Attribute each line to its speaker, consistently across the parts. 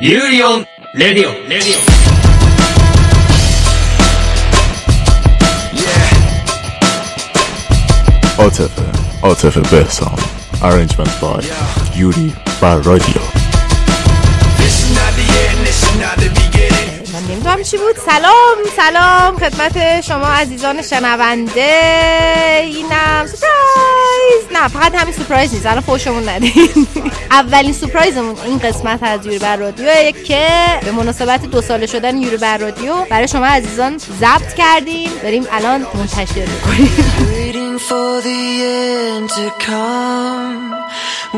Speaker 1: ユーリオンレディオンレディ
Speaker 2: عاطفه عاطفه بهسام arrangement by یوری بر رادیو
Speaker 3: This is not the end, this is not the beginning.
Speaker 4: من نمیدونم چی بود سلام سلام خدمت شما عزیزان شنونده اینم سپرایز نه فقط همین سپرایز نیست الان فوشمون ندین اولین سپرایزمون این قسمت از یوری بر رادیو که به مناسبت دو ساله شدن یوری بر رادیو برای شما عزیزان ضبط کردیم داریم الان منتشر میکنیم
Speaker 5: Waiting for the end to come.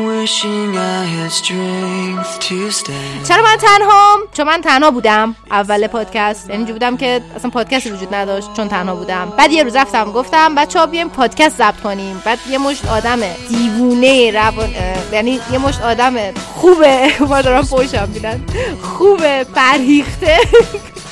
Speaker 5: Wishing I had strength to stand.
Speaker 4: چرا من تنهام چون من تنها بودم اول پادکست یعنی اینجوری بودم که اصلا پادکست وجود نداشت چون تنها بودم بعد یه روز رفتم گفتم بچه‌ها بیایم پادکست ضبط کنیم بعد یه مشت آدم دیوونه روان اه، یعنی یه مشت آدم خوبه ما دارم فوشم میدن خوبه فرهیخته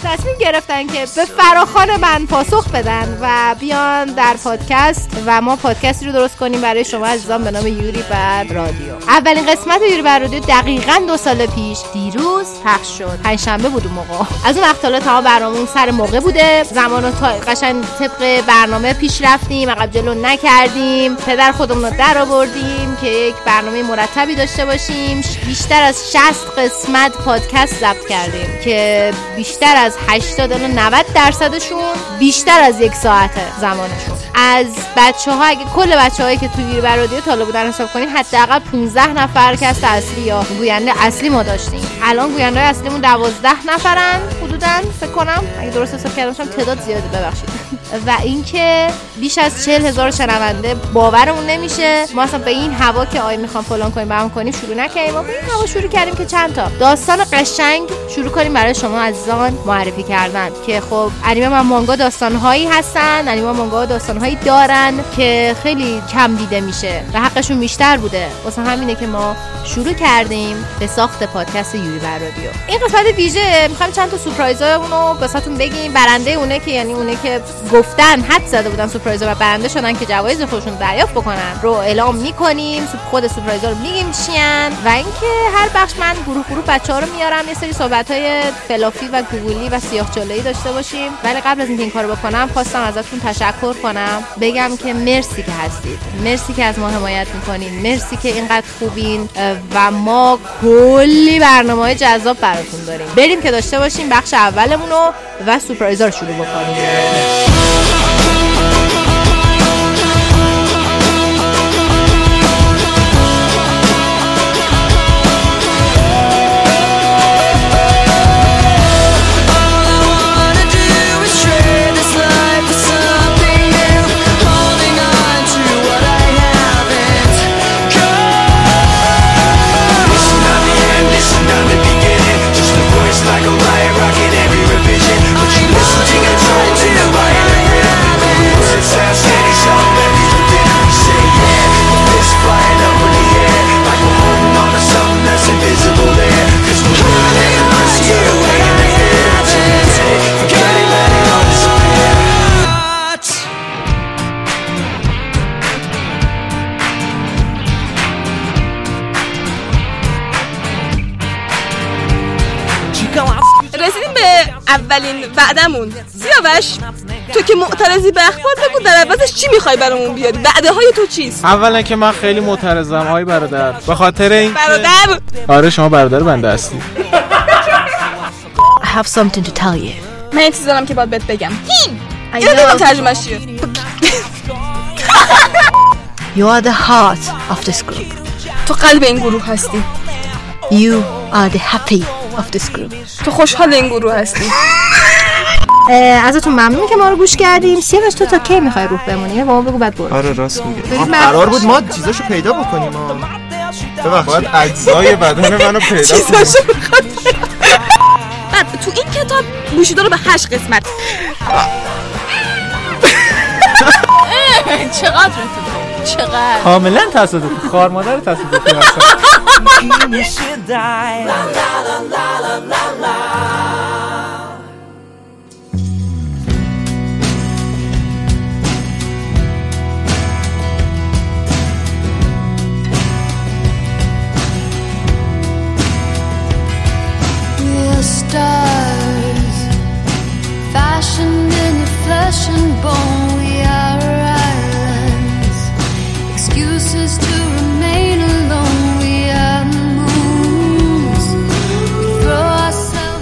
Speaker 4: تصمیم گرفتن که به فراخان من پاسخ بدن و بیان در پادکست و ما پادکستی رو درست کنیم برای شما عزیزان به نام یوری بر رادیو اولین قسمت یوری بر رادیو دقیقا دو سال پیش دیروز پخش شد پنجشنبه بود اون موقع از اون وقت تا حالا تمام برنامه سر موقع بوده زمان و تا قشنگ طبق برنامه پیش رفتیم عقب جلو نکردیم پدر خودمون رو در آوردیم که یک برنامه مرتبی داشته باشیم ش- بیشتر از 60 قسمت پادکست ضبط کردیم که بیشتر از 80 الی 90 درصدشون بیشتر از یک ساعت زمانشون از بچه ها اگه کل بچه هایی که توی گیر بر رادیو طالب بودن حساب کنین حداقل 15 نفر که از اصلی یا گوینده اصلی ما داشتیم الان گوینده های اصلیمون 12 نفرن حدوداً فکر کنم اگه درست حساب کرده باشم تعداد زیاده ببخشید و اینکه بیش از 40 هزار شنونده باورمون نمیشه ما اصلا به این هوا که آی میخوام فلان کنیم برام کنیم شروع نکردیم ما به این هوا شروع کردیم که چند تا داستان قشنگ شروع کنیم برای شما عزیزان معرفی کردن که خب انیمه و مانگا داستانهایی هستن انیمه و مانگا داستانهایی دارن که خیلی کم دیده میشه و حقشون بیشتر بوده واسه همینه که ما شروع کردیم به ساخت پادکست یوری بر رادیو این قسمت ویژه میخوایم چند تا سورپرایز اونو بساتون بگیم برنده اونه که یعنی اونه که گفتن حد زده بودن سورپرایز و برنده شدن که جوایز خودشون رو دریافت بکنن رو اعلام میکنیم سوپ- خود سورپرایز رو میگیم چیان و اینکه هر بخش من گروه گروه بچه ها رو میارم یه سری صحبت های فلافی و گوگلی و سیاه داشته باشیم ولی قبل از اینکه این کارو بکنم خواستم ازتون تشکر کنم بگم که مرسی که هستید مرسی که از ما حمایت میکنین مرسی که اینقدر خوبین اه، و ما کلی برنامه های جذاب براتون داریم بریم که داشته باشیم بخش اولمون رو و سورپرایزار شروع بکنیم
Speaker 5: Wanna do is trade this life for something new. Holding on to what I haven't.
Speaker 3: This is not the end, this is not the beginning. Just a voice like a riot rocking every revision. But you listen to your tones and the lion and rhythm. The words have steady sound memories within. You say yeah, the fist flying up in the air. Like we're holding on to something that's invisible there. Cause we're living in the last year, waiting to hear. Today, forget it, let it all disappear.
Speaker 5: Cut.
Speaker 6: رسیدیم به اولین وعدمون سیاوش تو که معترضی به اخبار بگو در عوضش چی میخوای برامون بیاری وعده های تو چیست
Speaker 7: اولا که من خیلی معترضم آی برادر به خاطر این
Speaker 6: برادر
Speaker 7: آره شما برادر بنده هستی
Speaker 6: من یه چیز دارم که باید بهت بگم اینو بگم ترجمهش چیه
Speaker 8: You are the heart of this group.
Speaker 6: تو قلب این گروه هستی
Speaker 8: You are the happy of this group.
Speaker 6: تو خوشحال این گروه هستی
Speaker 4: اه، ازتون ممنون که ما رو گوش کردیم سیاوش تو تا کی میخوای روح بمونی به ما بگو بعد برو
Speaker 9: آره راست میگه
Speaker 4: ببین، من-
Speaker 9: قرار بود ما چیزاشو پیدا بکنیم آه.
Speaker 2: باید
Speaker 9: ببخشید
Speaker 2: اجزای بدن منو پیدا کنی.
Speaker 6: چیزاشو میخواد بعد تو این کتاب گوشیدا رو به هشت قسمت چقدر چقدر
Speaker 7: کاملا تصادفی خار مادر تصادفی هستم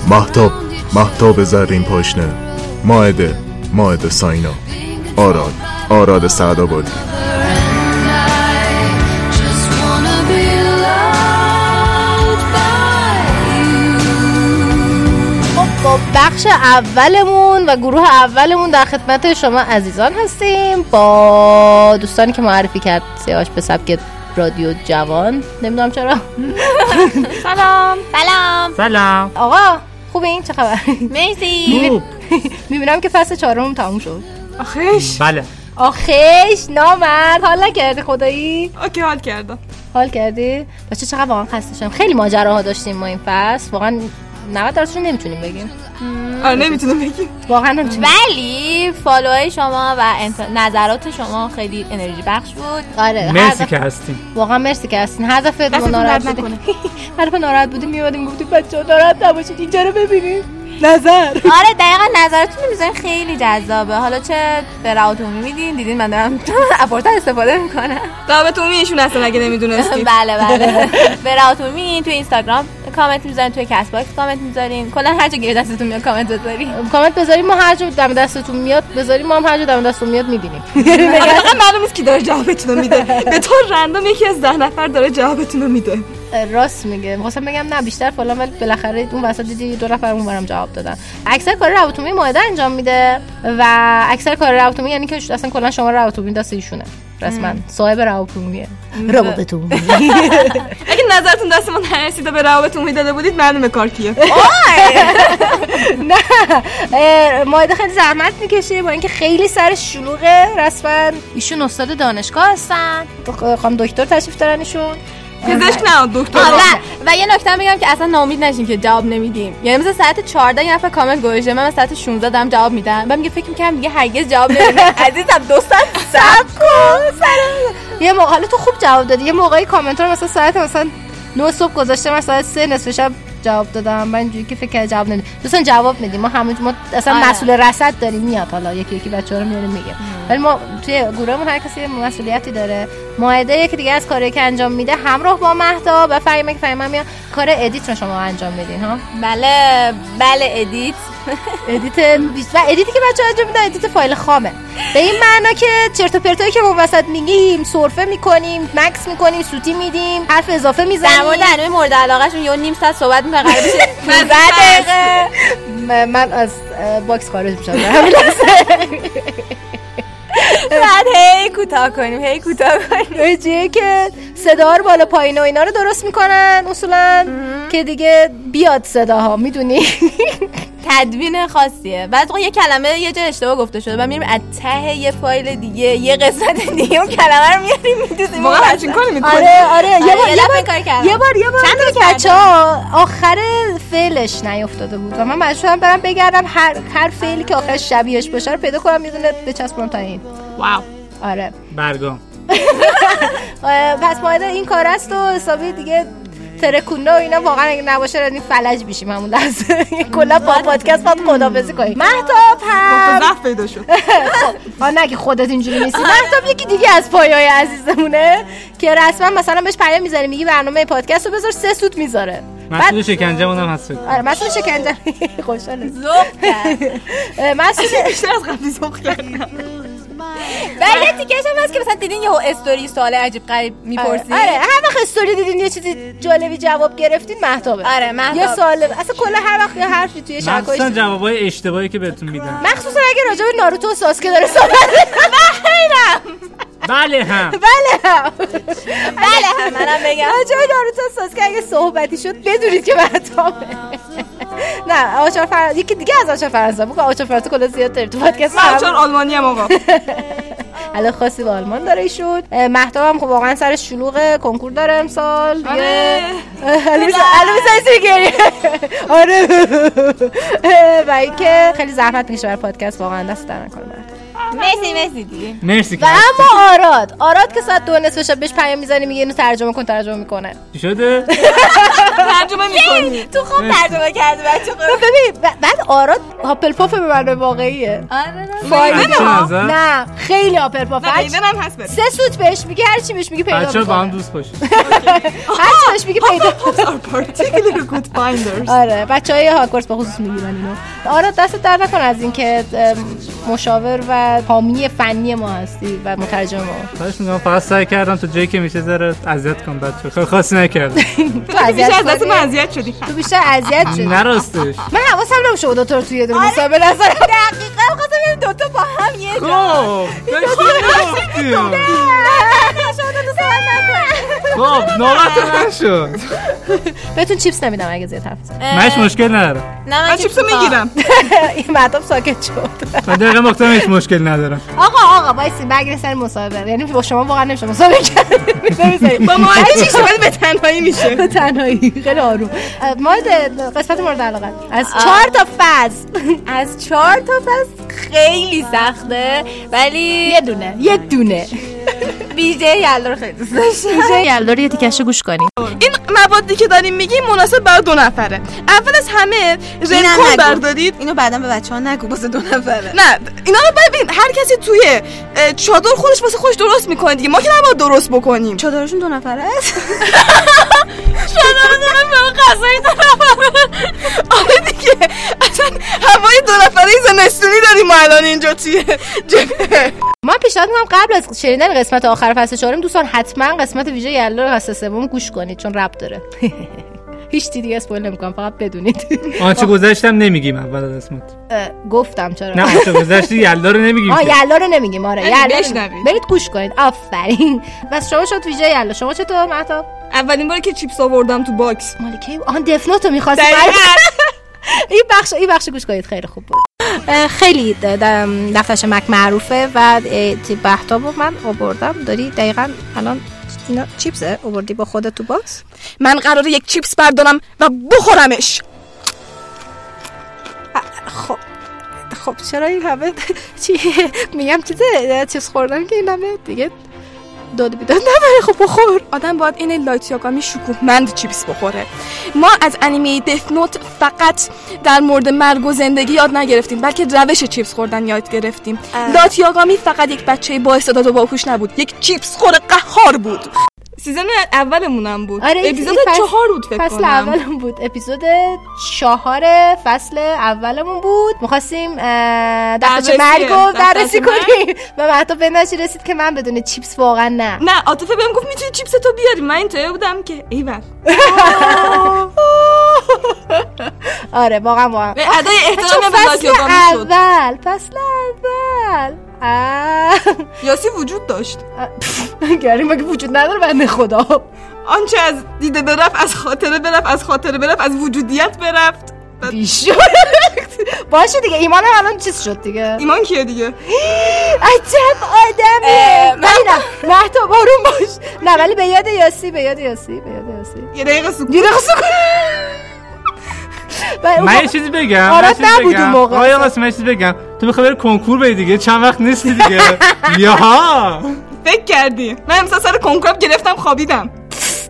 Speaker 2: محتاب محتاب زرین پاشنه ماعده ماعده ساینا آراد آراد سعدا بادی
Speaker 5: Just wanna be loved by you.
Speaker 4: خب با بخش اولمون و گروه اولمون در خدمت شما عزیزان هستیم با دوستانی که معرفی کرد سیاوش به سبک رادیو جوان نمیدونم چرا
Speaker 10: سلام سلام
Speaker 1: سلام
Speaker 4: آقا خوبه این چه خبر
Speaker 10: مرسی
Speaker 4: میبینم که فصل چهارم تموم شد
Speaker 6: آخش
Speaker 1: بله
Speaker 4: آخش نامرد حال نکردی خدایی
Speaker 6: اوکی حال کردم
Speaker 4: حال کردی بچه چقدر واقعا خسته شدم خیلی ماجراها داشتیم ما این فصل واقعا 90 درصدش رو نمیتونیم بگیم
Speaker 6: آره نمیتونم بگیم
Speaker 4: واقعا نمیتونیم
Speaker 10: ولی فالوهای شما و انت- نظرات شما خیلی انرژی بخش بود
Speaker 4: آره هر
Speaker 1: مرسی
Speaker 4: دفعه-
Speaker 1: که هستیم
Speaker 4: واقعا مرسی که هستین هر دفعه ما
Speaker 6: دستتون
Speaker 4: ناراحت
Speaker 6: درد
Speaker 4: بودیم هر دفعه ناراحت بودیم میومدیم گفتیم بچه ها ناراحت نباشید اینجا رو ببینید
Speaker 6: نظر
Speaker 10: آره دقیقا نظرتون میزن خیلی جذابه حالا چه به رواتون میدین دیدین من دارم افورتر استفاده میکنم
Speaker 6: رابط عمومیشون اصلا اگه نمیدونستیم
Speaker 10: بله بله به رواتون میدین تو اینستاگرام کامنت میذارین توی کس باکس کامنت میذارین کلا هر جا گیر دستتون میاد کامنت بذارین
Speaker 4: کامنت بذاریم ما هر جا دم دستتون میاد بذاریم ما هم هر جا دم دستتون میاد میبینیم
Speaker 6: واقعا معلوم نیست کی داره جوابتون رو میده به طور رندم یکی از ده نفر داره جوابتون رو میده
Speaker 4: راست میگه میخواستم بگم نه بیشتر فلان ولی بالاخره اون وسط دیدی دو نفر اونورم جواب دادن اکثر کار روابطومی ماده انجام میده و اکثر کار روابطومی یعنی که اصلا کلا شما روابطومی دست ایشونه رسما صاحب روابطومیه روابطومی
Speaker 6: اگه نظرتون دست ما نرسیده به روابطون میداده بودید معلومه کار کیه
Speaker 4: نه اه، ماهده خیلی زحمت میکشه با اینکه خیلی سر شلوغه رسما ایشون استاد دانشگاه هستن خب، خانم دکتر تشریف دارن ایشون
Speaker 6: پزشک نه دکتر
Speaker 10: آره و یه نکته هم بگم که اصلا ناامید نشین که جواب نمیدیم یعنی مثلا ساعت 14 یه نفر کامنت گوشه من مثلا ساعت 16 دارم جواب میدم بعد میگه فکر میکنم دیگه هرگز جواب نمیدم عزیزم دوستم صبر کن
Speaker 4: یه موقع حالا تو خوب جواب دادی یه موقعی کامنت رو مثلا ساعت مثلا 9 صبح گذاشته من ساعت 3 نصف شب جواب دادم من اینجوری که فکر کردم جواب ندیم دوستان جواب میدیم ما همون ما اصلا
Speaker 10: آره.
Speaker 4: مسئول رصد داریم میاد حالا یکی یکی بچه‌ها رو میاریم میگه ولی ما توی گروهمون هر کسی یه مسئولیتی داره ماهده یکی دیگه از کاری که انجام میده همراه با مهدا و فریمه که فریمه میاد کار ادیت رو شما انجام میدین ها
Speaker 10: بله بله ادیت
Speaker 4: ادیت بیس- و ادیتی که بچه انجام میدن ادیت فایل خامه به این معنا که چرت و پرتایی که ما وسط میگیم سرفه میکنیم مکس میکنیم سوتی میدیم حرف اضافه
Speaker 10: در مورد
Speaker 4: میزنیم
Speaker 10: انواع مورد علاقهشون یه نیم ساعت صحبت میکنه قرار بشه 15 دقیقه
Speaker 4: م- من از اه، باکس خارج میشم در همین لحظه.
Speaker 10: بعد هی کوتاه کنیم هی کوتاه کنیم
Speaker 4: راجعه که صدا رو بالا پایین و اینا رو درست میکنن اصولا که دیگه بیاد صداها میدونی
Speaker 10: تدوین خاصیه بعد اون یه کلمه یه جا اشتباه گفته شده و میریم از ته یه فایل دیگه یه قسمت دیگه اون کلمه رو میاریم میدوزیم
Speaker 6: واقعا همچین کاری میکنی
Speaker 4: آره آره یه بار
Speaker 10: یه
Speaker 4: یه
Speaker 10: دفعه
Speaker 4: بار
Speaker 10: کار کردم.
Speaker 4: یه بار یه بار
Speaker 10: چند
Speaker 4: چند
Speaker 10: تا کردم.
Speaker 4: بچه ها آخر فعلش نیافتاده بود و من مجبور شدم برم بگردم هر هر فعلی که آخرش شبیهش باشه رو پیدا کنم یه دونه بچسبونم تا این
Speaker 6: واو
Speaker 4: آره
Speaker 1: برگام
Speaker 4: اه، پس مایده این کار است و حسابی دیگه ترکونه و اینا واقعا اگه نباشه از این فلج میشیم همون لحظه کلا با پادکست باید خدافزی کنیم خب، مهتاب هم خب،
Speaker 6: ضعف پیدا شد
Speaker 4: آه نگه خودت اینجوری نیستی مهتاب یکی دیگه از پایای عزیزمونه که رسما مثلا بهش پیام میذاری میگی برنامه پادکست رو بذار سه سوت میذاره
Speaker 1: مسئول شکنجه مونم هست فکر
Speaker 4: آره مسئول شکنجه خوشحاله
Speaker 10: ذوق کرد.
Speaker 4: اه، مسئول
Speaker 6: بیشتر از قبلی ذوق کردم
Speaker 10: بعد یه تیکش هم هست که مثلا دیدین یه استوری سوال عجیب غریب میپرسی
Speaker 4: آره هر وقت استوری دیدین یه چیزی جالبی جواب گرفتین مهتابه
Speaker 10: آره، مهتاب.
Speaker 4: یا سوال اصلا کلا هر وقت یه حرفی توی شبکه‌های
Speaker 1: مخصوصا جوابای اشتباهی که بهتون میدم
Speaker 4: مخصوصا اگه راجع به ناروتو و ساسکه داره صحبت
Speaker 1: بله هم
Speaker 10: بله هم منم بگم
Speaker 4: راجع به ناروتو و ساسکه اگه صحبتی شد بدونید که مهتابه نه آچار فرانسه یکی دیگه از آچار فرانسه بگو آچار فرانسه کلا زیاد داره تو پادکست
Speaker 6: من
Speaker 4: هم.
Speaker 6: چون آلمانی هم آقا
Speaker 4: حالا خاصی به آلمان داره ایشون اه، مهتاب هم خب واقعا سر شلوغ کنکور داره امسال دیگه-
Speaker 6: آره.
Speaker 4: اه، حالا می‌ذار- حالا می‌ذاری زیر گریه. آره اه، و اینکه خیلی زحمت میشه برای پادکست واقعا دست در نکنه مهتاب.
Speaker 10: مرسی مرسی دیگه
Speaker 1: مرسی که
Speaker 4: و
Speaker 1: هست.
Speaker 4: اما آراد آراد که ساعت دو نصف شب بهش پیام میزنی میگه اینو ترجمه کن ترجمه میکنه
Speaker 1: چی شده
Speaker 6: ترجمه میکنی
Speaker 10: تو خوب ترجمه کردی بچه خب، خود
Speaker 4: خب ببین ب- بعد آراد هاپل پاپ به من واقعیه
Speaker 10: آره
Speaker 4: فایده
Speaker 1: بچه‌ها
Speaker 4: ها.
Speaker 1: نظر؟
Speaker 4: نه خیلی هاپل پاپ
Speaker 6: نه بیدن هم هست بریم
Speaker 4: سه سوت بهش میگه هر چی بهش میگه پیدا
Speaker 1: بچه با هم
Speaker 4: میکنه
Speaker 1: دوست باشید
Speaker 4: هر چی بهش میگه پیدا
Speaker 6: Are particular good finders
Speaker 4: آره بچه های هاکورس به خصوص میگیرن اینو آره دست در نکن از اینکه ام، مشاور و حامی فنی ما هستی و مترجم ما
Speaker 1: خواهش میکنم فقط سعی کردم تا جایی که میشه ذره اذیت کنم بچه خیلی خاصی نکردم
Speaker 4: تو اذیت
Speaker 6: میشه از دست
Speaker 4: کنی؟
Speaker 6: من اذیت شدی
Speaker 4: تو بیشتر اذیت شدی
Speaker 1: نه راستش
Speaker 4: من حواسم نمیشه دو تا رو توی یه
Speaker 10: آره.
Speaker 4: دونه مسابقه نذارم
Speaker 10: دقیقا خواستم این دوتا با هم یه جا
Speaker 1: خب داشتی می‌گفتیم.
Speaker 7: خب نوبت من شد
Speaker 4: بهتون چیپس نمیدم اگه زیاد حرف بزنید
Speaker 1: منش مشکل ندارم
Speaker 10: نه
Speaker 6: من چیپسو میگیرم
Speaker 4: این مردم ساکت شد
Speaker 1: من دقیقا مختم هیچ مشکل ندارم
Speaker 4: آقا آقا وایسی بگیر سر مسابقه یعنی با شما واقعا نمیشه مسابقه کرد نمی‌ذاریم.
Speaker 6: با ما چیش ولی به تنهایی میشه
Speaker 4: به تنهایی خیلی آروم مورد قسمت مورد علاقه از چهار تا فصل
Speaker 10: از چهار تا پس خیلی سخته ولی
Speaker 4: یه دونه یه دونه
Speaker 10: ویژه یلدا رو خیلی دوست داشتم
Speaker 4: یلدا رو یه تیکش گوش کنیم
Speaker 6: این موادی که داریم میگیم مناسب برای دو نفره اول از همه رنکون بردارید
Speaker 10: اینو بعدا به بچه ها نگو بازه دو نفره
Speaker 6: نه اینا رو ببین هر کسی توی اه، چادر خودش واسه خودش درست میکنه دیگه ما که نباید درست بکنیم
Speaker 10: چادرشون دو نفره است
Speaker 6: آره دیگه اصلا هوای دو نفره زمستونی داریم ما الان اینجا توی جبهه
Speaker 4: ما پیشنهاد میکنم قبل از شنیدن قسمت آخر فصل چهارم دوستان حتما قسمت ویژه یلدا رو فصل سوم گوش کنید چون رب داره هیچ چیز دیگه اسپویل نمیکنم فقط بدونید خب،
Speaker 1: آنچه گذشتم نمیگیم اول از قسمت
Speaker 4: اه، گفتم چرا
Speaker 1: نه آنچه گذشتی یلدا رو نمیگیم
Speaker 4: آه
Speaker 1: که.
Speaker 4: یلا رو نمیگیم آره
Speaker 6: ولی
Speaker 4: یلا رو
Speaker 6: بشنوید.
Speaker 4: نمیگیم. برید گوش کنید آفرین و شما شد ویژه یلا شما چطور مهتاب
Speaker 6: اولین باری که چیپس آوردم تو باکس
Speaker 4: مال کی بود؟ آها دفنوتو می‌خواستی بله.
Speaker 6: دقیقاً.
Speaker 4: این بخش این بخش گوش کنید خیلی خوب بود اه، خیلی د- د- دفترش مک معروفه و اه، تی- بهتاب رو من آوردم داری دقیقا الان اینا چیپسه آوردی با خودت تو باکس
Speaker 6: من قراره یک چیپس بردارم و بخورمش
Speaker 4: خب خب چرا این همه چی میگم چیزه اه، چیز خوردن که این همه دیگه داد بیداد نداره خب بخور
Speaker 6: آدم باید این لایت یاگامی شکوهمند چیپس بخوره ما از انیمه دف نوت فقط در مورد مرگ و زندگی یاد نگرفتیم بلکه روش چیپس خوردن یاد گرفتیم لایت یاگامی فقط یک بچه با استعداد و باهوش نبود یک چیپس خور قهار بود سیزن اولمونم بود
Speaker 4: آره، این-
Speaker 6: اپیزود
Speaker 4: این فصل-
Speaker 6: چهار بود فکر
Speaker 4: فصل
Speaker 6: کنم
Speaker 4: اولمون بود اپیزود چهار فصل اولمون بود میخواستیم دفترچ
Speaker 6: بررسی-
Speaker 4: مرگ رو
Speaker 6: دفترچه
Speaker 4: بررسی کنیم و حتی به نتیجه رسید که من بدون چیپس واقعا نه
Speaker 6: نه عاطفه بهم گفت میتونی چیپس تو بیاری من اینطوری بودم که ایول
Speaker 4: آره واقعا واقعا
Speaker 6: به ادای
Speaker 4: چون
Speaker 6: احترام به لایت
Speaker 4: فصل
Speaker 6: یاگامی شد
Speaker 4: اول فصل اول آه.
Speaker 6: یاسی وجود داشت
Speaker 4: گریم یعنی مگه وجود نداره بنده خدا
Speaker 6: آنچه از دیده برفت از خاطره برفت از خاطره برفت از وجودیت برفت
Speaker 4: بیشتر باشه دیگه ایمانم الان چیز شد دیگه
Speaker 6: ایمان کیه دیگه
Speaker 4: عجب آدمی ولی نه مهتا بارون باش نه ولی به یاد یاسی به یاد یاسی به یاد یاسی
Speaker 6: یه دقیقه سکوت
Speaker 4: یه دقیقه سکوت. و اون
Speaker 1: من
Speaker 4: موقع-
Speaker 1: یه چیزی بگم
Speaker 4: آره،
Speaker 1: من چیزی
Speaker 4: نبود اون
Speaker 1: بگم.
Speaker 4: موقع.
Speaker 1: آقای آقاس، من یه چیزی بگم تو میخوای بری کنکور بدی دیگه چند وقت نیستی دیگه یاها
Speaker 6: فکر کردی من امسال سر کنکورم گرفتم خوابیدم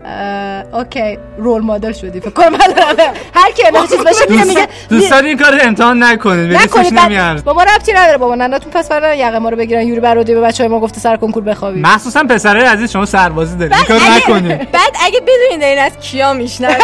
Speaker 4: اه، اوکی رول مدل شدی فکر کنم الان هر کی الان چیز بشه میگه میگه
Speaker 1: دوستان این کار رو امتحان نکنید به
Speaker 4: نکنید
Speaker 1: دوستش
Speaker 4: بعد
Speaker 1: نمیارد
Speaker 4: بابا ربطی نداره بابا نناتون پس فردا یقه ما رو بگیرن یوری برادی به بچهای ما گفته سر کنکور بخوابی
Speaker 1: مخصوصا پسرای عزیز شما سربازی دارید
Speaker 4: بله.
Speaker 1: این کار
Speaker 10: اگه-
Speaker 1: نکنید
Speaker 10: بعد اگه بدونین دارین از کیا میشنوید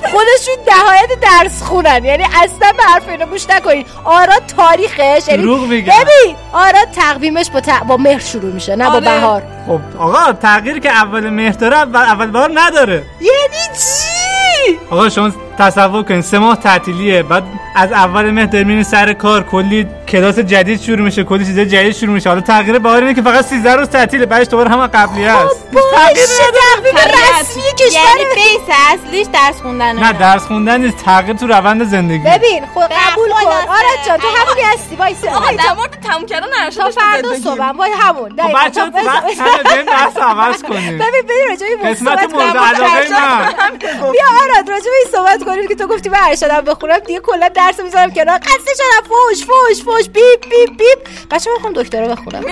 Speaker 4: خودشون دهایت درس خونن یعنی اصلا به حرف اینا گوش نکنید آراد تاریخش یعنی
Speaker 1: دروغ میگه
Speaker 4: ببین آراد تقویمش با, ت... با مهر شروع میشه نه با
Speaker 6: آره.
Speaker 4: بهار
Speaker 1: خب آقا تغییر که اول مهر داره اول, اول بار نداره
Speaker 4: یعنی چی
Speaker 1: آقا شما تصور کنید سه ماه تعطیلیه بعد از اول مهر داری میری سر کار کلی کلاس جدید شروع میشه کلی چیز جدید شروع میشه حالا تغییر بهار اینه که فقط 13 روز تعطیله بعدش دوباره همون قبلی است
Speaker 4: باشه تقویم رسمی
Speaker 10: یعنی
Speaker 4: کشور
Speaker 10: بیس اصلیش درس خوندن
Speaker 1: نه درس خوندن نیست تغییر تو روند زندگی
Speaker 4: ببین خود قبول
Speaker 10: خلاصه.
Speaker 4: کن آراد جان تو همونی هستی وایسه آقا
Speaker 6: در مورد تموم کردن
Speaker 4: تا
Speaker 6: ارشدش
Speaker 4: فردا صبح وای همون
Speaker 1: خب
Speaker 4: دقیقاً.
Speaker 1: بچه
Speaker 4: تا- بس-
Speaker 1: وقت کمه بریم درس عوض کنیم
Speaker 4: ببین ببین راجع به این موضوع
Speaker 1: قسمت
Speaker 4: صحبت
Speaker 1: مورد
Speaker 4: کنم.
Speaker 1: علاقه من
Speaker 4: بیا آراد راجع به این صحبت کنید که تو گفتی من ارشدم بخونم دیگه کلا درس میذارم کنار خسته شدم فوش فوش فوش بیپ بیپ بیپ بچه من میخوام دکترا بخونم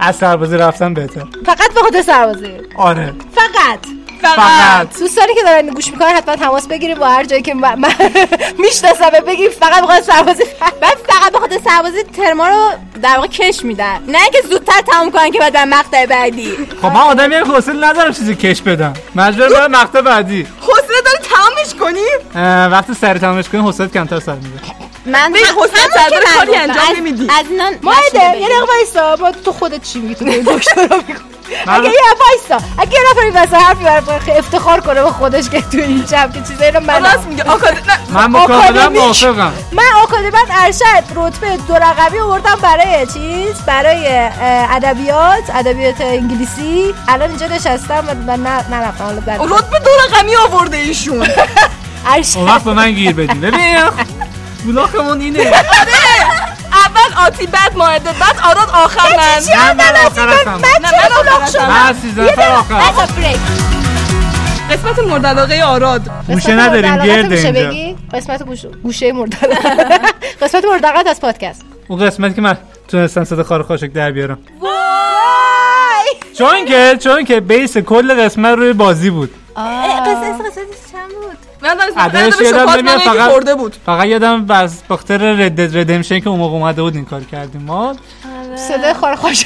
Speaker 1: از سربازی رفتن بهتر
Speaker 4: فقط به خاطر سربازی
Speaker 1: آره
Speaker 4: فقط
Speaker 1: فقط.
Speaker 4: دوستانی که دارن گوش میکنن حتما تماس بگیریم با هر جایی که من, من میشناسم بگیم فقط بخواد سربازی
Speaker 10: بعد فقط به خاطر سربازی ترما رو در واقع کش میدن نه اینکه زودتر تموم کنن که بعد در مقطع بعدی
Speaker 1: خب من آدمی هم که حوصله ندارم چیزی کش بدم مجبور برم مقطع بعدی
Speaker 6: حوصله داری تمامش کنیم
Speaker 1: اه، وقتی سری تمامش کنی حوصلت کمتر سر میده
Speaker 10: من
Speaker 6: به حوصله
Speaker 10: همون
Speaker 6: سربازی
Speaker 10: که من
Speaker 6: کاری
Speaker 10: گفتم.
Speaker 6: انجام
Speaker 10: از-
Speaker 6: نمیدی.
Speaker 10: از اینا
Speaker 4: مایده
Speaker 10: نشنیده
Speaker 4: یه دقیقه وایسا با تو خودت چی میگی تو داری دکترا می‌خونی؟
Speaker 1: من-
Speaker 4: اگه یه وایسا اگه یه نفر این واسه حرفی برای افتخار کنه به خودش که تو این شب که چیزایی رو من
Speaker 6: راست میگه آکاد نه
Speaker 1: من با کاملا موافقم
Speaker 4: من آکادمان ارشد رتبه دو رقمی آوردم برای چیز برای اه، ادبیات ادبیات انگلیسی الان اینجا نشستم و من نه- نرفتم حالا بعد.
Speaker 6: رتبه دو رقمی آورده ایشون
Speaker 4: ارشد
Speaker 1: اون وقت به من گیر بدین ببین بلاخمون اینه
Speaker 6: اول آتی بعد ماهده بعد آراد آخر من
Speaker 1: نه من آخر هستم
Speaker 6: نه من آخر هستم.
Speaker 1: من سیزده نفر آخر هستم.
Speaker 4: بچه بریک
Speaker 6: قسمت مورد علاقه آراد
Speaker 1: گوشه
Speaker 4: قسمت
Speaker 1: نداریم،
Speaker 4: مورد علاقه
Speaker 1: گرده
Speaker 4: میشه
Speaker 1: اینجا.
Speaker 4: بگی؟ قسمت گوش- گوشه مورد علاقه. قسمت مورد علاقه از پادکست
Speaker 1: اون قسمت که من تونستم صدا خار خاشک در بیارم چون که چون که بیس کل قسمت روی بازی بود
Speaker 10: قصه قصه چند بود
Speaker 6: من دارم
Speaker 1: عددش
Speaker 6: اسم
Speaker 1: یادم
Speaker 6: شکلات
Speaker 1: نمیاد
Speaker 6: من یکی خورده بود
Speaker 1: فقط فقط یادم از باختر ردد ردمشن که اون موقع اومده بود این کار کردیم ما
Speaker 4: صدای خار خوش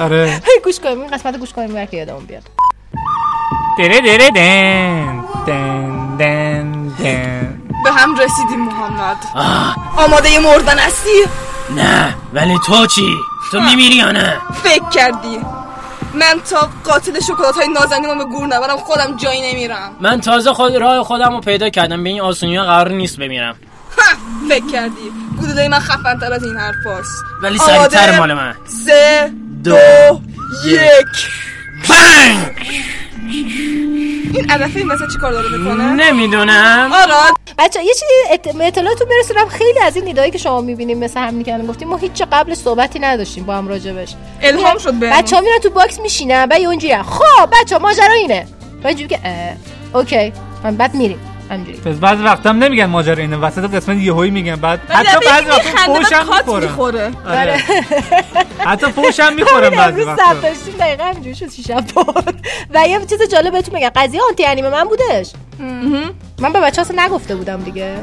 Speaker 1: آره
Speaker 4: گوش کنیم این قسمت رو گوش کنیم برای که یادمون بیاد
Speaker 1: دره دره دن دن دن دن
Speaker 6: به هم رسیدیم محمد آماده مردن هستی؟
Speaker 11: نه ولی تو چی؟ تو میمیری یا نه؟
Speaker 6: فکر کردی من تا قاتل شکلات های نازنینم به گور نبرم خودم جایی نمیرم
Speaker 11: من تازه خود راه خودم رو پیدا کردم به این آسونی ها قرار نیست بمیرم
Speaker 6: ها، فکر کردی گلوله من خفن تر از این حرف هست
Speaker 11: ولی
Speaker 6: آماده؟
Speaker 11: سریعتر مال من
Speaker 6: سه دو یک
Speaker 11: بنگ
Speaker 6: این علفه این وسط چی کار داره بکنه؟
Speaker 11: نمیدونم
Speaker 6: آراد
Speaker 4: بچه یه چیزی اط- به اطلاعتون برسونم خیلی از این ایدهایی که شما میبینیم مثل همینی که الان گفتیم ما هیچ جا قبل صحبتی نداشتیم با هم راجبش
Speaker 6: الهام شد به
Speaker 4: بچه ها میرن تو باکس میشینن بعد یه اونجوری خب بچه ماجرا اینه و اینجوری که اه، اوکی من بعد میریم همینجوری
Speaker 1: پس بعض وقت هم نمیگن ماجرا اینه وسط قسمت یهویی میگن بعد حتی بعض وقت فوشم میخورم
Speaker 6: میخوره
Speaker 1: آره حتی فوشم میخورم
Speaker 4: همین
Speaker 1: بعضی
Speaker 4: بله. امروز ثبت
Speaker 1: وقتا
Speaker 4: داشتیم دقیقا همینجوری شد شیش بار و یه چیز جالب بهتون میگم قضیه آنتی انیمه من بودش من به بچه اصلا نگفته بودم دیگه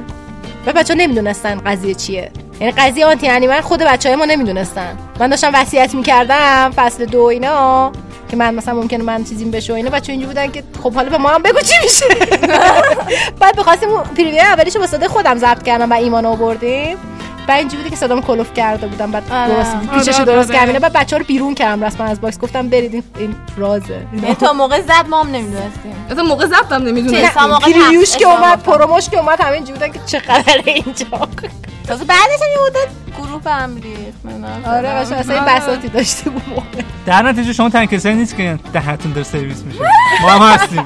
Speaker 4: و بچه نمیدونستن قضیه چیه یعنی قضیه آنتی انیمه رو خود بچه های ما نمیدونستن من داشتم وصیت میکردم فصل دو اینا که من مثلا ممکنه من چیزی بشه و اینا بچه اینجوری بودن که خب حالا به ما هم بگو چی میشه بعد بخواستیم اون پریویو اولیشو با صدای خودم ضبط کردم و ایمان آوردیم بعد اینجوری بوده که صدام کلوف کرده بودم بعد درست پیچش
Speaker 10: آره،
Speaker 4: درست
Speaker 10: آره.
Speaker 4: کردم اینا. بعد بچه رو بیرون کردم رسما از باکس گفتم برید این- این رازه
Speaker 10: یعنی تا موقع زد ما هم نمیدونستیم
Speaker 6: از موقع زبطم نمیدونه
Speaker 10: تا موقع
Speaker 4: پریوش
Speaker 10: هفت
Speaker 4: که
Speaker 10: اعلام
Speaker 4: اومد پروموش که اومد همه اینجوری بودن که چه خبره اینجا
Speaker 10: تازه بعدش هم یه مدت گروه به هم ریخت نمی‌دونم.
Speaker 4: آره و شما اصلا این بساتی داشتی بود
Speaker 1: در نتیجه شما تنگ کسایی نیست که دهتون در سرویس میشه ما هم هستیم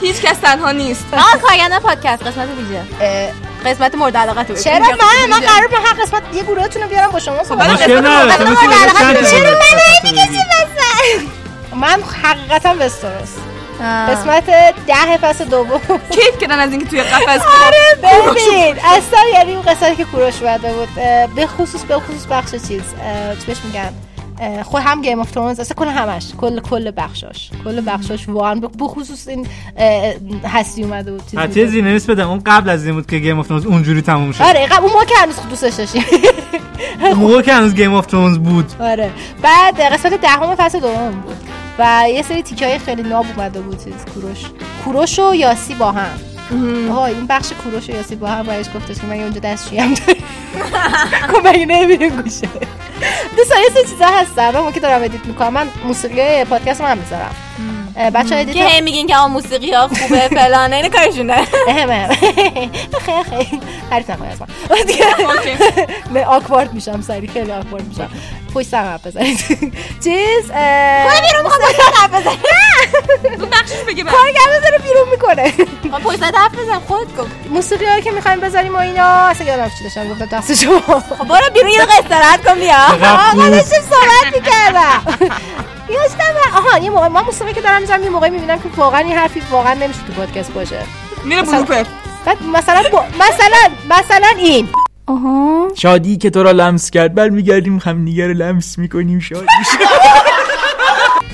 Speaker 6: هیچ کس تنها نیست
Speaker 10: آقا کارگردان پادکست قسمت ویژه قسمت مورد علاقه تو
Speaker 4: چرا من من قرار به هر قسمت یه گروهتون رو بیارم با شما صحبت
Speaker 6: آره،
Speaker 1: خب، مشکل نداره تو میتونی
Speaker 4: آره،
Speaker 1: بگی چند تا
Speaker 4: چرا
Speaker 1: قسمت بگی.
Speaker 4: من حقیقتا وستروس قسمت ده فصل دوم
Speaker 6: کیف کردن از اینکه توی قفس
Speaker 4: آره ببین اصلا یعنی اون قصه که کوروش اومده بود اه، به خصوص به خصوص بخش چیز اه، چی بهش میگن اه، خود هم گیم آف ترونز اصلا کل همش کل کل بخشاش کل بخشاش واقعا به به خصوص این اه، هستی اومده بود چیز
Speaker 1: حتی
Speaker 4: بود.
Speaker 1: زیرنویس بدم اون قبل از این بود که گیم آف ترونز اونجوری تموم شد
Speaker 4: آره قبل اون ما که هنوز دوستش داشتیم
Speaker 1: اون موقع که هنوز گیم آف ترونز بود
Speaker 4: آره بعد قسمت دهم فصل دوم بود و یه سری تیکه های خیلی ناب اومده بود چیز کوروش کوروش و یاسی با هم آها این بخش کوروش و یاسی با هم بهش گفتش که من اونجا دستشویی هم خب مگه نمیریم گوشه دوستان یه سری چیزا هستن من که دارم ادیت میکنم من موسیقی پادکست رو هم میذارم بچه های
Speaker 10: که هی میگین که آقا موسیقی ها خوبه فلان این کارشون داره
Speaker 4: اهمه خیلی خیلی تعریف نکنی از من دیگه من آکوارد میشم سری خیلی آکوارد میشم پشت سر حرف بزنید چیز برو بیرون میخوام پشت حرف بزنی
Speaker 6: تو بخشش بگه من
Speaker 4: کارگردان داره بیرون میکنه
Speaker 10: من پشت سر حرف بزن خود گفت
Speaker 4: موسیقی هایی که میخوایم بذاریم و اینا اصلا یادم چی داشتم گفتم دست شما
Speaker 10: خب برو بیرون یه دقیقه استراحت کن بیا
Speaker 4: آقا داشتیم صحبت میکردم یادم آها یه موقع من موسیقی که دارم میزنم یه موقع میبینم که واقعا این حرفی واقعا نمیشه تو پادکست باشه
Speaker 6: میره بلوپه
Speaker 4: بعد مثلا با- مثلا مثلا این
Speaker 6: آها
Speaker 12: شادی که تو را لمس کرد برمیگردیم همدیگه رو لمس میکنیم شادی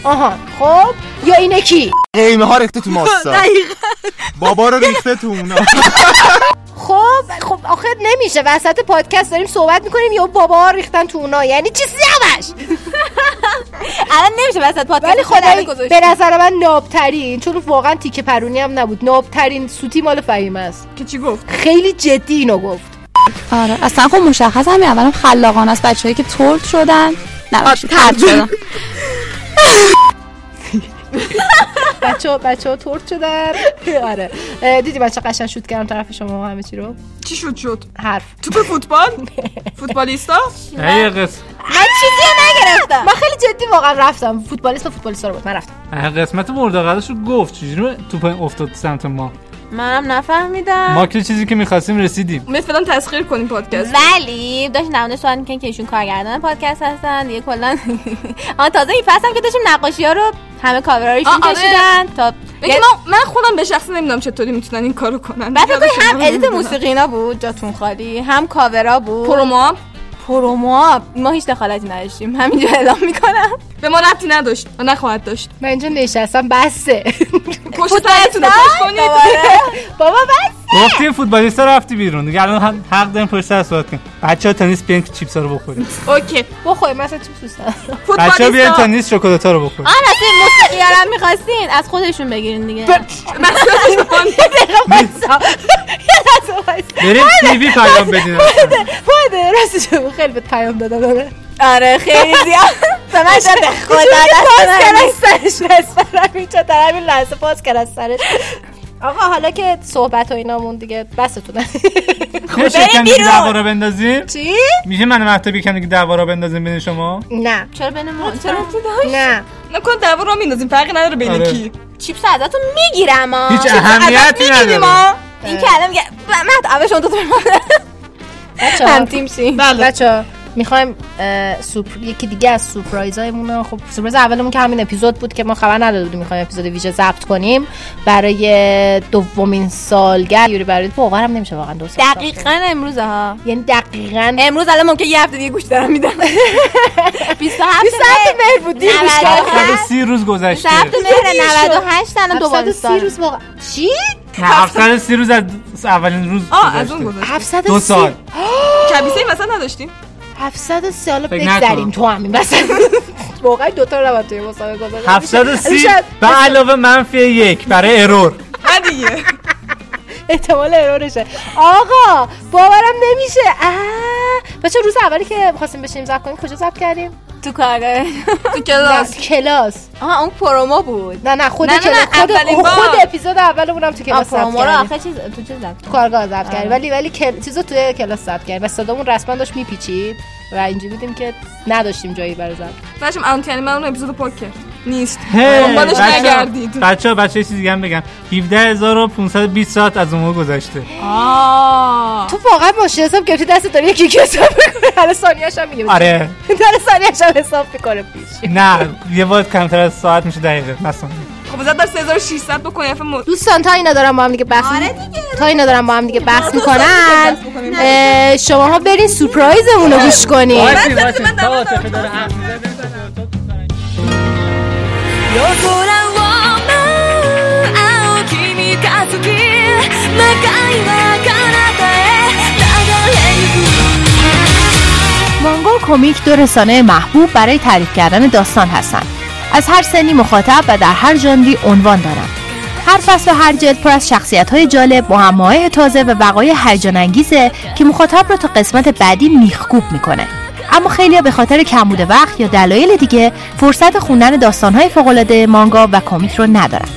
Speaker 4: آها خب یا اینه کی
Speaker 9: قیمه ها ریخته تو ماستا
Speaker 4: دقیقاً.
Speaker 9: بابا رو ریخته تو اونا
Speaker 4: خب خب آخر نمیشه وسط پادکست داریم صحبت میکنیم یا بابا ها ریختن تو اونا یعنی چی سیاوش الان نمیشه وسط پادکست ولی
Speaker 10: کلمه
Speaker 4: خدایی
Speaker 10: گذاشتی.
Speaker 4: به نظر من نابترین چون واقعا تیکه پرونی هم نبود نابترین سوتی مال فهیم است که چی گفت خیلی جدی اینو گفت
Speaker 13: آره اصلا خب مشخص همین اولم خلاقانه است بچه‌ای که ترد شدن نباشید ترد شدن
Speaker 4: بچه ها بچه ها ترد شدن آره اه، دیدی بچه قشن شد کردم طرف شما همه چی رو
Speaker 6: چی شد شد
Speaker 4: حرف
Speaker 6: توپ فوتبال فوتبالیستا
Speaker 1: قسمت
Speaker 4: من چیزی نگرفتم من خیلی جدی واقعا رفتم فوتبالیست و فوتبالیستا رو بود من رفتم
Speaker 1: هر قسمت مورد رو گفت چجوری توپ افتاد سمت ما
Speaker 10: منم نفهمیدم
Speaker 1: ما که چیزی که میخواستیم رسیدیم
Speaker 10: مثلا تسخیر کنیم پادکست ولی داشت نمونه صحبت میکنن که ایشون کارگردان پادکست هستن دیگه کلا آن تازه این فصل هم که داشتیم نقاشی ها رو همه کاورا رو ایشون
Speaker 6: آه، آره.
Speaker 10: کشیدن تا
Speaker 6: بگی من من خودم به شخص نمیدونم چطوری میتونن این کارو کنن
Speaker 10: بعد فکر کنی هم ادیت موسیقی اینا بود جاتون خالی هم کاورا بود
Speaker 6: پروموآب؟
Speaker 10: پروموآب. ما هیچ دخالتی نداشتیم همینجا اعلام میکنم
Speaker 6: به ما ربطی نداشت و نخواهد داشت
Speaker 4: من اینجا نشستم بسه
Speaker 6: پشت سرتون رو پشت کنید
Speaker 4: بابا بس
Speaker 1: گفتیم فوتبالیستا رفتی بیرون دیگه الان هم- حق داریم پشت سر صحبت کنیم بچه‌ها تنیس بیان که چیپسا رو بخوریم
Speaker 6: اوکی
Speaker 4: بخوری مثلا چیپس دوست ندارم
Speaker 1: بچه‌ها بیان تنیس شکلاتا رو بخوریم
Speaker 10: آن اصلا این موسیقی ها رو هم میخواستین از خودشون بگیرین دیگه
Speaker 1: بریم
Speaker 4: بله.
Speaker 1: تیوی پیام بدین
Speaker 4: بوده راستش رو بگو، بله. خیلی بهت پیام دادم آره
Speaker 10: آره خیلی زیاد به من داده خدا
Speaker 4: دست سرش نسپرم اینجا در همین لحظه پاس کرد از سرش آقا حالا که صحبت و اینامون دیگه بستونه
Speaker 1: میشه
Speaker 4: بریم
Speaker 1: کمی که
Speaker 4: بیرون.
Speaker 1: دعوا رو بندازیم
Speaker 4: چی؟
Speaker 1: میشه من و مهتاب یه کمی که دعوا رو بندازیم بین شما
Speaker 4: نه
Speaker 10: چرا بین ما
Speaker 6: چرا تو
Speaker 4: داشت نه
Speaker 6: نکن دعوا رو میندازیم فرقی نداره بین
Speaker 1: آره.
Speaker 6: کی
Speaker 10: چیپس ازتون میگیرم ها
Speaker 1: هیچ اهمیتی نداره
Speaker 10: این که الان میگه مهد اول شما دو
Speaker 4: بچه
Speaker 10: هم تیم بله. شیم
Speaker 4: بچه بله. میخوایم یکی دیگه از سورپرایزهایمون رو- خب سورپرایز اولمون که همین اپیزود بود که ما خبر نداده بودیم میخوایم اپیزود ویژه ضبط کنیم برای دومین سالگرد یوری برای واقعا هم نمیشه واقعا دو سال ضبط کنیم.
Speaker 10: دقیقا امروز ها
Speaker 4: یعنی دقیقا
Speaker 10: امروز الان ممکن یه هفته دیگه گوش دارم میدم 27
Speaker 4: 27 مهر بود، دیر گوش دادم.
Speaker 1: 730 روز گذشته
Speaker 10: 27 مهر 98 الان دوباره
Speaker 4: 730
Speaker 10: سال
Speaker 4: روز واقعا چی؟
Speaker 1: نه 730 روز از از اولین روز
Speaker 6: آه، از اون
Speaker 1: گذشته.
Speaker 4: 730
Speaker 1: دو سال
Speaker 6: کبیسه این وسط نداشتیم
Speaker 4: 730 حالا
Speaker 1: فکر نکنم.
Speaker 4: بگذریم تو همین بس واقعا دوتا رو نباید توی مسابقه گذاشت
Speaker 1: 730 به علاوه منفی یک برای ارور
Speaker 6: دیگه
Speaker 4: احتمال ارورشه آقا باورم نمیشه اه. بچه روز اولی که خواستیم بشینیم ضبط کنیم کجا ضبط کردیم
Speaker 10: تو کاره تو
Speaker 4: کلاس کلاس
Speaker 10: آها اون پرومو بود
Speaker 4: نه نه خود
Speaker 10: نه، نه،
Speaker 4: کلاس
Speaker 10: نه،
Speaker 4: خود,
Speaker 10: اولین بار.
Speaker 4: خود اپیزود اولمون هم تو
Speaker 10: آه،
Speaker 4: کلاس ضبط
Speaker 10: پرومو رو
Speaker 4: کردیم
Speaker 10: آخه چیز تو چیز زد
Speaker 4: کارگاه ضبط کردیم
Speaker 10: آره.
Speaker 4: ولی ولی کل... چیزو توی کلاس ضبط کردیم و صدامون رسما داشت میپیچید و اینجوری بودیم که نداشتیم جایی برای ضبط
Speaker 6: بچم آنتیانی یعنی من اون اپیزود رو پاک کرد نیست دنبالش
Speaker 1: بچه
Speaker 6: نگردید
Speaker 1: بچه بچه یه چیز دیگه هم بگم 17520 ساعت از اون موقع گذشته
Speaker 4: تو واقعا ماشین حساب گرفتی دست داری یکی یکی حساب میکنه هر ثانیه‌اش هم میگه
Speaker 1: آره.
Speaker 4: در ثانیه‌اش هم حساب میکنه پیش
Speaker 1: نه یه بار کمتر از ساعت میشه دقیقه مثلا
Speaker 6: خب زد در 3600 بکنی حرف مد
Speaker 4: دوستان تا اینا دارم با هم دیگه بحث تا اینا دارم با هم دیگه بحث میکنن شماها برین سورپرایزمون رو
Speaker 1: آره.
Speaker 4: گوش کنین
Speaker 5: 夜空を舞う青き三日月長いは彼方へ流れゆく
Speaker 13: مانگول کمیک دو رسانه محبوب برای تعریف کردن داستان هستند از هر سنی مخاطب و در هر ژانری عنوان دارند هر فصل و هر جلد پر از شخصیت های جالب، معماهای تازه و وقایع هیجان انگیزه که مخاطب را تا قسمت بعدی میخکوب میکنه. اما خیلی به خاطر کمبود وقت یا دلایل دیگه فرصت خوندن داستان های مانگا و کمیک رو ندارن.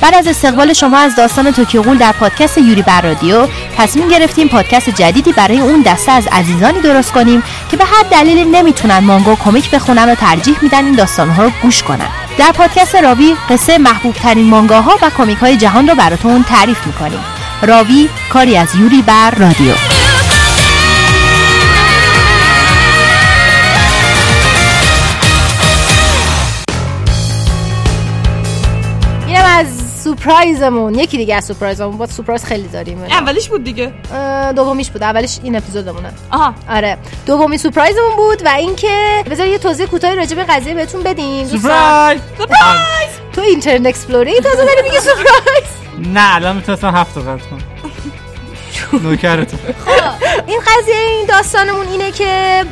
Speaker 13: بعد از استقبال شما از داستان توکیو گول در پادکست یوری بر رادیو تصمیم گرفتیم پادکست جدیدی برای اون دسته از عزیزانی درست کنیم که به هر دلیلی نمیتونن مانگا و کمیک بخونن و ترجیح میدن این داستانها رو گوش کنن در پادکست راوی قصه محبوب ترین مانگاها و کمیک های جهان رو براتون تعریف میکنیم راوی کاری از یوری بر رادیو
Speaker 4: اینم از سورپرایزمون یکی دیگه از سورپرایزمون با سورپرایز خیلی داریم
Speaker 6: اولیش بود دیگه
Speaker 4: دومیش بود اولش این اپیزودمونه
Speaker 6: آها
Speaker 4: آره دومی سورپرایزمون بود و اینکه بذار یه توضیح کوتاهی راجع به قضیه بهتون بدیم دوستان.
Speaker 1: سورپرایز!
Speaker 4: سورپرایز تو اینترنت اکسپلوری تازه داری میگی سورپرایز
Speaker 1: نه الان میتونستم هفت تا قطع کنم نوکرتون
Speaker 4: خب، این قضیه این داستانمون اینه که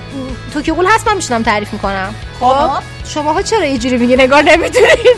Speaker 4: توکیو قول هست من میشنم تعریف میکنم خب شماها چرا اینجوری میگی نگار نمیدونید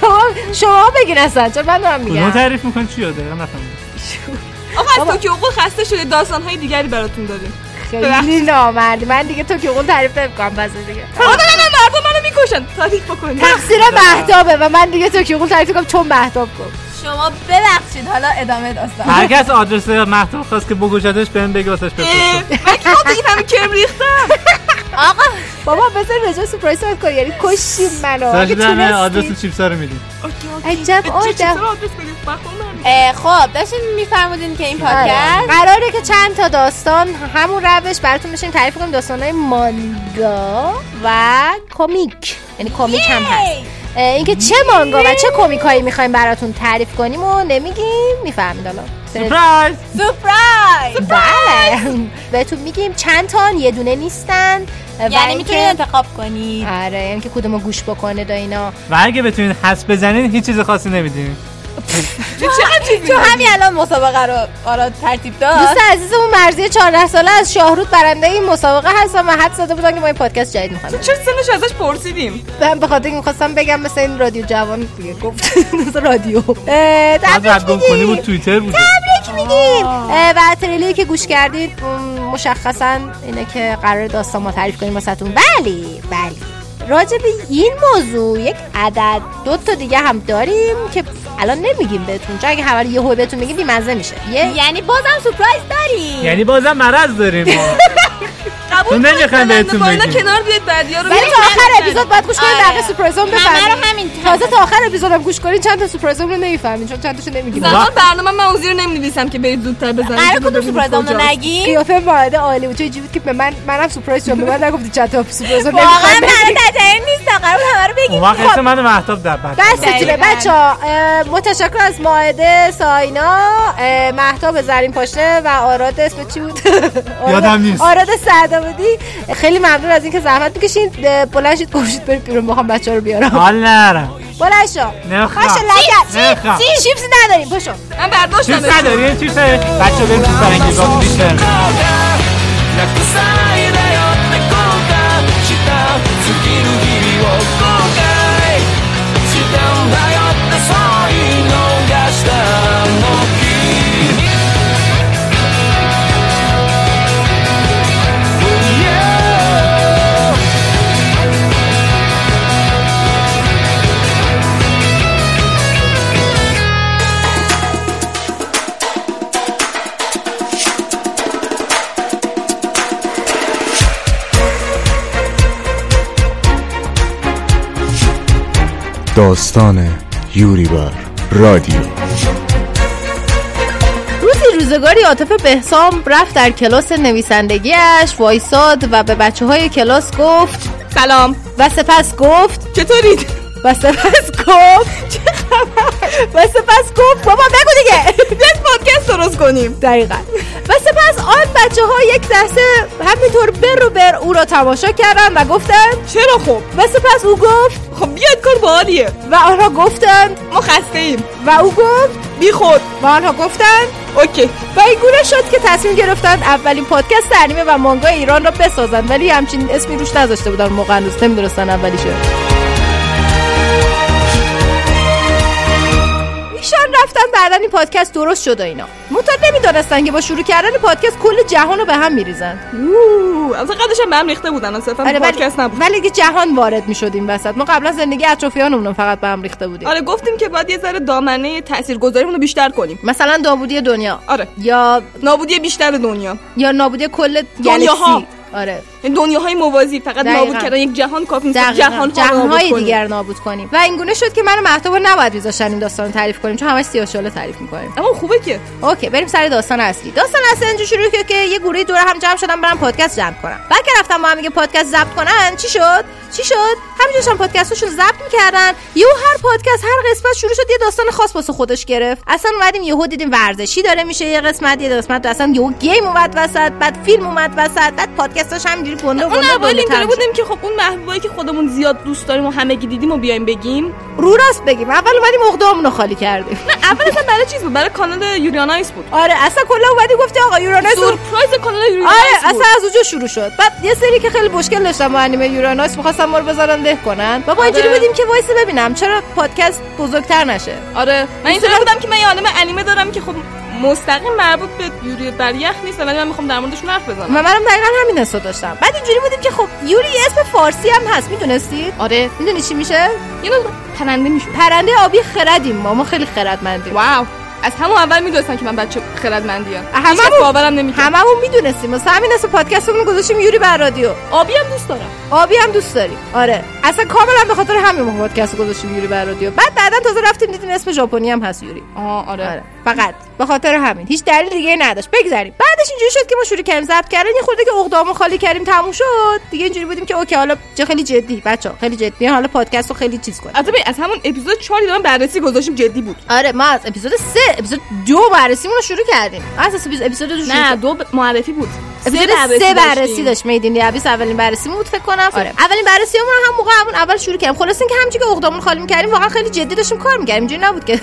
Speaker 4: شما شما بگین اصلا چرا من دارم
Speaker 1: کدوم
Speaker 4: میگم
Speaker 1: خب، تعریف میکنی چی یاد دقیقا نفهمیدم
Speaker 6: آقا از توکیو قول خسته شده داستان های دیگری براتون داریم
Speaker 4: خیلی نامردی من دیگه توکیو قول تعریف نمیکنم پس دیگه
Speaker 6: آقا نه نه مردم منو میکشن تعریف بکنید
Speaker 4: تقصیر
Speaker 1: بله.
Speaker 4: مهدابه و من دیگه توکیو قول تعریف کنم چون مهداب کن
Speaker 10: شما ببخشید حالا ادامه داستان
Speaker 1: هر کس آدرس مهتاب خواست که بگوشدش بهم بگه واسش بفرستم
Speaker 6: من که خود این همه کرم ریختم
Speaker 4: آقا بابا بذار رجا سورپرایز صحبت کنی یعنی کشی منو اگه
Speaker 1: سرش نه
Speaker 4: تونستی
Speaker 1: آدرس چیپسا رو میدیم
Speaker 4: عجب آدم
Speaker 10: اه، خب داشتین میفرمودین که این
Speaker 4: آره.
Speaker 10: پادکست
Speaker 4: قراره که چند تا داستان همون روش براتون بشین تعریف کنیم داستانهای مانگا و کمیک یعنی کمیک هم هست اه، اینکه چه مانگا و چه کمیک هایی میخوایم براتون تعریف کنیم و نمیگیم میفهمید حالا
Speaker 1: سورپرایز
Speaker 10: سورپرایز
Speaker 4: بله بهتون میگیم چند تان یه دونه نیستن و
Speaker 10: یعنی
Speaker 4: اینکه-
Speaker 10: میتونید انتخاب کنید
Speaker 4: آره یعنی که کدومو گوش بکنه دا اینا
Speaker 1: و اگه بتونین حس بزنین هیچ چیز خاصی نمیدیم
Speaker 10: تو همین الان مسابقه رو آراد ترتیب داد
Speaker 4: دوست عزیزمون مرزی 14 ساله از شاهرود برنده این مسابقه هستم و حد زده بودن که ما این پادکست جدید میخوایم
Speaker 6: چرا سنش ازش پرسیدیم
Speaker 4: من به خاطر اینکه میخواستم بگم مثل این رادیو جوان دیگه گفت مثل رادیو اه،
Speaker 1: بعد
Speaker 4: تبریک
Speaker 1: رد کنی بود
Speaker 4: میگیم
Speaker 1: توییتر بود
Speaker 4: تبریک میگیم اه، و تریلی که گوش کردید م، مشخصا اینه که قرار داستان ما تعریف کنیم واسهتون بلی بلی راجع به این موضوع یک عدد دو تا دیگه هم داریم که الان نمیگیم بهتون چون اگه همه رو یهو بهتون میگیم بیمزه میشه یه
Speaker 10: یعنی بازم سورپرایز داری
Speaker 1: یعنی بازم مرض داریم ما. تو
Speaker 6: قبول
Speaker 1: نمیخوایم بهتون
Speaker 6: با اینا
Speaker 1: بگیم
Speaker 6: کنار بیاد بعدیا رو
Speaker 4: ولی
Speaker 6: بیاد.
Speaker 4: تا آخر اپیزود باید گوش کنید
Speaker 10: آره.
Speaker 4: بقیه سورپرایز هم
Speaker 10: همه رو
Speaker 4: بفهمید
Speaker 10: همین
Speaker 4: تازه تا آخر اپیزود هم گوش کنید چند تا سورپرایز رو نمیفهمید چون چند تاشو نمیگیم
Speaker 6: زمان برنامه من اون زیر نمی‌نویسم که برید زودتر بزنید
Speaker 10: قرار
Speaker 6: که
Speaker 10: کدوم
Speaker 6: ببینید
Speaker 10: سورپرایز رو
Speaker 6: کجاست.
Speaker 10: نگی
Speaker 4: قیافه ماهده عالی بود چه جیبید که به من منم سورپرایز شدم به من نگفتی چند تا سورپرایز رو
Speaker 10: واقعا
Speaker 4: نمیخوام
Speaker 10: برای تجربه نیست قرار همه رو
Speaker 1: اون
Speaker 10: بگید
Speaker 1: وقت
Speaker 4: خب،
Speaker 1: اسم من و مهتاب در بعد
Speaker 4: دستتونه
Speaker 10: دقیقاً.
Speaker 4: بچه ها متشکر از ماهده ساینا اه، مهتاب زرین پاشنه و آراد اسم چی بود آراد-
Speaker 1: یادم نیست.
Speaker 4: آراد سعدابادی خیلی ممنون از اینکه زحمت بکشید اه، بلند شید گمشید برید بیرون میخوام بچه ها رو بیارم
Speaker 1: حال نرم
Speaker 4: بلند شو
Speaker 7: خب.
Speaker 1: نخواه.
Speaker 4: باشه لگت
Speaker 1: نخواه.
Speaker 4: چیپس چیپس نداریم باشو
Speaker 6: من برداشتم
Speaker 1: چیز نداری چیز بچه بریم چیز فرنگی با بیشتر
Speaker 2: داستان یوریبر رادیو
Speaker 4: روزی روزگاری عاطف بهسام رفت در کلاس نویسندگیش وایساد و به بچه های کلاس گفت
Speaker 6: سلام
Speaker 4: و سپس گفت
Speaker 6: چطورید
Speaker 4: و سپس گفت چه خبر؟ و سپس گفت بابا بگو دیگه
Speaker 6: بیاید پادکست درست کنیم
Speaker 4: دقیقا و سپس آن بچه ها یک لحظه همینطور بر و بر او را تماشا کردن و گفتند
Speaker 6: چرا خب
Speaker 4: و سپس او گفت
Speaker 6: خب بیاید کار باحالیه
Speaker 4: و آنها گفتند
Speaker 6: ما خسته ایم
Speaker 4: و او گفت
Speaker 6: بی خود
Speaker 4: و آنها گفتند
Speaker 6: اوکی
Speaker 4: و این گونه شد که تصمیم گرفتند اولین پادکست انیمه و مانگا ایران را بسازند ولی همچین اسمی روش نذاشته بودن اون موقع هنوز نمیدونستن اولیشه ایشان رفتن بعدا این پادکست درست شد و اینا منتها نمیدانستن که با شروع کردن پادکست کل جهان رو به هم میریزن
Speaker 6: اوه، از قدش هم به هم ریخته بودن اصلا
Speaker 4: آره ولی
Speaker 6: پادکست نبود
Speaker 4: ولی دیگه جهان وارد میشد این وسط ما قبلا زندگی اطرافیانمون رو فقط به هم ریخته بودیم
Speaker 6: آره گفتیم که باید یه ذره دامنه تاثیرگذاریمون رو بیشتر کنیم
Speaker 4: مثلا داوودی دنیا
Speaker 6: آره
Speaker 4: یا
Speaker 6: نابودی بیشتر دنیا
Speaker 4: یا نابودی کل
Speaker 6: دنیاها.
Speaker 4: گلکسی آره
Speaker 6: دنیاهای موازی فقط
Speaker 4: دقیقاً.
Speaker 6: نابود کردن یک جهان کافی نیست
Speaker 4: دقیقاً.
Speaker 6: جهان
Speaker 4: جهانهای دیگر رو نابود کنیم و اینگونه شد که من و مهتاب رو نباید میذاشتن این داستان رو تعریف کنیم چون همش سیاوشالا تعریف میکنیم
Speaker 6: اما خوبه که
Speaker 4: اوکی بریم سر داستان اصلی داستان اصلی اینجا شروع شد که یه گروه دور هم جمع شدن برن پادکست جمع کنن بعد که رفتن با هم دیگه پادکست ضبط کنن چی شد چی شد همینجاشون پادکستشون ضبط میکردن یهو هر پادکست هر قسمت شروع شد یه داستان خاص واسه خودش گرفت اصلا اومدیم یهو دیدیم ورزشی داره میشه یه قسمت یه قسمت اصلا یهو گیم اومد وسط بعد فیلم اومد وسط بعد پادکستاش همینجوری گنده
Speaker 6: اون
Speaker 4: گنده
Speaker 6: اول
Speaker 4: گنده تر
Speaker 6: اینطوری
Speaker 4: شد.
Speaker 6: بودیم که خب اون محبوبایی که خودمون زیاد دوست داریم و همه گی دیدیم و بیایم بگیم
Speaker 4: رو راست بگیم اول اومدیم اقداممون رو خالی کردیم
Speaker 6: نه اول اصلا برای چیز بود برای کانال یورانایس بود
Speaker 4: آره اصلا کلا اومدی گفتی آقا یورانایس
Speaker 6: سورپرایز کانال یورانایس
Speaker 4: آره
Speaker 6: بود.
Speaker 4: اصلا از اونجا شروع شد بعد یه سری که خیلی مشکل داشتن با انیمه یورانایس می‌خواستن ما رو بذارن ده کنن و ما اینجوری
Speaker 6: آره.
Speaker 4: بودیم که وایس ببینم چرا پادکست بزرگتر نشه
Speaker 6: آره من اینطوری بودم که من یه عالم انیمه دارم که خب مستقیم مربوط به یوری بریخ نیست ولی من میخوام در موردشون حرف
Speaker 4: و
Speaker 6: بزنم
Speaker 4: منم دقیقا همین حسو داشتم بعد اینجوری بودیم که خب یوری یه اسم فارسی هم هست میدونستید
Speaker 6: آره
Speaker 4: میدونی چی میشه
Speaker 6: یه نوع پرنده میشد
Speaker 4: پرنده آبی خردیم ما ما خیلی خردمندیم
Speaker 6: واو از همون اول میدونستم که من بچه خردمندی ام
Speaker 4: هممون
Speaker 6: باورم نمیکنه
Speaker 4: هممون میدونستیم واسه همین اسم پادکستمون گذاشتیم یوری بر رادیو
Speaker 6: آبی هم دوست دارم
Speaker 4: آبی هم دوست داریم آره اصلا کاملا به خاطر همین ما پادکست رو گذاشتیم یوری بر رادیو بعد بعدا تازه رفتیم دیدیم اسم ژاپنی هم هست یوری
Speaker 6: آه آره,
Speaker 4: آره. فقط به خاطر همین هیچ دلیل دیگه ای نداشت بگذریم بعدش اینجوری شد که ما شروع کردیم ضبط کردن یه خورده که اقدامو خالی کردیم تموم شد دیگه اینجوری بودیم که اوکی حالا چه خیلی جدی بچه خیلی جدی بیاین حالا پادکست رو خیلی چیز کنیم
Speaker 6: البته ببین، از همون اپیزود 4 دارم بررسی گذاشتیم جدی بود
Speaker 4: آره ما از اپیزود 3 اپیزود 2 بررسیمون رو شروع کردیم از اپیزود اپیزود دو شروع
Speaker 6: نه
Speaker 4: کردیم.
Speaker 6: دو ب- معرفی بود
Speaker 4: اپیزود سه بررسی داشت میدین یبیس اولین بررسی بود فکر کنم آره. اولین بررسی همون هم موقع همون اول شروع کردیم خلاص اینکه همچین که اقدامون خالی می‌کردیم واقعا خیلی جدی داشتیم کار می‌کردیم اینجوری نبود که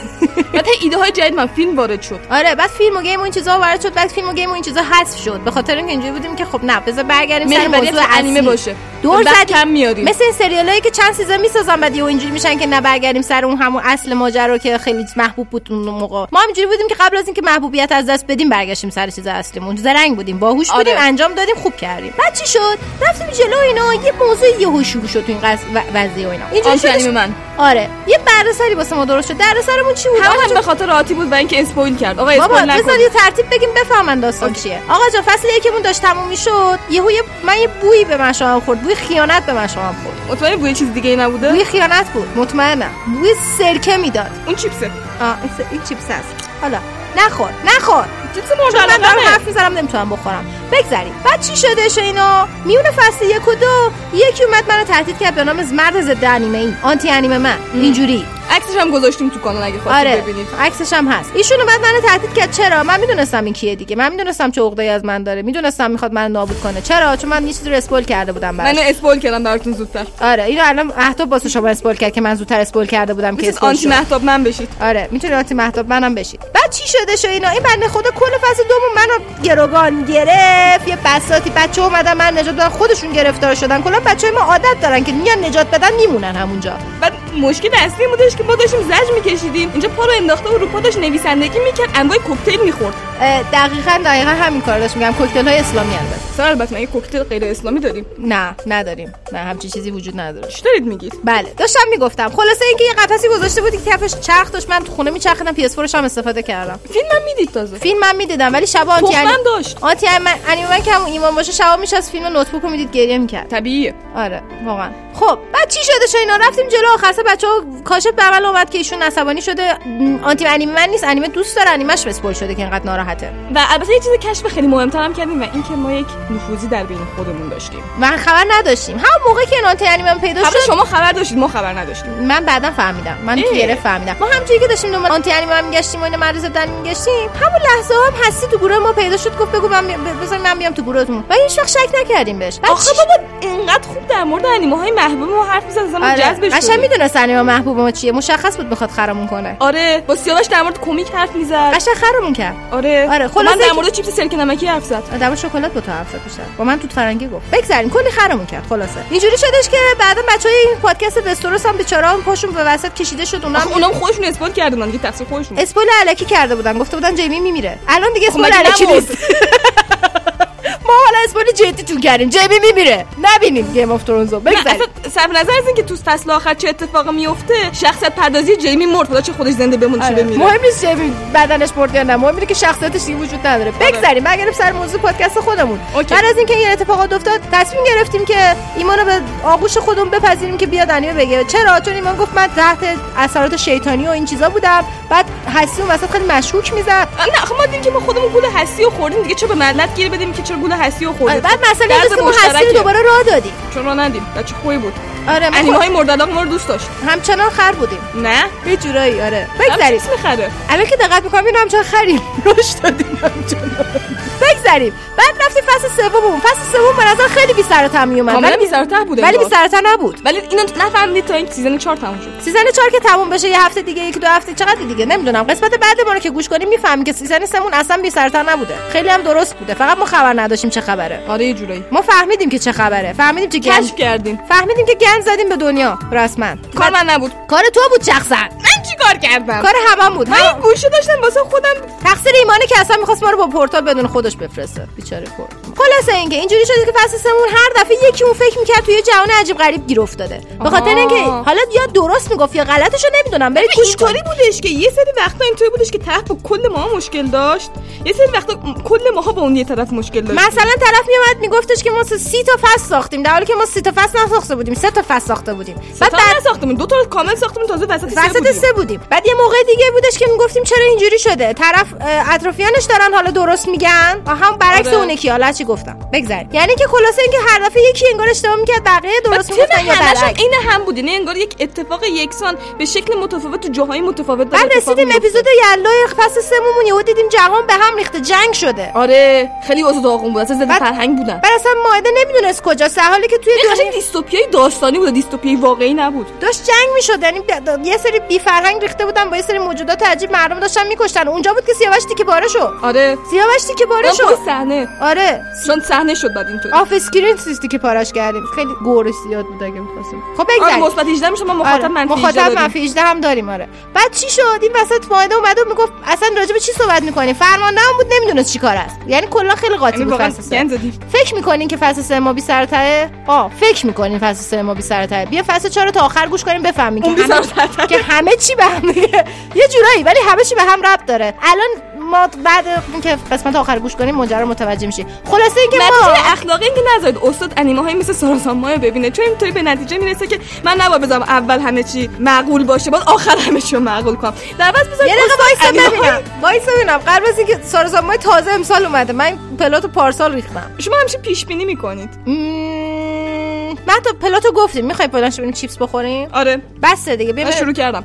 Speaker 6: البته ایده های جدید من فیلم وارد شد
Speaker 4: آره بعد فیلم و گیم و این چیزا وارد شد بعد فیلم و گیم و این چیزا حذف شد به خاطر اینکه اینجوری بودیم که خب نه بذار برگردیم سر
Speaker 6: مهربانی
Speaker 4: موضوع
Speaker 6: اصلا انیمه
Speaker 4: اصلی.
Speaker 6: باشه.
Speaker 4: دور
Speaker 6: وقت
Speaker 4: زدیم
Speaker 6: کم میاریم.
Speaker 4: مثل این سریالایی که چند سیزن میسازن بعد یهو اینجوری میشن که نه برگردیم سر اون همون اصل ماجرا که خیلی محبوب بود اون موقع ما همینجوری بودیم که قبل از اینکه محبوبیت از دست بدیم برگشتیم سر چیز اصلیمون زرنگ بودیم باهوش
Speaker 6: آره.
Speaker 4: بودیم انجام دادیم خوب کردیم بعد چی شد رفتیم جلو اینا یه موضوع یهو شروع شد تو این قض... و- وضعیه و اینا اینجوری
Speaker 6: آن
Speaker 4: شدش-
Speaker 6: کلیم من
Speaker 4: آره یه بررسری واسه ما درست شد درسرمون چی بود آقا
Speaker 6: همه هم
Speaker 4: جون؟
Speaker 6: به خاطر آتی بود و اینکه اسپویل کرد آقا اسپویل
Speaker 4: بابا بذار
Speaker 6: نکن
Speaker 4: یه ترتیب بگیم بفهمن داستان چیه آقا جان فصل یکمون داشت تموم میشد یهو یه- من یه بویی به مشامم خورد بوی خیانت به مشامم خورد
Speaker 6: مطمئن بود یه چیز دیگه ای نبوده
Speaker 4: بوی خیانت بود مطمئنم بوی سرکه میداد
Speaker 6: اون چیپسه
Speaker 4: آه این, س... این چیپس هست حالا نخور نخور
Speaker 6: چیپس مورد
Speaker 4: چون من دارم
Speaker 6: علاقمه.
Speaker 4: حرف میزنم نمیتونم بخورم بگذریم بعد چی شدش و اینا میونه فصل یک و دو یکی اومد منو تهدید کرد به نام مرد ضد انیمه ای آنتی انیمه من اینجوری
Speaker 6: عکسش هم گذاشتیم تو کانال اگه خواستید
Speaker 4: آره
Speaker 6: ببینید
Speaker 4: عکسش هم هست ایشون اومد منو تهدید کرد چرا من میدونستم این کیه دیگه من میدونستم چه عقده‌ای از من داره میدونستم میخواد من نابود کنه چرا چون من یه چیزی رو اسپول کرده بودم براش
Speaker 6: من اسپویل کردم براتون زودتر
Speaker 4: آره اینو الان مهتاب واسه شما اسپول کرد که من زودتر اسپول کرده بودم که
Speaker 6: میتونید
Speaker 4: اسپول
Speaker 6: آنتی
Speaker 4: شد.
Speaker 6: محتاب من بشید
Speaker 4: آره میتونی آنتی مهتاب منم بشید بعد چی شده شو اینا این بنده خدا کل فصل دوم منو گروگان گرفت یه بساتی بچه اومدن من نجات دادن خودشون گرفتار شدن کلا بچه ما عادت دارن که میان نجات بدن میمونن همونجا
Speaker 6: بعد مشکل اصلی این بودش که ما داشتیم زج میکشیدیم اینجا پا رو انداخته و رو پا داشت نویسندگی میکرد انواع کوکتیل میخورد
Speaker 4: اه، دقیقا دقیقا همین کار داشت میگم کوکتل های اسلامی البته
Speaker 6: سر البته مگه کوکتیل غیر اسلامی داریم
Speaker 4: نه نداریم نه همچین چیزی وجود نداره
Speaker 6: چی دارید میگید
Speaker 4: بله داشتم میگفتم خلاصه اینکه یه قفسی گذاشته بودی که کفش چرخ داشت من تو خونه میچرخیدم PS4 رو هم استفاده کردم
Speaker 6: فیلم هم میدید تازه
Speaker 4: فیلم من میدیدم ولی شب آنتی
Speaker 6: تخمم
Speaker 4: انیمه
Speaker 6: داشت
Speaker 4: آنتی انیمه- انیمه من که همون ایمان باشه شبا میشه از فیلم نوتبوک رو میدید گریه میکرد
Speaker 6: طبیعیه
Speaker 4: آره واقعا خب بعد چی شده شو اینا رفتیم جلو آخرسه بچه ها کاشف به عمل اومد که ایشون عصبانی شده م، آنتی انیمه من نیست انیمه دوست داره انیمش بسپول شده که اینقدر ناراحته
Speaker 6: و البته یه چیز کشف خیلی مهمتر هم کردیم و اینکه ما یک نفوذی در بین خودمون داشتیم
Speaker 4: من خبر نداشتیم همون موقع که این آنتی انیمه من پیدا
Speaker 6: قبل
Speaker 4: شد
Speaker 6: شما خبر داشتید ما خبر نداشتیم
Speaker 4: من بعدا فهمیدم من تو
Speaker 6: ای.
Speaker 4: گره فهمیدم ما همونجوری که داشتیم دنبال آنتی انیمه هم میگشتیم و اینا مدرسه دن میگشتیم همون لحظه هم هستی تو گروه ما پیدا شد گفت بگو من بیا- بذار من بیام تو گروهتون و هیچ وقت شک نکردیم بهش بعد
Speaker 6: آخه
Speaker 4: چی-
Speaker 6: بابا اینقدر خوب در مورد انیمه های محبوب ما حرف میزد از ما
Speaker 4: آره.
Speaker 6: جذبش
Speaker 4: قشنگ
Speaker 6: شدیم.
Speaker 4: میدونست انیمه محبوب ما چیه مشخص بود بخواد خرمون کنه
Speaker 6: آره با سیاوش در مورد کمیک حرف میزد
Speaker 4: قشنگ خرمون کرد
Speaker 6: آره
Speaker 4: آره،
Speaker 6: خب من
Speaker 4: خلاصه
Speaker 6: در
Speaker 4: که-
Speaker 6: مورد چیپس سرکه نمکی حرف زد
Speaker 4: در مورد شکلات با تو حرف زد بیشتر. با من توت فرنگی گفت بگذریم کلی خرمون کرد خلاصه اینجوری شدش که بعدا بچهای این پادکست وستروس هم بیچاره هم پاشون به وسط کشیده شد اونا هم
Speaker 6: آخه اونام خودشون اسپول کردن دیگه تقصیر خودشون
Speaker 4: اسپول علکی کرده بودن گفته بودن جیمی میمیره الان دیگه
Speaker 6: خب
Speaker 4: اسپول
Speaker 6: مگه
Speaker 4: علکی
Speaker 6: نبود؟
Speaker 4: نیست ما حالا اسپویل جدی تو کردیم جبی میمیره نبینیم گیم اف ترونز رو بگذاریم
Speaker 6: صرف نظر از اینکه تو فصل آخر چه اتفاقی میفته شخصیت پردازی جیمی مرد حالا چه خودش زنده بمونه چه
Speaker 4: آره.
Speaker 6: بمیره
Speaker 4: مهم نیست چه بدنش مرد یا نه مهم اینه که شخصیتش دیگه وجود نداره بگذریم بگیریم سر موضوع پادکست خودمون بعد از اینکه این اتفاقات افتاد تصمیم گرفتیم که ایمانو به آغوش خودمون بپذیریم که بیاد انیو بگه چرا چون ایمان گفت من تحت اثرات شیطانی و این چیزا بودم بعد حسی اون وسط خیلی مشکوک میزد
Speaker 6: نه خب ما دیدیم که ما خودمون گول هستی و خوردیم دیگه چه به ملت گیر بدیم که چرا گول هستی و خوردیم
Speaker 4: آره، بعد مسئله این است که ما هستی رو دوباره راه دادیم
Speaker 6: چون راه ندیم بچه خوبی بود
Speaker 4: آره ما
Speaker 6: انیمه های
Speaker 4: خب-
Speaker 6: مردلاق ما رو دوست داشت
Speaker 4: همچنان خر بودیم
Speaker 6: نه
Speaker 4: یه جورایی آره بگذریم
Speaker 6: چیز میخره
Speaker 4: الان که دقت میکنم این همچنان خریم رشد دادیم همچنان بگذریم بعد رفتیم فصل سوممون فصل سوم به نظر خیلی بی سر و ته میومد
Speaker 6: کاملا بی‌سروته بوده
Speaker 4: ولی
Speaker 6: انگار.
Speaker 4: بی سر و ته نبود
Speaker 6: ولی اینو نفهمید تا این سیزن 4 تموم شد
Speaker 4: سیزن 4 که تموم بشه یه هفته دیگه یک دو هفته چقدر دیگه نمیدونم قسمت بعد ما رو که گوش کنیم میفهمیم که سیزن سمون اصلا بی سر و ته نبوده خیلی هم درست بوده فقط ما خبر نداشتیم چه خبره
Speaker 6: آره یه جورایی
Speaker 4: ما فهمیدیم که چه خبره فهمیدیم که گن-
Speaker 6: کشف کردیم
Speaker 4: فهمیدیم که گند زدیم به دنیا رسما
Speaker 6: کار من نبود
Speaker 4: کار تو بود شخصا
Speaker 6: من چی کار کردم
Speaker 4: کار همم بود
Speaker 6: من
Speaker 4: همم.
Speaker 6: این گوشه داشتم واسه خودم
Speaker 4: تقصیر ایمانه که اصلا میخواست ما رو با پورتال بدون خودش بفرسته بیچاره پورتال خلاصه اینکه اینجوری شده که فصل سمون هر دفعه یکی اون فکر میکرد توی جهان عجیب غریب گیر افتاده به خاطر
Speaker 6: آها.
Speaker 4: اینکه حالا یا درست میگفت یا غلطشو نمیدونم برید گوش
Speaker 6: اینطوری بودش که یه سری وقتا اینطوری بودش که طرف با کل ماها مشکل داشت یه سری وقتا م- کل ماها با اون یه طرف مشکل داشت
Speaker 4: مثلا طرف میومد میگفتش که ما سه- سی تا فصل ساختیم در حالی که ما سی تا فصل نساخته بودیم سه تا فصل ساخته بودیم بعد
Speaker 6: بعد
Speaker 4: بعد-
Speaker 6: ساختمون دو تا رو کامل ساختمون تازه وسط سه
Speaker 4: وسط
Speaker 6: بودیم.
Speaker 4: سه بودیم بعد یه موقع دیگه بودش که میگفتیم چرا اینجوری شده طرف اه، اطرافیانش دارن حالا درست میگن هم برعکس
Speaker 6: آره.
Speaker 4: اون یکی حالا چی گفتم بگذاریم یعنی که خلاصه اینکه هر دفعه یکی انگار اشتباه میکرد بقیه درست
Speaker 6: تیم
Speaker 4: میگفتن یا
Speaker 6: همشون
Speaker 4: برعکس
Speaker 6: عین هم بود یعنی انگار یک اتفاق یکسان به شکل متفاوت تو جاهای متفاوت داره
Speaker 4: بعد
Speaker 6: اتفاق
Speaker 4: رسیدیم
Speaker 6: میفته.
Speaker 4: اپیزود یلای فصل سمون یهو دیدیم جهان به هم ریخته جنگ شده
Speaker 6: آره خیلی اوضاع داغون بود اصلا زده فرهنگ بودن
Speaker 4: بعد اصلا ماهده نمیدونست کجاست در حالی که توی
Speaker 6: این
Speaker 4: دنیا
Speaker 6: قشنگ دیستوپیای داستانی بود دیستوپیای واقعی نبود
Speaker 4: داشت جنگ میشد یعنی د- د- یه سری بی فرهنگ ریخته بودن با یه سری موجودات عجیب مردم داشتن میکشتن اونجا بود که سیاوش تیکه پاره شد
Speaker 6: آره
Speaker 4: سیاوش تیکه پاره
Speaker 6: من پای
Speaker 4: شد
Speaker 6: صحنه
Speaker 4: آره
Speaker 6: چون صحنه شد بعد اینطور
Speaker 4: آف اسکرین سیستی که پاراش کردیم خیلی گورش زیاد بود اگه می‌خواستیم خب
Speaker 6: آره
Speaker 4: بگذاریم
Speaker 6: مثبت 18 میشه ما مخاطب منفی 18
Speaker 4: مخاطب
Speaker 6: داریم.
Speaker 4: منفی 18 هم داریم آره بعد چی شد این وسط مایده اومد و میگفت اصلا راجع به چی صحبت میکنیم فرمانده هم بود نمیدونست چی کار است یعنی کلا خیلی قاطی
Speaker 6: یعنی
Speaker 4: بود
Speaker 6: واقعا
Speaker 4: فصل سه.
Speaker 6: گند زدیم
Speaker 4: فکر میکنین که فصل سه ما بی سر و ته آ فکر میکنین فصل سه ما بی سر و ته بیا فصل 4 تا آخر گوش کنیم بفهمیم
Speaker 6: اون
Speaker 4: که
Speaker 6: بی سر و
Speaker 4: همه که همه چی به هم دیگه یه جورایی ولی همه چی به هم ربط داره الان ما بعد اینکه قسمت آخر گوش کنیم ماجرا رو متوجه میشیم خلاصه اینکه ما
Speaker 6: نتیجه اخلاقی اینکه نذارید استاد انیمه های مثل ساراسان مایو ببینه چون اینطوری به نتیجه میرسه که من نباید بذارم اول همه چی معقول باشه بعد آخر همه چی رو معقول کنم در عوض بذارید
Speaker 4: یه دقیقه
Speaker 6: استاد
Speaker 4: وایسا
Speaker 6: انیمه‌های-
Speaker 4: ببینم وایسا ببینم قبل از اینکه سارزامای تازه امسال اومده من پلاتو پارسال ریختم
Speaker 6: شما همیشه پیش بینی میکنید
Speaker 4: مم، من تا پلاتو گفتیم میخوای بلنشو بریم چیپس بخوریم
Speaker 6: آره
Speaker 4: بسته دیگه بیا
Speaker 6: من شروع
Speaker 4: بریم.
Speaker 6: کردم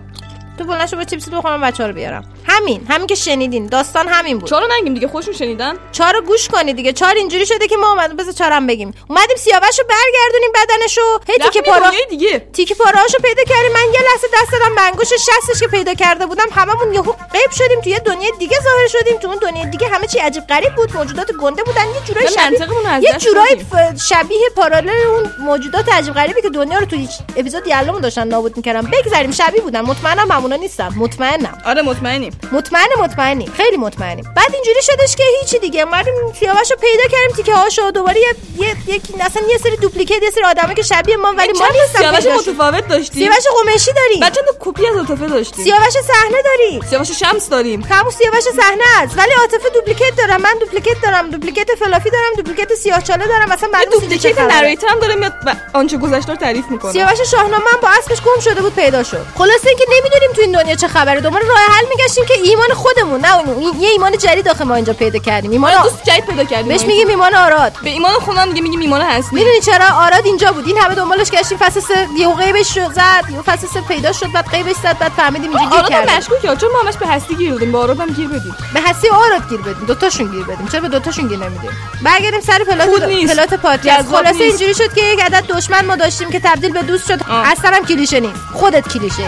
Speaker 4: تو بلنشو برو چیپس بخورم بچه رو بیارم همین همین که شنیدین داستان همین بود
Speaker 6: چارو نگیم دیگه خوشون شنیدن
Speaker 4: چهار رو گوش کنید دیگه چهار اینجوری شده که ما اومدیم بذار چهارم بگیم اومدیم سیاوش رو برگردونیم بدنشو هی
Speaker 6: رفتیم
Speaker 4: تیکه
Speaker 6: یه
Speaker 4: پارا
Speaker 6: دنیای دیگه
Speaker 4: تیکه پارهاشو پیدا کردیم من یه لحظه دست دادم به انگوش شستش که پیدا کرده بودم هممون یهو غیب شدیم توی یه دنیای دیگه ظاهر شدیم تو اون دنیای دیگه همه چی عجیب غریب بود موجودات گنده بودن یه جورایی
Speaker 6: نه،
Speaker 4: شبیه
Speaker 6: منطقمون رو از
Speaker 4: یه
Speaker 6: دست
Speaker 4: جورایی
Speaker 6: دادیم.
Speaker 4: ف- شبیه پارالل اون موجودات عجیب غریبی که دنیا رو توی اپیزود یلمون داشتن نابود میکردن بگذریم شبیه بودن مطمئنم همونا نیستم مطمئنم
Speaker 6: آره مطمئنیم
Speaker 4: مطمئن مطمئنی خیلی مطمئنیم بعد اینجوری شدش که هیچی دیگه اومدیم سیاوش رو پیدا کردیم تیکه هاشو دوباره یه یه یک اصلا یه سری دوپلیکیت یه سری آدمه که شبیه ما ولی ما
Speaker 6: چند تا
Speaker 4: نیستن
Speaker 6: سیاوش
Speaker 4: پیداشون.
Speaker 6: متفاوت داشتیم
Speaker 4: سیاوش قمشی داریم
Speaker 6: بعد چند تا کپی از عاطفه داشتیم
Speaker 4: سیاوش صحنه داریم
Speaker 6: سیاوش شمس داریم
Speaker 4: همون سیاوش صحنه است ولی عاطفه دوپلیکیت دارم من دوپلیکیت دارم دوپلیکیت فلافی دارم دوپلیکت سیاه‌چاله دارم اصلا
Speaker 6: یه
Speaker 4: معلوم نیست اینجا چه
Speaker 6: دوپلیکیت
Speaker 4: خبره.
Speaker 6: نریتر هم داره میاد و آنچه گذشته رو تعریف میکنه
Speaker 4: سیاوش شاهنامه هم با اسبش گم شده بود پیدا شد خلاصه اینکه نمیدونیم تو این دنیا چه خبره دوباره راه حل میگشتیم که ایمان خودمون نه اون- این- یه ایمان جدید آخه ما اینجا پیدا کردیم ایمان آره،
Speaker 6: ما
Speaker 4: آ-
Speaker 6: دوست جدید پیدا کردیم
Speaker 4: بهش میگیم ایمان آراد
Speaker 6: به ایمان خونم دیگه میگیم ایمان هستی
Speaker 4: میدونی چرا آراد اینجا بود این همه دنبالش گشتیم فصل سه یهو قیبش شد زد یهو فصل سه پیدا شد بعد قیبش زد بعد فهمیدیم اینجا گیر
Speaker 6: آراد هم
Speaker 4: کرده
Speaker 6: مشکوکه چون ما همش به هستی گیر دادیم به آراد هم گیر بدیم
Speaker 4: به هستی و آراد گیر بدیم دوتاشون گیر بدیم چرا به دوتاشون گیر نمیدیم برگردیم سر پلات
Speaker 6: خوب نیست.
Speaker 4: پلات پادکست
Speaker 6: جذاب
Speaker 4: خلاصه
Speaker 6: نیست.
Speaker 4: اینجوری شد که یک عدد دشمن ما داشتیم که تبدیل به دوست شد
Speaker 6: آه.
Speaker 4: اصلا هم کلیشه نیست خودت کلیشه ای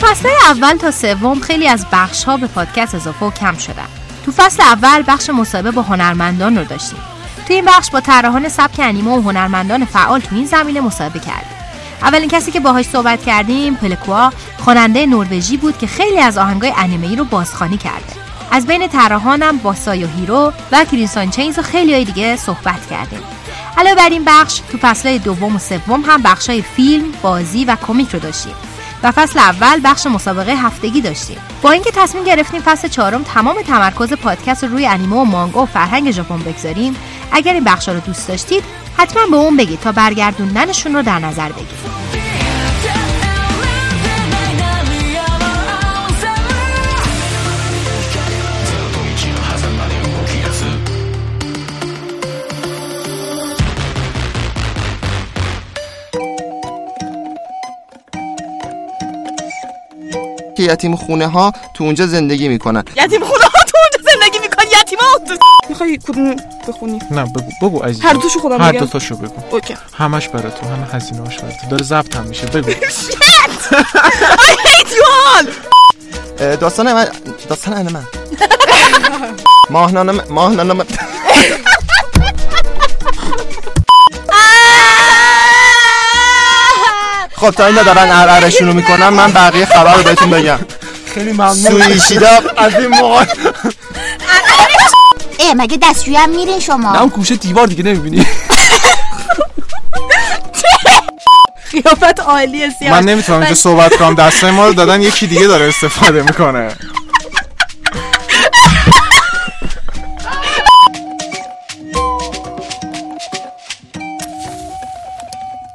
Speaker 13: تو فصل اول تا سوم خیلی از بخش ها به پادکست اضافه و کم شدن تو فصل اول بخش مصاحبه با هنرمندان رو داشتیم
Speaker 14: توی این بخش با طراحان سبک انیمه و هنرمندان فعال تو این زمینه مصاحبه کردیم اولین کسی که باهاش صحبت کردیم پلکوا خواننده نروژی بود که خیلی از آهنگای انیمه ای رو بازخوانی کرده از بین طراحانم با سایو هیرو و کریسان چینز و خیلی های دیگه صحبت کردیم علاوه بر این بخش تو فصلهای دوم و سوم هم بخشای فیلم، بازی و کمیک رو داشتیم و فصل اول بخش مسابقه هفتگی داشتیم با اینکه تصمیم گرفتیم فصل چهارم تمام تمرکز پادکست رو روی انیمه و مانگا و فرهنگ ژاپن بگذاریم اگر این بخش رو دوست داشتید حتما به اون بگید تا برگردوندنشون رو در نظر بگیرید
Speaker 9: که یتیم خونه ها تو اونجا زندگی میکنن
Speaker 6: یتیم خونه ها تو اونجا زندگی میکنی یتیم ها تو میخوای کدوم بخونی
Speaker 7: نه بگو بگو عزیزم
Speaker 6: هر دوشو خودم
Speaker 7: هر
Speaker 6: بگم؟
Speaker 7: دو تاشو بگو
Speaker 6: اوکی
Speaker 7: همش برای تو همه هزینه هاش برای تو داره ضبط هم میشه بگو
Speaker 6: I hate you all
Speaker 9: اه، داستان من داستان من من ماهنامه ماهنامه خب تا اینا دارن ارعرشون رو میکنن من بقیه خبر رو بهتون بگم
Speaker 7: خیلی ممنون
Speaker 9: سویشیدا از این موقع
Speaker 15: اه مگه دستشویی هم میرین
Speaker 7: نه اون
Speaker 15: شما
Speaker 7: گوشه دیوار دیگه نمیبینی
Speaker 15: قیافت عالیه
Speaker 7: من نمیتونم اینجا صحبت کنم دستای ما رو دادن یکی دیگه داره استفاده میکنه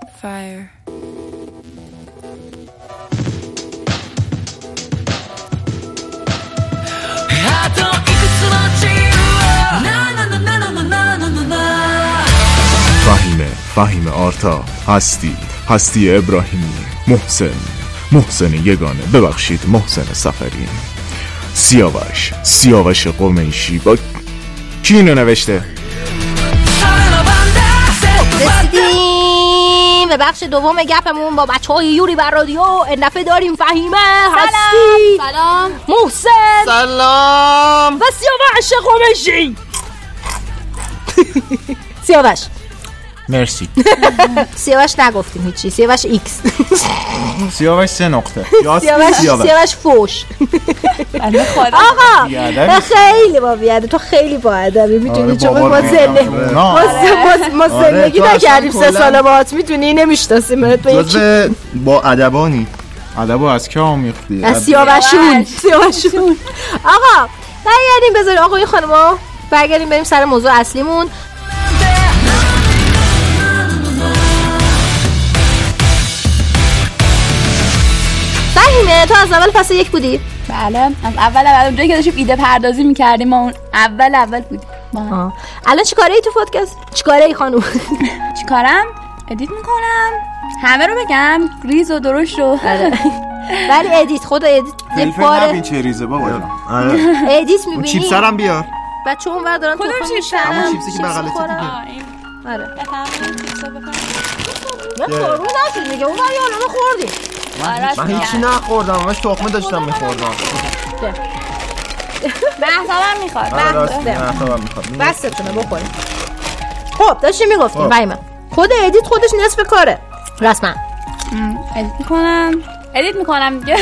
Speaker 16: Fire.
Speaker 17: فهیمه فهیمه آرتا هستی هستی ابراهیمی محسن محسن یگانه ببخشید محسن سفری سیاوش سیاوش قمیشی با کی اینو نوشته
Speaker 4: رسیدیم به بخش دوم گپمون با بچه های یوری بر رادیو این دفعه داریم فهیمه هستی سلام محسن
Speaker 9: سلام
Speaker 4: و سیاوش قمشی سیاوش
Speaker 18: مرسی
Speaker 4: سیاوش نگفتیم هیچی سیاوش ایکس
Speaker 18: سیاوش سه نقطه
Speaker 4: سیاوش سیاوش فوش آقا
Speaker 18: بیادبی.
Speaker 4: نه خیلی با بیاده تو خیلی با ادبی میدونی
Speaker 18: آره،
Speaker 4: چون
Speaker 18: بابا
Speaker 4: ما
Speaker 18: رو
Speaker 4: زنده
Speaker 18: می‌دونم.
Speaker 4: ما ما- ما
Speaker 9: آره،
Speaker 4: زندگی
Speaker 9: تو اصلا
Speaker 4: نکردیم سه
Speaker 9: کلاً-
Speaker 4: سال باهات میدونی نمیشناسیم تو یکی
Speaker 9: جزء با ادبانی
Speaker 7: ادب از که آمیختی
Speaker 4: از سیاوشون سیاوشون آقا برگردیم بذاریم آقا این خانما برگردیم بریم سر موضوع اصلیمون فهیمه تو از اول فصل یک بودی
Speaker 10: بله از اول اول اونجایی که داشتیم ایده پردازی میکردیم ما اون اول اول بودیم با هم.
Speaker 4: الان چیکاره ای تو پادکست چیکاره ای خانم
Speaker 10: چیکارم ادیت میکنم همه رو بگم ریز و درشت و
Speaker 4: بله. ولی ادیت خدا ادیت یه باره
Speaker 9: چه ریزه بابا
Speaker 5: آره.
Speaker 4: ادیت
Speaker 9: اون
Speaker 4: میبینی
Speaker 9: چیپسرم بیار
Speaker 4: بچه اون ور دارن تخم می‌شکنن.
Speaker 9: همون چیپسی که بغلته
Speaker 4: می‌خورن.
Speaker 9: دیگه.
Speaker 4: آره نه قارون نشد دیگه اون ور یه عالمه خوردی
Speaker 9: من هیچی نخوردم همش تخمه داشتم میخوردم
Speaker 10: محتابم میخواد
Speaker 9: آره راست میگی، من خودم می‌خوام.
Speaker 4: بستتونه بخوریم خب داشتی میگفتیم
Speaker 9: خب.
Speaker 4: من خود ادیت خودش نصف کاره رسما
Speaker 10: ادیت میکنم ادیت میکنم دیگه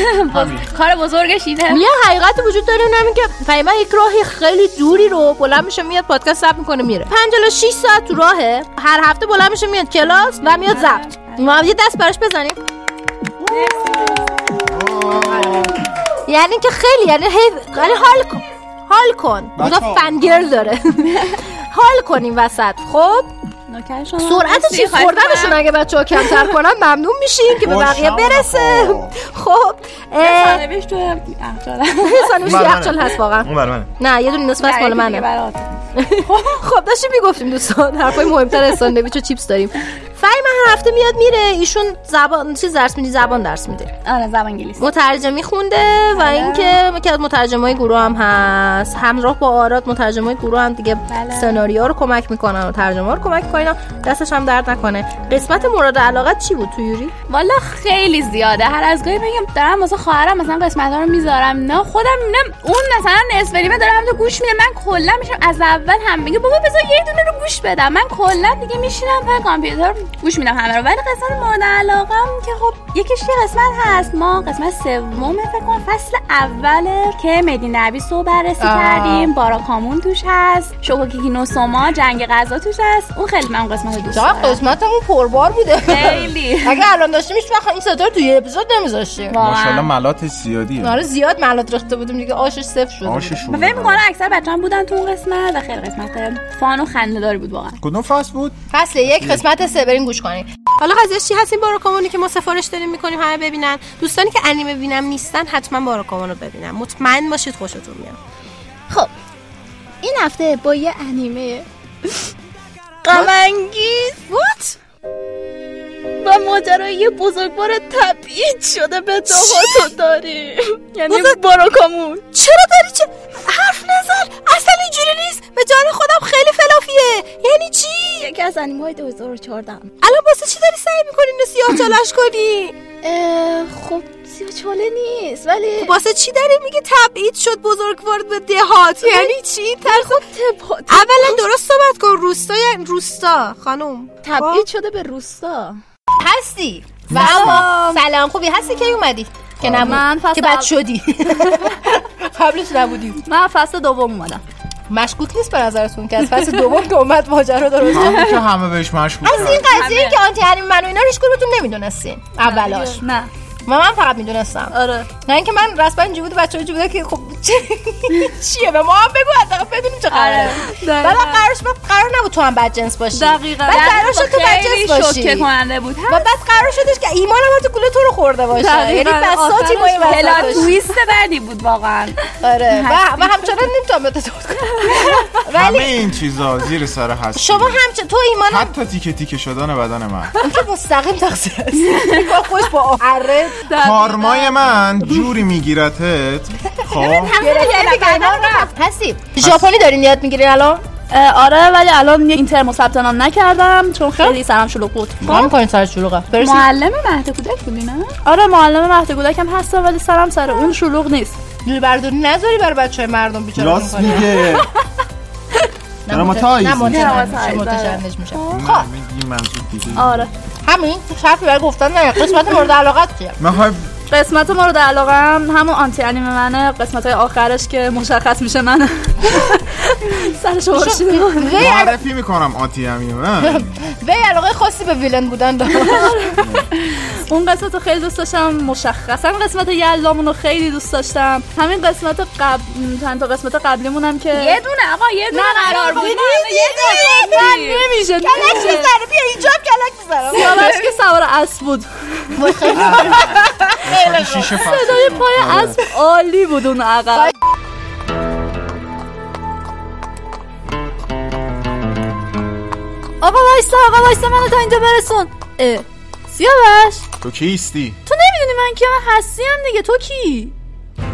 Speaker 10: کار بزرگش اینه
Speaker 4: یه حقیقت وجود داره اونم این که پیما یک راهی خیلی دوری رو بلند میشه میاد پادکست ضبط میکنه میره 5 الی 6 ساعت تو راهه هر هفته بلند میشه میاد کلاس و میاد ضبط ما هم یه دست براش بزنیم یعنی که خیلی یعنی هی یعنی حال کن حال کن اونا
Speaker 10: بچه‌ها.
Speaker 4: فنگرل داره حال کنیم وسط خب سرعت چیز خوردنشون اگه بچه ها کمتر کنن ممنون میشین که به بقیه برسه خب اه،
Speaker 10: ساندویچ تو یخچال
Speaker 4: ساندویچ تو یخچال هست واقعا
Speaker 9: بله، اون بله. بر منه
Speaker 4: نه یه دونه نصف از
Speaker 10: نه،
Speaker 4: مال
Speaker 10: یکی دیگه
Speaker 4: منه خب داشتیم میگفتیم دوستان حرفای مهمتر از ساندویچ و چیپس داریم ولی من هر هفته میاد میره ایشون زبان چیز درس میده زبان درس میده
Speaker 19: آره زبان انگلیسی
Speaker 4: مترجمی خونده و
Speaker 19: بله.
Speaker 4: اینکه یکی از مترجمای گروه هم هست همراه با آراد مترجمای گروه هم دیگه
Speaker 19: بله.
Speaker 4: سناریو رو کمک میکنن و ترجمه رو کمک میکنن دستش هم درد نکنه قسمت مورد علاقت چی بود تو یوری
Speaker 19: والا خیلی زیاده هر از گاهی میگم دارم واسه خواهرم مثلا قسمت ها رو میذارم نه خودم میبینم اون مثلا نصف نیمه داره همونجا گوش میده من کلا میشم از اول هم میگه بابا بذار یه دونه رو گوش بدم من کلا دیگه میشینم پای کامپیوتر گوش میدم همه رو ولی قسمت مورد علاقه که خب یکیش یه قسمت هست ما قسمت سوم فکر کنم فصل اوله که مدین نویس رو بررسی
Speaker 10: آه.
Speaker 19: کردیم باراکامون توش هست شوکوکیکی سوما جنگ غذا توش هست اون خیلی من اون قسمت رو دوست
Speaker 4: چقدر
Speaker 19: دارم
Speaker 4: قسمتمون پربار بوده
Speaker 19: خیلی.
Speaker 4: اگه الان داشتیم هیچ وقت این ستا رو توی اپیزود نمیذاشتیم
Speaker 5: ماشاءالله ملاتش زیادیه
Speaker 4: آره زیاد ملات ریخته بودیم دیگه آشش صفر شده
Speaker 5: آشش
Speaker 19: و فکر می‌کنم اکثر بچه هم بودن تو اون قسمت و خیلی قسمت فان و خنده‌داری بود واقعا
Speaker 5: کدوم فصل بود
Speaker 4: فصل یک قسمت سه برین گوش کنین حالا قضیه چی هست این باراکامونی که ما سفارش داریم میکنیم همه ببینن دوستانی که انیمه ببینم نیستن حتما باراکامون رو ببینن مطمئن باشید خوشتون میاد
Speaker 15: خب این هفته با یه انیمه قمنگیز وات و ماجرای بزرگوار تبعید شده به دهاتو داریم یعنی باراکامون
Speaker 4: چرا داری چه حرف نزن اصلا اینجوری نیست به جان خودم خیلی فلافیه یعنی چی
Speaker 15: یکی از انیمه های 2014 ام.
Speaker 4: الان واسه چی داری سعی میکنی اینو سیاه چالش کنی
Speaker 15: اه، خب سیاه چاله نیست ولی
Speaker 4: خب واسه چی داری میگه تبعید شد بزرگوار به دهات یعنی چی تر
Speaker 15: خب
Speaker 4: اولا درست صحبت کن روستا یعنی روستا خانم
Speaker 15: تبعید شده به روستا
Speaker 4: هستی و اما سلام خوبی هستی که اومدی که
Speaker 19: آره.
Speaker 4: نبود
Speaker 19: من فصل
Speaker 4: که بد
Speaker 19: اول-
Speaker 4: شدی قبلش نبودی
Speaker 19: من فصل دوم اومدم
Speaker 4: مشکوک نیست به نظرتون که از فصل دوم که اومد ماجرا درست
Speaker 5: همون که همه بهش مشغول
Speaker 4: از این قضیه که آنتی حریم من و اینا رو هیچ کدومتون نمیدونستین اولاش
Speaker 19: نه
Speaker 4: و من فقط میدونستم آره نه اینکه من رسما اینجوری بود بچه‌ها اینجوری بودن که خب چه- چیه به ما هم بگو حداقل بدونیم چه خبره
Speaker 19: آره. دقیقاً.
Speaker 4: بعد من قرارش بعد قرار نبود تو هم بدجنس باشی
Speaker 19: دقیقاً.
Speaker 4: بعد قرار
Speaker 19: دقیقاً.
Speaker 4: شد تو
Speaker 19: خیلی
Speaker 4: بدجنس باشی
Speaker 19: شوکه کننده بود.
Speaker 4: و بعد قرار شدش که ایمان هم تو گلو تو رو خورده باشه یعنی
Speaker 19: دقیقاً.
Speaker 4: بساتی ما این
Speaker 19: آخرش پلات
Speaker 4: وسطش.
Speaker 19: تویست بعدی بود واقعا
Speaker 4: آره و و همچنان نمیتونم به
Speaker 5: همه
Speaker 4: ولی
Speaker 5: این چیزا زیر سر هست
Speaker 4: شما همچنان تو ایمان هم
Speaker 5: حتی تیکه تیکه شدن بدن من
Speaker 4: اون که مستقیم تقصیر است با خوش با اره
Speaker 5: کارمای من جوری میگیرتت خب
Speaker 4: هستی ژاپنی دارین یاد میگیرین الان
Speaker 19: آره ولی الان یه این ترم ثبت نام نکردم چون
Speaker 4: خب.
Speaker 19: خیلی سرم شلوغ بود
Speaker 4: ما میکنین سر شلوغه برسیم.
Speaker 19: معلم مهد کودک بودی نه آره معلم مهد کودکم هستم ولی سرم سر اون شلوغ نیست
Speaker 4: لوله برداری نذاری برای بچه های مردم بیچاره
Speaker 5: راست میگه دراماتایز
Speaker 4: نه
Speaker 5: می‌کنه.
Speaker 4: متشنج متشنج میشه خب
Speaker 5: این منظور دیگه
Speaker 19: آره
Speaker 4: همین حرفی برای گفتن نه قسمت مورد علاقت چیه
Speaker 5: من
Speaker 19: قسمت مورد علاقه هم همون آنتی انیمه منه قسمت های آخرش که مشخص میشه من سر شما رو شیرین کن.
Speaker 5: معرفی میکنم آتی همین من
Speaker 4: به علاقه خاصی به ویلن بودن داره
Speaker 19: اون قسمت رو خیلی دوست داشتم مشخصا قسمت یلدامون رو خیلی دوست داشتم همین قسمت قبل چند تا قسمت قبلیمون هم که
Speaker 4: یه
Speaker 19: دونه آقا یه
Speaker 4: دونه قرار بود.
Speaker 19: یه دونه
Speaker 4: نه،
Speaker 19: نه نمیشه
Speaker 4: کلک می‌زنه، بیا اینجا هم کلک می‌زنه.
Speaker 19: سیاوش که سوار اسب بود
Speaker 5: شیشه فصل.
Speaker 19: صدای پای
Speaker 5: آره.
Speaker 19: اسب عالی بود اون عقب
Speaker 15: آقا وایسا آقا وایسا منو تا اینجا برسون اه، سیاوش
Speaker 5: تو کیستی؟
Speaker 15: تو نمیدونی من کی من هستیم دیگه تو کی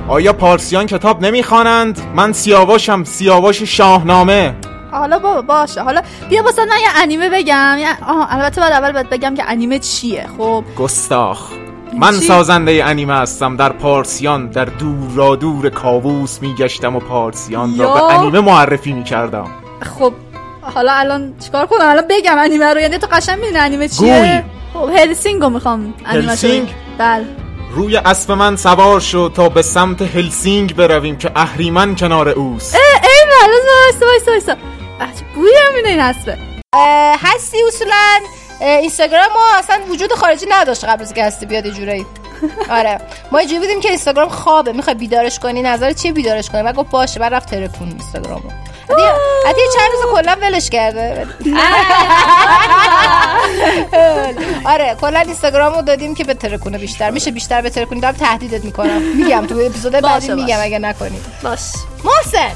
Speaker 7: آیا پارسیان کتاب نمیخوانند؟ من سیاواشم سیاواش شاهنامه
Speaker 19: حالا بابا باشه حالا بیا واسه من یه انیمه بگم یه- آها البته بعد اول باید بگم که انیمه چیه خب
Speaker 7: گستاخ من
Speaker 19: چی؟
Speaker 7: سازنده انیمه هستم در پارسیان در دور را دور کاووس میگشتم و پارسیان را
Speaker 19: یا؟
Speaker 7: به انیمه معرفی میکردم
Speaker 19: خب حالا الان چیکار کنم الان بگم انیمه رو یعنی تو قشنگ میدونی انیمه چیه خب هلسینگو میخوام انیمه
Speaker 7: هلسینگ؟
Speaker 19: بله
Speaker 7: روی اسب من سوار شو تا به سمت هلسینگ برویم که اهریمن کنار اوست
Speaker 19: اه ای معلوم وایسا وایسا وایسا اه، چه بوی هم اینه این اسبه
Speaker 4: اه، هستی اصولا اه، اینستاگرام ما اصلا وجود خارجی نداشت قبل از که هستی بیاد یه جورایی آره ما اینجوری بودیم که اینستاگرام خوابه میخوای بیدارش کنی نظر چیه بیدارش کنی من گفت باشه بعد رفت ترکون اینستاگرامو حتی حتی چند روز کلا ولش کرده آره کلا اینستاگرامو دادیم که به ترکونه بیشتر میشه بیشتر به ترکونه دارم تهدیدت میکنم میگم تو اپیزود بعدی
Speaker 19: باشه،
Speaker 4: میگم
Speaker 19: باشه.
Speaker 4: اگه نکنی
Speaker 19: باش
Speaker 4: محسن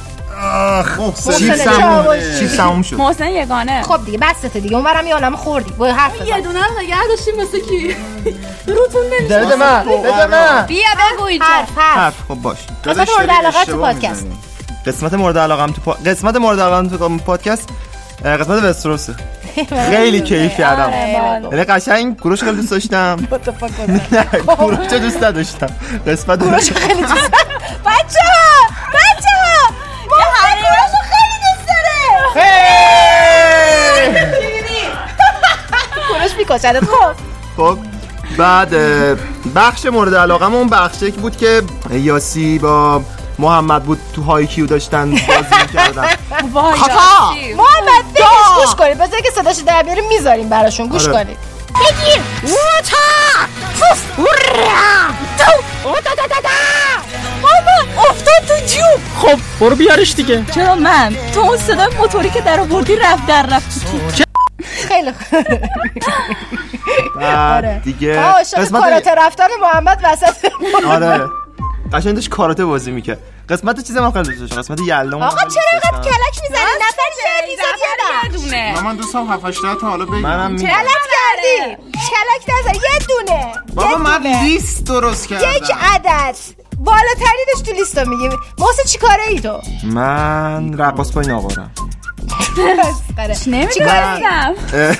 Speaker 4: محسن
Speaker 9: چیپس هم-
Speaker 4: چاوشی.
Speaker 9: چیپس تموم شد.
Speaker 10: محسن یگانه
Speaker 4: خب دیگه بسته دیگه اونورم یه عالم خوردی برو حرف بزن
Speaker 20: یه دونه هم نگه داشتیم واسه کی روتون نمیشه
Speaker 9: بده من، بده من.
Speaker 20: بیا بگو اینجا
Speaker 4: حرف حرف
Speaker 9: حرف خب باش
Speaker 4: قسمت مورد علاقه تو پادکست
Speaker 9: قسمت مورد علاقم تو پا- قسمت مورد علاقم تو پادکست اه، قسمت وستروسه
Speaker 7: آره.
Speaker 9: خیلی کیف
Speaker 4: آره،
Speaker 9: کردم یعنی قشنگ گروش خیلی دوست داشتم نه گروش رو دوست نداشتم قسمت
Speaker 4: گروش خیلی دوست بچه ها بچه ها یه حریرش خیلی دوست داره کروش میکشدت خب
Speaker 9: خب بعد اه، بخش مورد علاقه اون بخش یک بود که یاسی با محمد بود تو هایکیو داشتن بازی میکردن
Speaker 4: وای
Speaker 9: کاکا!
Speaker 4: محمد بگیش گوش کنید بذار که صداش در بیاریم میذاریم براشون گوش
Speaker 9: آره.
Speaker 4: کنید بگیر وتا پوف ورا تو او دا دا دا
Speaker 15: بابا افتاد تو جوب
Speaker 21: خب برو بیارش دیگه
Speaker 15: چرا من تو اون صدای موتوری که در آوردی رفت در رفت تو تو
Speaker 4: خیلی خوب آره.
Speaker 9: بعد دیگه
Speaker 4: آه، عاشق کاراته رفتن محمد وسط
Speaker 9: آره قشنگ داشت کاراته بازی میکرد قسمت چیز من خیلی دوست داشتم قسمت یلدا
Speaker 4: آقا چرا اینقدر کلک میزنی نفر چه
Speaker 15: یه
Speaker 4: اپیزود
Speaker 15: دونه.
Speaker 4: یادم
Speaker 7: من دوست هم 7 8 تا حالا بگم
Speaker 9: منم
Speaker 4: غلط
Speaker 9: آره.
Speaker 4: کردی کلک نزن یه دونه
Speaker 7: بابا
Speaker 4: یک
Speaker 7: من
Speaker 4: دونه.
Speaker 7: لیست درست
Speaker 4: یک
Speaker 7: کردم
Speaker 4: عدد بالاترینش تو لیست رو میگیم محسن چی کاره ای تو
Speaker 9: من رقاص پایین آقارم
Speaker 4: آره. چی کاره ای؟
Speaker 9: اه.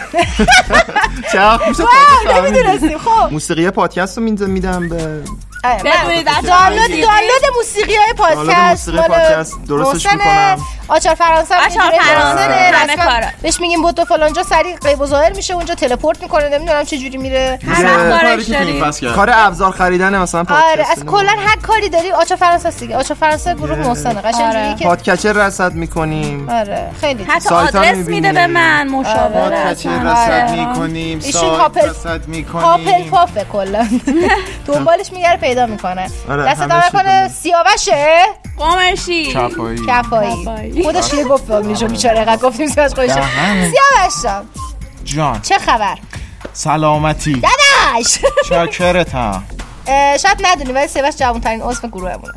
Speaker 9: چرا خوب شد
Speaker 4: واو،
Speaker 9: پادکست رو
Speaker 4: نمی‌دونستیم. خب.
Speaker 9: موسیقی پادکست رو می‌د- میدم به
Speaker 4: آره، من-
Speaker 15: بدونید، بچه‌ها،
Speaker 4: دانلود
Speaker 15: موسیقی.
Speaker 4: دانلود موسیقی های
Speaker 9: دانلود
Speaker 4: پادکست
Speaker 9: موسیقی
Speaker 4: مال
Speaker 9: پادکست، درستش
Speaker 4: محسنه.
Speaker 9: می‌کنم.
Speaker 4: آچار فرانسه هم
Speaker 10: آچار
Speaker 4: اینجوری
Speaker 10: فرانسه،
Speaker 4: درسته،
Speaker 10: همه
Speaker 4: رسما
Speaker 10: کاره.
Speaker 4: بهش میگیم بود و فلانجا سریع غیب و ظاهر میشه اونجا تلپورت میکنه نمیدونم چه جوری میره
Speaker 9: دیگه
Speaker 4: کارش
Speaker 9: کار ابزار خریدن مثلا پادکست
Speaker 4: آره از کلا هر کاری داری آچار فرانسه است دیگه آچار فرانسه گروه
Speaker 9: یه-
Speaker 4: محسنه قشنگ جوریه که
Speaker 9: پادکچر رصد میکنیم
Speaker 4: آره خیلی
Speaker 10: آره. حتی
Speaker 9: سایت هم
Speaker 10: آدرس میده به
Speaker 9: می‌بینی.
Speaker 10: من مشاوره
Speaker 7: پادکچر
Speaker 10: اصلا.
Speaker 7: رصد
Speaker 10: آره.
Speaker 7: میکنیم
Speaker 4: ایشون
Speaker 7: سایت
Speaker 4: کاپل-
Speaker 7: رصد
Speaker 4: کاپل
Speaker 7: میکنیم
Speaker 4: پافه کلا دنبالش میگره پیدا میکنه
Speaker 7: آره،
Speaker 4: دست
Speaker 7: همه
Speaker 4: دامن
Speaker 7: چی
Speaker 4: کنه سیاوشه
Speaker 10: قمرشی
Speaker 7: کفایی.
Speaker 4: کفایی خودش یه گفت فامیلیشو بیچاره قد گفتیم سیاوش خودش
Speaker 7: دهنه.
Speaker 4: سیاوش جان،
Speaker 7: جان
Speaker 4: چه خبر
Speaker 7: سلامتی
Speaker 4: داداش
Speaker 7: چاکرتم
Speaker 4: اه، شاید ندونی ولی سیاوش جوانترین عضو گروهمونه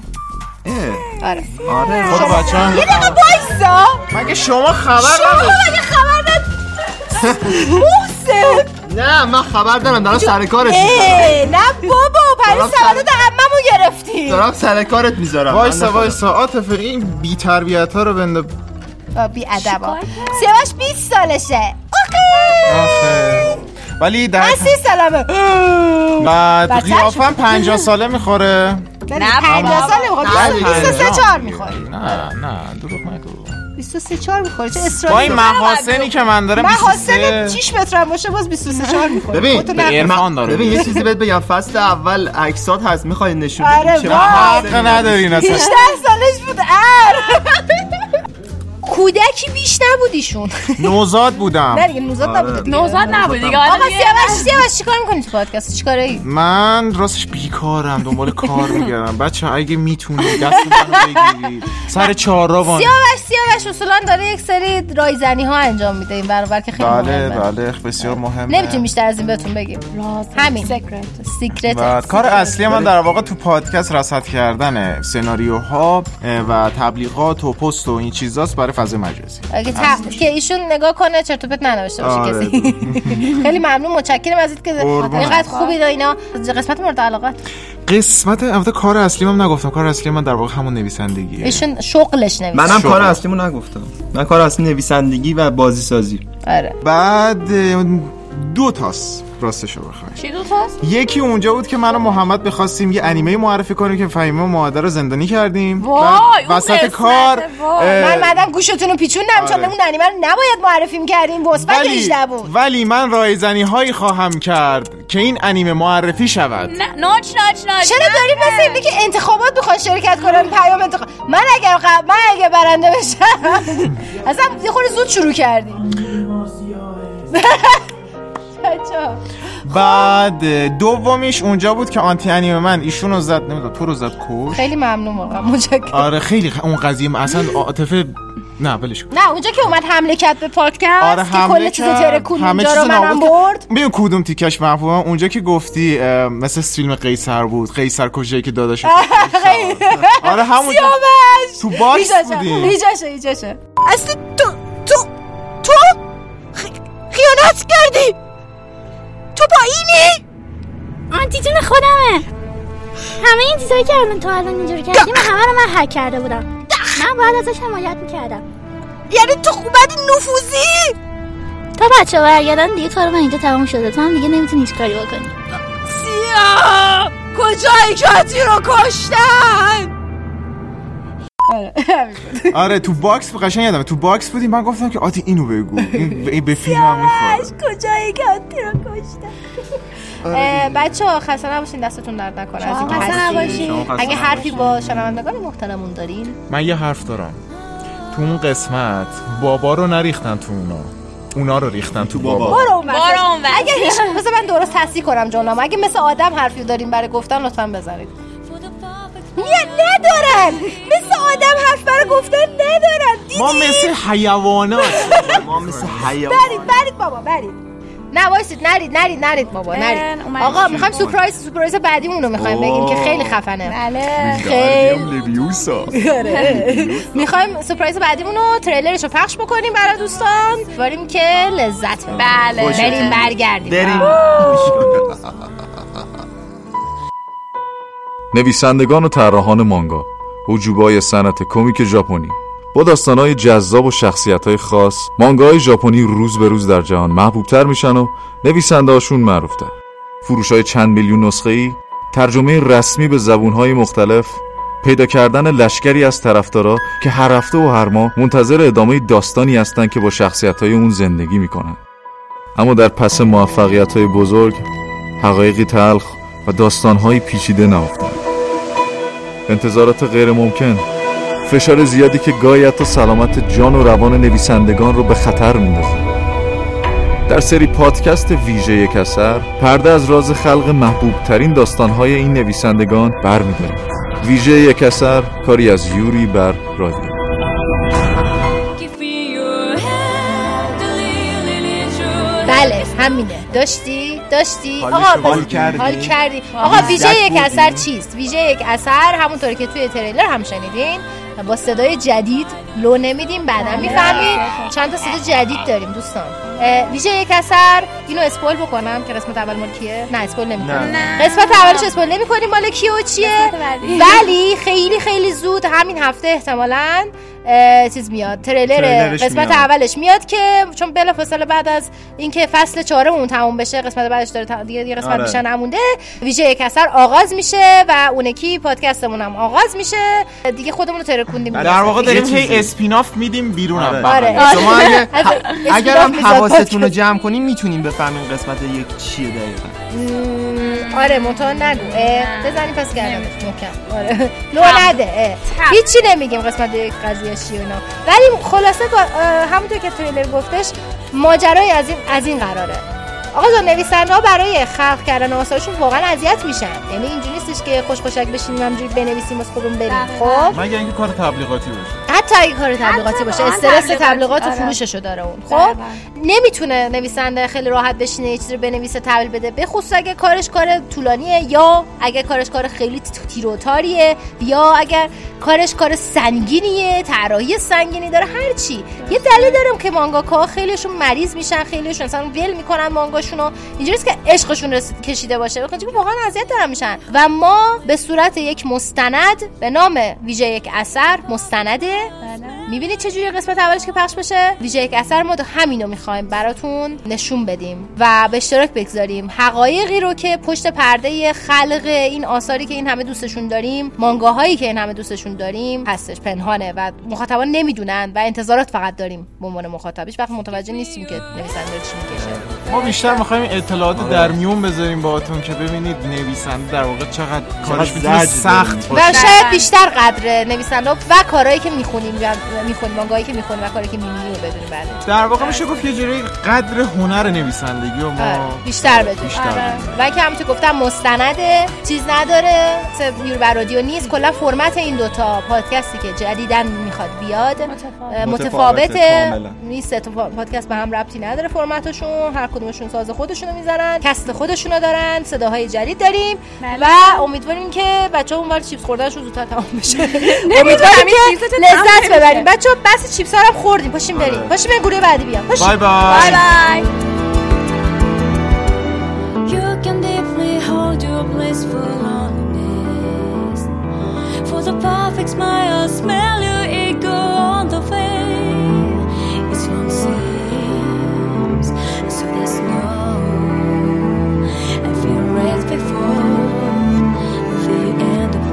Speaker 4: آره
Speaker 2: 啊
Speaker 7: آره خود بچه
Speaker 4: یه دقیقه بایستا
Speaker 9: مگه شما خبر
Speaker 4: شما
Speaker 9: نداری؟
Speaker 4: مگه خبر نداری؟ محسن
Speaker 9: نه من خبر دارم دارم سر کارت می‌ذارم.
Speaker 4: ای نه بابا
Speaker 9: دارم
Speaker 4: پری
Speaker 9: سر-
Speaker 4: سوالات عممو گرفتی
Speaker 9: دارم سر کارت میذارم
Speaker 7: وایسا وایسا عاطفه این بی تربیت ها رو بنده
Speaker 4: آه، بی ادبا سیاوش 20 سالشه آخه
Speaker 7: آخه. ولی در
Speaker 4: من 30 سالمه
Speaker 7: بعد
Speaker 4: بچه‌ش-
Speaker 7: قیافم 50 ساله میخوره
Speaker 4: نه 50 ساله
Speaker 7: نه،
Speaker 4: میخواد 23
Speaker 7: پنجاه.
Speaker 4: 4 میخواد
Speaker 7: نه نه دروغ نگو
Speaker 4: 23 4 میخوره چه اصراری
Speaker 7: با این محاسنی که من دارم
Speaker 4: محاسن
Speaker 9: 23.
Speaker 4: 6 متر هم باشه باز 23 4 میخوره
Speaker 9: ببین
Speaker 7: عرفان داره.
Speaker 9: ببین یه چیزی بهت بگم فصل اول عکسات هست میخوای نشون
Speaker 4: آره،
Speaker 9: بدی چه
Speaker 4: وای.
Speaker 9: محاسنی
Speaker 7: حق ندارین اصلا.
Speaker 4: 18 سالش بود ار کودکی بیش نبودیشون
Speaker 7: نوزاد بودم
Speaker 4: نه دیگه نوزاد
Speaker 7: آره،
Speaker 9: آره.
Speaker 4: نبوده
Speaker 10: نوزاد نبود دیگه
Speaker 4: آقا
Speaker 10: آدم یه-
Speaker 4: سیاوش سیاوش چیکار میکنی تو پادکست چیکاره ای
Speaker 7: من راستش بیکارم دنبال کار میگردم بچه اگه میتونید دست منو بگیرید سر چهار روان
Speaker 4: سیاوش سیاوش اصولا داره یک سری رایزنی ها انجام میده این برابر که خیلی
Speaker 7: بله
Speaker 4: مهمه
Speaker 7: بله بسیار مهمه
Speaker 4: نمیتونیم بیشتر از این بهتون بگیم همین سیکرت
Speaker 7: بعد
Speaker 4: سیکرت
Speaker 7: کار اصلی من در واقع تو پادکست رصد کردن سناریوها اه، و تبلیغات و پست و این چیزاست برای فضای مجازی
Speaker 4: اگه تا... که ایشون نگاه کنه چرت و پرت ننوشته باشه
Speaker 7: آره.
Speaker 4: کسی خیلی ممنون متشکرم ازت که
Speaker 7: قربونت.
Speaker 4: اینقدر خوبی دا اینا قسمت مورد علاقه
Speaker 7: قسمت البته کار اصلی من نگفتم کار اصلی من در واقع همون نویسندگیه
Speaker 4: ایشون شغلش نمیشه
Speaker 9: منم کار اصلیمو نگفتم من کار اصلی نویسندگی و بازی سازی
Speaker 4: آره
Speaker 7: بعد اه، دو تاست راستشو بخوای
Speaker 10: چی دو تاست؟
Speaker 7: یکی اونجا بود که من و محمد بخواستیم یه انیمه معرفی کنیم که فهیمه و مادر رو زندانی کردیم
Speaker 4: وای،
Speaker 7: بعد
Speaker 4: اون
Speaker 7: وسط کار اه،
Speaker 4: من مدام گوشتون رو پیچوندم چون
Speaker 7: آره.
Speaker 4: اون انیمه رو نباید معرفی می‌کردیم مثبت
Speaker 7: ولی
Speaker 4: 18 بود
Speaker 7: ولی من رایزنی هایی خواهم کرد که این انیمه معرفی شود
Speaker 10: نه ناچ ناچ ناچ
Speaker 4: چرا داری مثل اینه که انتخابات میخوان شرکت کنن پیام انتخاب من اگر ق... من اگه برنده بشم اصلا یه خورده زود شروع کردی بچه‌ها.
Speaker 7: بعد اه، دومیش اونجا بود که آنتی انیمه من ایشون رو زد نمیدونم تو رو زد کش
Speaker 4: خیلی ممنون واقعا متشکرم
Speaker 7: آره خیلی خ- اون قضیه من اصلا عاطفه نه ولش کن
Speaker 4: نه اونجا که اومد حمله کرد به پادکست
Speaker 7: آره
Speaker 4: که کل
Speaker 7: حمله
Speaker 4: چیز
Speaker 7: کرد.
Speaker 4: ترکون
Speaker 7: همه
Speaker 4: اونجا
Speaker 7: چیز
Speaker 4: رو منم
Speaker 7: نابود
Speaker 4: برد
Speaker 7: کرد. ببین کدوم تیکش محبوبه اونجا که گفتی اه، مثل فیلم قیصر بود قیصر کجایی که داداش آره، همونجا.
Speaker 4: سیاوش
Speaker 7: تو باکس
Speaker 4: ایجاشه،
Speaker 7: بودی.
Speaker 4: ایجاشه ایجاشه
Speaker 15: اصلا تو تو تو خی- خیانت کردی تو با اینی
Speaker 19: آنتی جون خودمه همه این چیزایی که الان تو الان اینجوری کردی من همه رو من هک کرده بودم من باید ازش حمایت میکردم یعنی تو خوبت نفوذی تا بچه برگردن دیگه کار من اینجا تمام شده تو هم دیگه نمیتونی هیچ کاری بکنی
Speaker 15: سیا کجایی کتی رو کشتن
Speaker 7: آره تو باکس قشنگ یادمه تو باکس بودی من گفتم که آتی اینو بگو این به- این به فیلمم میخوره آره
Speaker 4: سیاوش کجایی که آتی رو کشتن بچه ها خسته نباشین دستتون درد نکنه از اینکه
Speaker 7: خسته
Speaker 4: هستین.
Speaker 7: نباشین. شما خسته
Speaker 4: اگه حرفی
Speaker 7: نباشین.
Speaker 4: با شنوندگان محترمون دارین
Speaker 7: من یه حرف دارم تو اون قسمت بابا رو نریختن تو اونا اونا رو ریختن تو بابا
Speaker 4: برو اون
Speaker 10: برو اون ور.
Speaker 4: اگه هیچ بذار من درست تصحیح کنم جانم اگه مثل آدم حرفی دارین برای گفتن لطفا بذارید نه ندارن مثل آدم حرف برای گفتن ندارن دیدی؟
Speaker 7: ما مثل حیوانات ما مثل حیوانات
Speaker 4: برید برید بابا برید نه وایسید نرید نرید نرید بابا نرید
Speaker 10: اومد.
Speaker 4: آقا میخوایم سپرایز سپرایز بعدیمون رو
Speaker 7: خب.
Speaker 4: میخوایم بگیم
Speaker 2: آه.
Speaker 4: که خیلی خفنه بله خیلی
Speaker 2: ویلداریم لویوسا
Speaker 4: آره. میخوایم سپرایز بعدیمون رو تریلرش رو پخش بکنیم برای دوستان بریم که لذت ببریم بله
Speaker 15: خوش
Speaker 4: بریم
Speaker 15: اومد.
Speaker 4: برگردیم
Speaker 15: بریم.
Speaker 2: نویسندگان و طراحان مانگا حجوبای صنعت کمیک ژاپنی با داستانهای جذاب و شخصیتهای خاص مانگاهای ژاپنی روز به روز در جهان محبوبتر میشن و نویسندهاشون معروفتر فروش های چند میلیون نسخه ای ترجمه رسمی به زبونهای مختلف پیدا کردن لشکری از طرفدارا که هر هفته و هر ماه منتظر ادامه داستانی هستند که با شخصیتهای اون زندگی میکنن اما در پس موفقیت های بزرگ حقایقی تلخ و داستان های پیچیده نهفتن انتظارات غیر ممکن فشار زیادی که گاهی حتی سلامت جان و روان نویسندگان رو به خطر میندازه در سری پادکست ویژه کسر پرده از راز خلق محبوب ترین داستانهای این نویسندگان برمیداریم ویژه کسر کاری از یوری بر رادیو
Speaker 4: بله همینه داشتی داشتی
Speaker 2: حالش
Speaker 4: آقا
Speaker 2: رو حال
Speaker 4: پس-
Speaker 2: کردی؟
Speaker 4: حال کردی
Speaker 2: لذت
Speaker 4: آقا ویژه یک
Speaker 2: بردی؟
Speaker 4: اثر چیست ویژه یک اثر همونطوری که توی تریلر هم شنیدین با صدای جدید لو نمیدیم بعدا میفهمید چند تا صدا جدید داریم دوستان اه، ویژه یک اثر اینو اسپول بکنم که قسمت اول مال کیه نه اسپول نمیکنم
Speaker 10: نه.
Speaker 4: قسمت اولش اسپول نمیکنیم مال کیه و چیه ولی خیلی خیلی زود همین هفته احتمالاً اه، چیز میاد تریلر
Speaker 10: تریلرش
Speaker 4: قسمت
Speaker 10: میاد.
Speaker 4: اولش میاد که چون بلافاصله بعد از اینکه فصل چهارمون تموم بشه قسمت بعدش داره تا- دیگه, دیگه قسمت
Speaker 10: آره.
Speaker 4: بیشتر نمونده ویژه یک اثر آغاز میشه و اونکی پادکستمون هم آغاز میشه دیگه خودمون رو ترکوندیم
Speaker 7: بله. در واقع
Speaker 4: دیگه.
Speaker 7: داریم هی اسپیناف میدیم بله. بیرون
Speaker 9: آره.
Speaker 4: آره.
Speaker 9: شما اگه
Speaker 4: از-
Speaker 9: اگر هم
Speaker 4: اسپیناف میزد
Speaker 9: حواستون رو
Speaker 4: پادکست.
Speaker 9: جمع کنین میتونین بفهمین قسمت یک چیه دقیقا
Speaker 4: مم، آره منتها نگو اه، بزنی پس گردم محکم آره لو نده اه. هیچی نمیگیم قسمت یک قضیه چی و اینا ولی خلاصه با- اه، همونطور که تریلر گفتش ماجرای از این از این قراره آقا جان نویسنده ها برای خلق کردن آثارشون واقعا اذیت میشن یعنی اینجوری نیستش که خوش خوشک بشینیم همجوری بنویسیم از خودمون بریم خب
Speaker 7: مگه اینکه کار تبلیغاتی باشه
Speaker 4: حتی اگه کار تبلیغاتی باشه
Speaker 10: واقعا
Speaker 4: استرس
Speaker 10: تبلیغاتی،
Speaker 4: تبلیغات و
Speaker 10: آره.
Speaker 4: فروششو داره اون خب نمیتونه نویسنده خیلی راحت بشینه یه چیزی رو بنویسه تحویل بده به خصوص اگه کارش کار طولانیه یا اگه کارش کار خیلی ت- تیروتاریه یا اگر کارش کار سنگینیه طراحی سنگینی داره هر چی یه دلیل دارم که مانگاکا خیلیشون مریض میشن خیلیشون مثلا ول میکنن مانگاشون رو اینجوریه که عشقشون رس... کشیده باشه بخاطر اینکه واقعا اذیت دارن میشن و ما به صورت یک مستند به نام ویژه یک اثر مستنده میبینید چه جوری قسمت اولش که پخش بشه ویژه یک اثر ما همینو میخوایم براتون نشون بدیم و به اشتراک بگذاریم حقایقی رو که پشت پرده خلق این آثاری که این همه دوستشون داریم مانگاهایی که این همه دوستشون داریم هستش پنهانه و مخاطبان نمیدونن و انتظارات فقط داریم به عنوان مخاطبش وقت متوجه نیستیم که نویسنده چی میکشه
Speaker 7: ما بیشتر میخوایم اطلاعات در میون بذاریم باهاتون که ببینید نویسنده در واقع چقدر کارش میتونه
Speaker 9: زجر
Speaker 7: سخت
Speaker 4: و
Speaker 7: باشه
Speaker 4: شاید بیشتر قدر نویسنده و کارهایی که میخونیم و
Speaker 22: میخونی مانگایی که میخونی و کاری که میبینی رو بدونی
Speaker 4: بله.
Speaker 22: بعد
Speaker 7: در واقع میشه گفت یه جوری قدر هنر نویسندگی و ما
Speaker 22: آره، بیشتر بدون
Speaker 7: بیشتر
Speaker 22: آره.
Speaker 7: بدون.
Speaker 22: و که همونطور گفتم مستنده چیز نداره مثل یور بر رادیو نیست کلا فرمت این دوتا پادکستی که جدیدن میخواد بیاد اه،
Speaker 5: متفاوته،
Speaker 22: متفاوته
Speaker 5: کاملا.
Speaker 22: این سه تا پا- پادکست به هم ربطی نداره فرمتشون هر کدومشون ساز خودشونو میذارن کست خودشونو دارن صداهای جدید داریم
Speaker 23: بله.
Speaker 22: و امیدواریم که بچه‌ها اونور چیپس خوردنشون زودتر تمام بشه امیدواریم
Speaker 23: نمی‌دونم این
Speaker 22: که
Speaker 23: چیپس‌ها تمام
Speaker 22: لذت
Speaker 23: نمیشه.
Speaker 22: ببریم بچه‌ها بس چیپس ها رو هم خوردیم پاشیم بریم پاشیم بریم گروه بعدی بیام پاشیم.
Speaker 7: آره. بای
Speaker 22: بای
Speaker 7: بای.
Speaker 22: بای
Speaker 5: You can deeply hold your blissful loneliness. For the perfect smile, smell your ego on the face. It's one seems so there's no. I feel red before the end of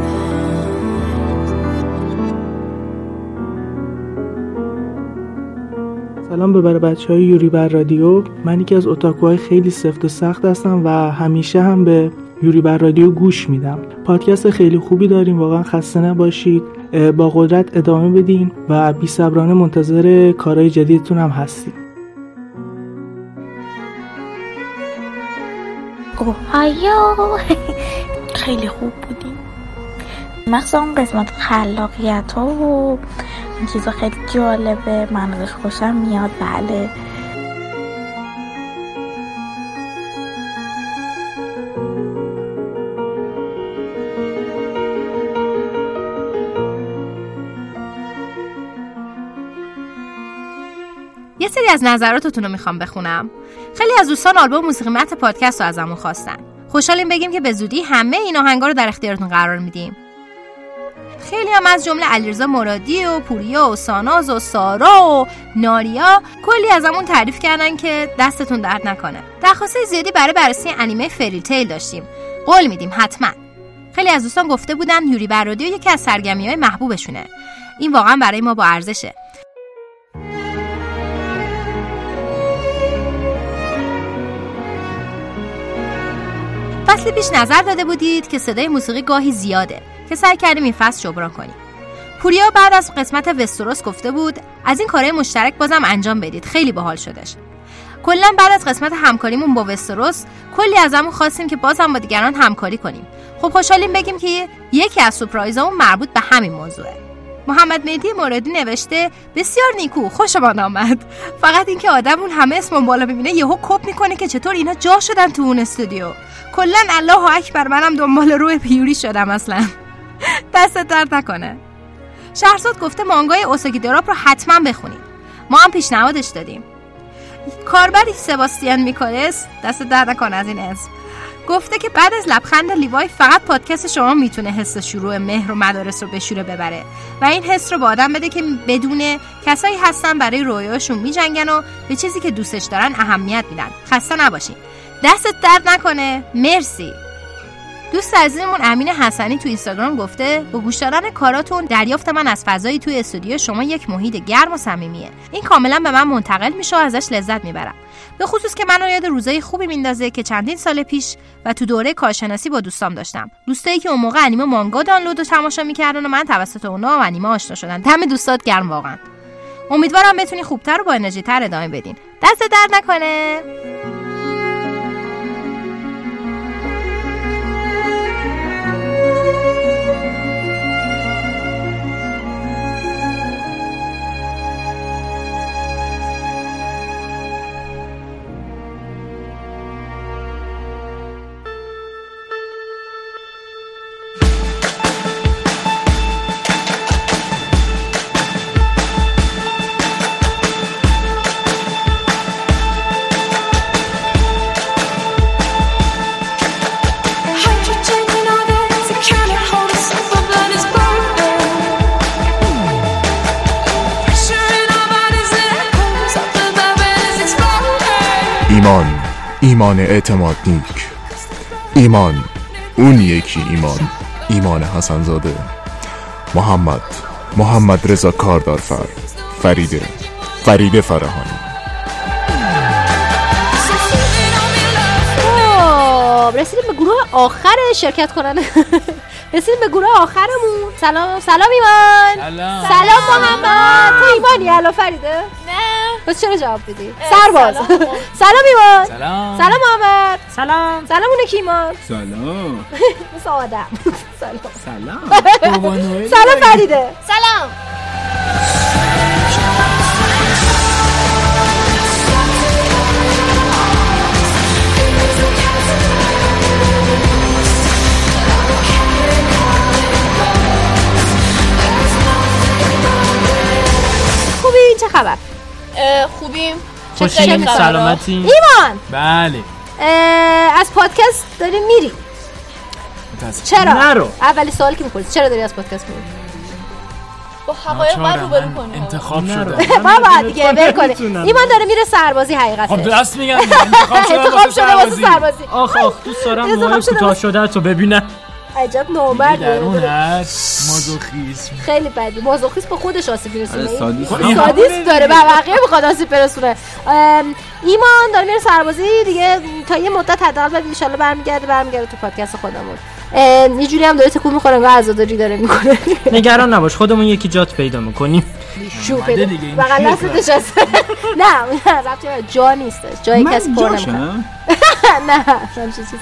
Speaker 24: سلام ببر بچه های یوری بر رادیو من یکی از اتاکوهای خیلی سفت و سخت هستم و همیشه هم به یوری بر رادیو گوش میدم پادکست خیلی خوبی داریم واقعا خسته نباشید اه، با قدرت ادامه بدین و بی صبرانه منتظر کارهای جدیدتون هم هستیم
Speaker 15: اوهایو خیلی خوب بودیم مخصوصا اون قسمت خلاقیت ها و این چیزا خیلی جالبه من ازش خوشم میاد بله
Speaker 4: یه سری از نظراتتون رو میخوام بخونم خیلی از دوستان آلبوم موسیقی مت پادکست رو ازمون خواستن خوشحالیم بگیم که به زودی همه این آهنگا رو در اختیارتون قرار میدیم خیلی هم از جمله علیرضا مرادی و پوریا و ساناز و سارا و ناریا کلی ازمون تعریف کردن که دستتون درد نکنه درخواست زیادی برای بررسی انیمه فری تیل داشتیم قول میدیم حتما خیلی از دوستان گفته بودن یوری بر رادیو یکی از سرگمی های محبوبشونه این واقعا برای ما با ارزشه فصل پیش نظر داده بودید که صدای موسیقی گاهی زیاده که سعی کردیم این فصل جبران کنیم پوریا بعد از قسمت وستروس گفته بود از این کارهای مشترک بازم انجام بدید خیلی باحال شدش کلا بعد از قسمت همکاریمون با وستروس کلی ازمون خواستیم که بازم با دیگران همکاری کنیم خب خوشحالیم بگیم که یکی از سورپرایزامون مربوط به همین موضوعه محمد مهدی مرادی نوشته بسیار نیکو خوشمان آمد فقط اینکه آدمون همه اسمم بالا ببینه یهو کپ میکنه که چطور اینا جا شدن تو اون استودیو کلا الله اکبر منم دنبال روی پیوری شدم اصلا دستت درد نکنه شهرزاد گفته مانگای اوساکی دراپ رو حتما بخونید ما هم پیشنهادش دادیم کاربری سباستیان میکالس دست درد نکنه از این اسم گفته که بعد از لبخند لیوای فقط پادکست شما میتونه حس شروع مهر و مدارس رو به شوره ببره و این حس رو به آدم بده که بدون کسایی هستن برای رویاشون میجنگن و به چیزی که دوستش دارن اهمیت میدن خسته نباشین دستت درد نکنه مرسی دوست عزیزمون امین حسنی تو اینستاگرام گفته با گوش دادن کاراتون دریافت من از فضایی توی استودیو شما یک محیط گرم و صمیمیه این کاملا به من منتقل میشه و ازش لذت میبرم به خصوص که منو یاد روزای خوبی میندازه که چندین سال پیش و تو دوره کارشناسی با دوستام داشتم دوستایی که اون موقع انیمه مانگا دانلود و تماشا میکردن و من توسط اونا و انیمه آشنا شدن دم دوستات گرم واقعا امیدوارم بتونی خوبتر و با انرژی تر ادامه بدین دست درد نکنه
Speaker 5: Hydrogen and all that it cannot hold us up. Our blood is boiling. Pressure in our bodies it echoes up the vapor is exploding.
Speaker 17: ایمان ایمان اعتماد نیک ایمان اون یکی ایمان ایمان حسنزاده محمد محمد رضا کاردارفر فریده فریده فراهانی
Speaker 22: خب رسیدیم به گروه آخر شرکت کنن
Speaker 4: رسیدیم به گروه آخرمون سلام سلام ایمان
Speaker 25: سلام.
Speaker 4: سلام محمد
Speaker 25: سلام.
Speaker 4: تو ایمانی الا فریده
Speaker 25: نه
Speaker 4: پس چرا جواب بدی
Speaker 25: اه،
Speaker 4: سرباز
Speaker 25: سلام.
Speaker 4: سلام ایمان
Speaker 25: سلام.
Speaker 4: سلام محمد سلام سلام اون یکی ایمان
Speaker 25: سلام
Speaker 4: مثل آدم سلام
Speaker 25: سلام
Speaker 4: سلام فریده
Speaker 26: سلام
Speaker 4: خوبی چه خبر
Speaker 27: خوبیم
Speaker 4: چه
Speaker 11: خوشیم
Speaker 4: خبر؟
Speaker 11: سلامتی
Speaker 4: ایمان
Speaker 11: بله
Speaker 4: اه، از پادکست داری میری چرا
Speaker 11: نرو
Speaker 4: اولی سوال که میپرسی چرا داری از پادکست میری
Speaker 27: با حقایق باید روبرو کنیم
Speaker 11: انتخاب شده
Speaker 4: بابا دیگه ول کنه
Speaker 11: نمیتونم.
Speaker 4: ایمان داره میره سربازی حقیقتا
Speaker 11: خب درست میگم انتخاب شده
Speaker 4: انتخاب شده واسه سربازی
Speaker 11: آخ آخ دوست دارم
Speaker 4: انتخاب
Speaker 11: موهای
Speaker 4: شده بله.
Speaker 11: کوتاه شده تو ببینم
Speaker 4: عجب
Speaker 11: درون
Speaker 4: نامرده
Speaker 11: هست مازوخیسم
Speaker 4: خیلی بدی مازوخیست به خودش آسیب میرسونه
Speaker 11: آره، سادیست.
Speaker 4: سادیست داره به بقیه میخواد آسیب برسونه ام، ایمان داره میره سربازی دیگه تا یه مدت حداقل بعد انشالله برمیگرده برمیگرده تو پادکست خودمون ام، یه جوری هم داره تکون میخوره انگار عزاداری داره میکنه
Speaker 11: نگران نباش خودمون یکی جات پیدا میکنیم
Speaker 4: شو
Speaker 25: بله
Speaker 11: اومده
Speaker 4: پیدا
Speaker 11: دیگه، این
Speaker 4: بغل
Speaker 11: کیه
Speaker 4: دستت
Speaker 11: پس؟
Speaker 4: نشسته نه نه ربطی به جا نیستش جای کس پر نمی‌کنه. نه همچین چیزی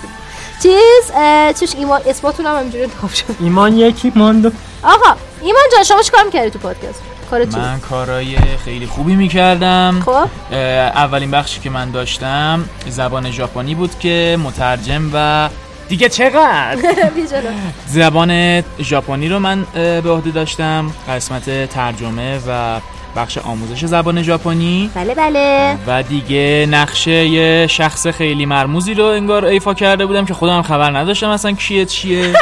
Speaker 4: چیز اه، چیش ایمان اسمتون هم همینجوری انتخاب شد
Speaker 11: ایمان یکی ماندو
Speaker 4: آقا ایمان جان شما چیکار می‌کردی تو پادکست کار چی
Speaker 25: من کارای خیلی خوبی میکردم
Speaker 4: خب
Speaker 25: اولین بخشی که من داشتم زبان ژاپنی بود که مترجم و دیگه چقدر
Speaker 4: بی جلو.
Speaker 25: زبان ژاپنی رو من اه، به عهده داشتم قسمت ترجمه و بخش آموزش زبان ژاپنی
Speaker 4: بله بله
Speaker 25: و دیگه نقشه یه شخص خیلی مرموزی رو انگار ایفا کرده بودم که خودم خبر نداشتم اصلا کیه چیه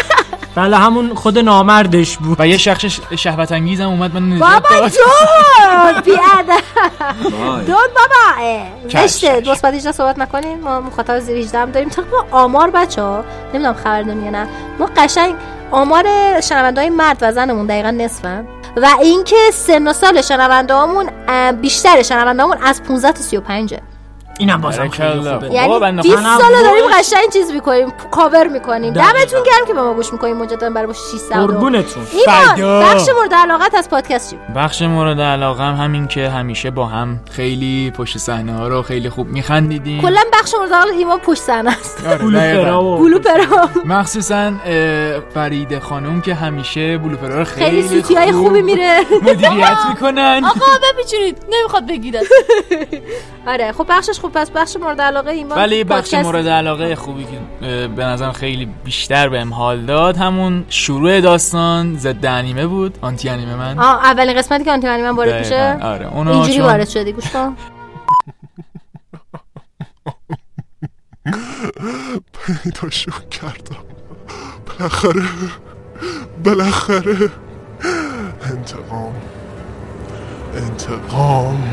Speaker 11: بله همون خود نامردش بود
Speaker 25: و یه شخص شهوت انگیزم اومد من نجات
Speaker 4: بابا
Speaker 25: داد
Speaker 4: جون بیاده
Speaker 25: وای.
Speaker 4: دون بابا اه،
Speaker 25: کش،
Speaker 4: زشته مثبت 18 صحبت نکنین ما مخاطب زیر 18 هم داریم تا ما آمار بچه ها نمیدونم خبر دارین یا نه ما قشنگ آمار شنونده های مرد و زنمون دقیقا نصفن و اینکه سن و سال شنونده هامون اه، بیشتر شنونده هامون از 15 تا 35
Speaker 11: اینم بازم خیلی
Speaker 25: بارکالله.
Speaker 11: خوبه
Speaker 4: یعنی
Speaker 25: بابا، بنده
Speaker 4: 20
Speaker 25: خدا.
Speaker 4: سال داریم قشنگ چیز میکنیم کاور میکنیم
Speaker 25: دقیقاً.
Speaker 4: دمتون گرم که به ما گوش میکنیم مجددا برای ما 600
Speaker 25: قربونتون.
Speaker 4: ایمان
Speaker 25: فدا.
Speaker 4: بخش مورد علاقت از پادکست چی بود؟
Speaker 25: بخش مورد علاقه هم همین که همیشه با هم خیلی پشت صحنه ها رو خیلی خوب میخندیدیم
Speaker 4: کلا بخش مورد علاقت ایمان پشت صحنه است
Speaker 25: آره، بلو
Speaker 4: آره، بلوپرا
Speaker 25: مخصوصا اه، فرید خانم که همیشه بلوپرا رو
Speaker 4: خیلی
Speaker 25: خیلی
Speaker 4: سوتی های
Speaker 25: خوب
Speaker 4: خوبی میره
Speaker 25: مدیریت میکنن
Speaker 4: آقا بپیچونید نمیخواد بگید آره خب بخشش خوب پس بخش مورد علاقه ایمان
Speaker 25: ولی بخش
Speaker 4: پادکست.
Speaker 25: مورد علاقه خوبی که اه، به نظرم خیلی بیشتر بهم حال داد همون شروع داستان ضد انیمه بود آنتی انیمه من
Speaker 4: آه اولین قسمتی که آنتی من وارد
Speaker 25: دقیقاً،
Speaker 4: میشه
Speaker 25: آره، اونو
Speaker 4: اینجوری
Speaker 25: چون-
Speaker 4: وارد شدی گوش کن
Speaker 5: پیداشو کردم بالاخره بالاخره انتقام انتقام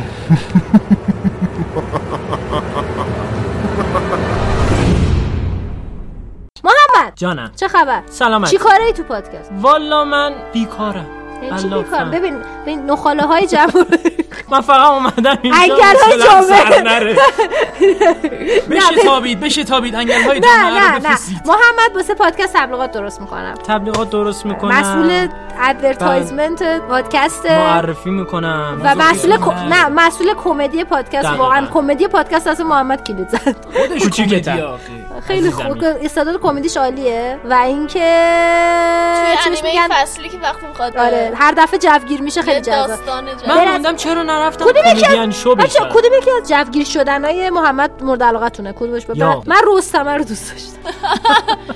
Speaker 4: محمد
Speaker 11: جانم
Speaker 4: چه خبر
Speaker 11: سلامت.
Speaker 4: چی کاره ای تو پادکست
Speaker 11: والا من بیکارم
Speaker 4: یعنی چی
Speaker 11: الله
Speaker 4: بیکار
Speaker 11: فهم.
Speaker 4: ببین ببین نخاله های جمع
Speaker 11: من فقط اومدم اینجا
Speaker 4: انگل های
Speaker 11: حوصله‌ام سر
Speaker 4: جمعه
Speaker 11: نره. بشه تابید بشه تابید انگل های
Speaker 4: نه
Speaker 11: جمعه
Speaker 4: نه
Speaker 11: رو
Speaker 4: نه
Speaker 11: بفرستید.
Speaker 4: محمد واسه پادکست تبلیغات درست میکنم
Speaker 11: تبلیغات درست میکنم
Speaker 4: مسئول ادورتایزمنت پادکست
Speaker 11: معرفی میکنم
Speaker 4: و مسئول کو- نه مسئول کمدی پادکست
Speaker 11: دقیقاً.
Speaker 4: واقعا کمدی پادکست از محمد کلید زد
Speaker 11: کوچیکتر
Speaker 4: خیلی
Speaker 11: عزیزم
Speaker 4: خوب استعداد کمدیش عالیه و اینکه
Speaker 27: توی
Speaker 4: چی بهش
Speaker 27: انیمه
Speaker 4: میگن
Speaker 27: فصلی که وقتی میخواد
Speaker 4: آره هر دفعه جوگیر میشه خیلی
Speaker 27: یه
Speaker 4: جذاب
Speaker 27: داستان جذاب.
Speaker 11: من موندم چرا نرفتم
Speaker 4: کدوم یکی
Speaker 11: کمدین
Speaker 4: از
Speaker 11: شو
Speaker 4: بچه
Speaker 11: بشم.
Speaker 4: کدوم یکی از جوگیر شدنای محمد مورد علاقتونه کدومش به
Speaker 25: یا.
Speaker 4: من من رستمه رو دوست داشتم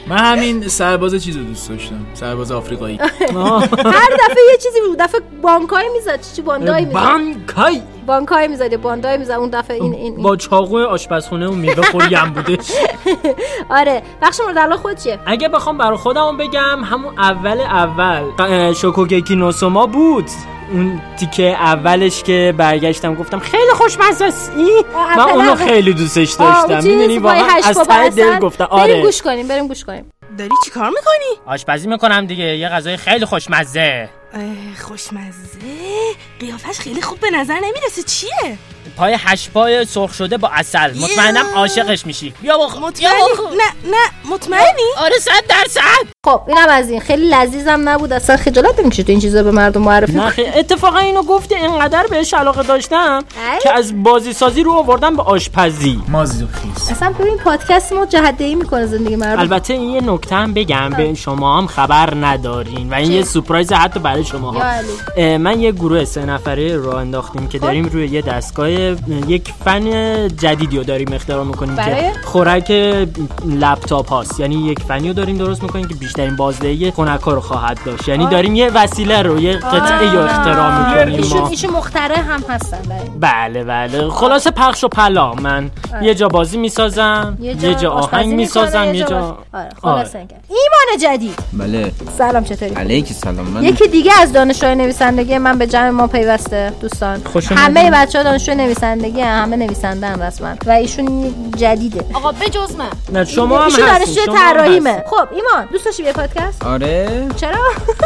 Speaker 25: من همین سرباز چیز رو دوست داشتم سرباز آفریقایی
Speaker 4: هر دفعه یه چیزی بود دفعه بانکای میزد چی چی باندای میزد
Speaker 11: بانکای
Speaker 4: بانکای میزد باندای میزد اون دفعه این این, این.
Speaker 11: با چاقو آشپزخونه و میوه خوریم بودش
Speaker 4: آره بخش مورد علاقه خود چیه
Speaker 11: اگه بخوام برای خودم بگم همون اول اول اه، شوکوگکی نوسوما بود اون تیکه اولش که برگشتم گفتم خیلی خوشمزه است این
Speaker 4: آه،
Speaker 11: من
Speaker 4: اول
Speaker 11: اونو
Speaker 4: اول.
Speaker 11: خیلی دوستش
Speaker 4: آه،
Speaker 11: داشتم
Speaker 4: اون چیز
Speaker 11: میدونی
Speaker 4: با
Speaker 11: واقعا
Speaker 4: هشت
Speaker 11: از
Speaker 4: بابا
Speaker 11: ته
Speaker 4: هستن.
Speaker 11: دل گفتم
Speaker 4: بریم
Speaker 11: آره
Speaker 4: گوش کنیم بریم گوش کنیم
Speaker 15: داری چی کار میکنی؟
Speaker 11: آشپزی میکنم دیگه یه غذای خیلی خوشمزه
Speaker 15: خوشمزه قیافش خیلی خوب به نظر نمیرسه چیه؟
Speaker 11: پای هشت پای سرخ شده با اصل مطمئنم عاشقش میشی بیا با
Speaker 15: مطمئنی؟ یعنی نه نه مطمئنی؟
Speaker 11: خب. آره صد درصد
Speaker 4: خب اینم از این خیلی لذیذم نبود اصلا خجالت نمیشه تو این چیزا به مردم معرفی
Speaker 11: نه خیلی. اتفاقا اینو گفته اینقدر بهش علاقه داشتم که از بازی سازی رو آوردم به آشپزی مازوخیست
Speaker 4: اصلا ببین پادکست ما جهدهی میکنه زندگی مردم
Speaker 11: البته این یه نکته هم بگم به شما هم خبر ندارین و این
Speaker 4: چی؟ بله.
Speaker 11: یه سپرایز حتی برای شما
Speaker 4: یا
Speaker 11: ها
Speaker 4: علی.
Speaker 11: من یه گروه سه نفره راه انداختیم
Speaker 4: خب.
Speaker 11: که داریم روی یه دستگاه اه، یک فن جدیدی رو داریم اختراع میکنیم
Speaker 28: برای؟
Speaker 11: که خوراک لپتاپ هاست یعنی یک فنی رو داریم درست میکنیم که بیشترین بازدهی خنک رو خواهد داشت یعنی
Speaker 4: آه.
Speaker 11: داریم یه وسیله رو یه قطعه رو اختراع میکنیم
Speaker 4: ایشون
Speaker 11: ما
Speaker 4: ایشون مختره هم هستن برای این.
Speaker 11: بله بله خلاصه پخش و پلا من
Speaker 4: آه.
Speaker 11: یه جا بازی میسازم
Speaker 4: یه جا
Speaker 11: یه جا
Speaker 4: آشپزی
Speaker 11: آهنگ
Speaker 4: می‌کنه،
Speaker 11: میسازم یه جا
Speaker 4: باز- آره
Speaker 11: آره.
Speaker 4: خلاصه این کرد. ایمان جدید
Speaker 3: بله
Speaker 4: سلام چطوری
Speaker 3: علیکی سلام من
Speaker 4: یکی دیگه از دانشجوهای نویسندگی من به جمع ما پیوسته دوستان
Speaker 3: خوشم
Speaker 4: همه
Speaker 3: اومدین.
Speaker 4: بچه ها دانشجو نویسندگی هم. همه نویسنده هم رسما و ایشون جدیده
Speaker 28: آقا به جز من
Speaker 11: نه شما هم
Speaker 4: ایشون
Speaker 11: هستین،
Speaker 4: دانشجو
Speaker 11: شما هم
Speaker 4: طراحیمه
Speaker 11: هستین.
Speaker 4: خب ایمان دوست داشتی بیای پادکست
Speaker 3: آره
Speaker 4: چرا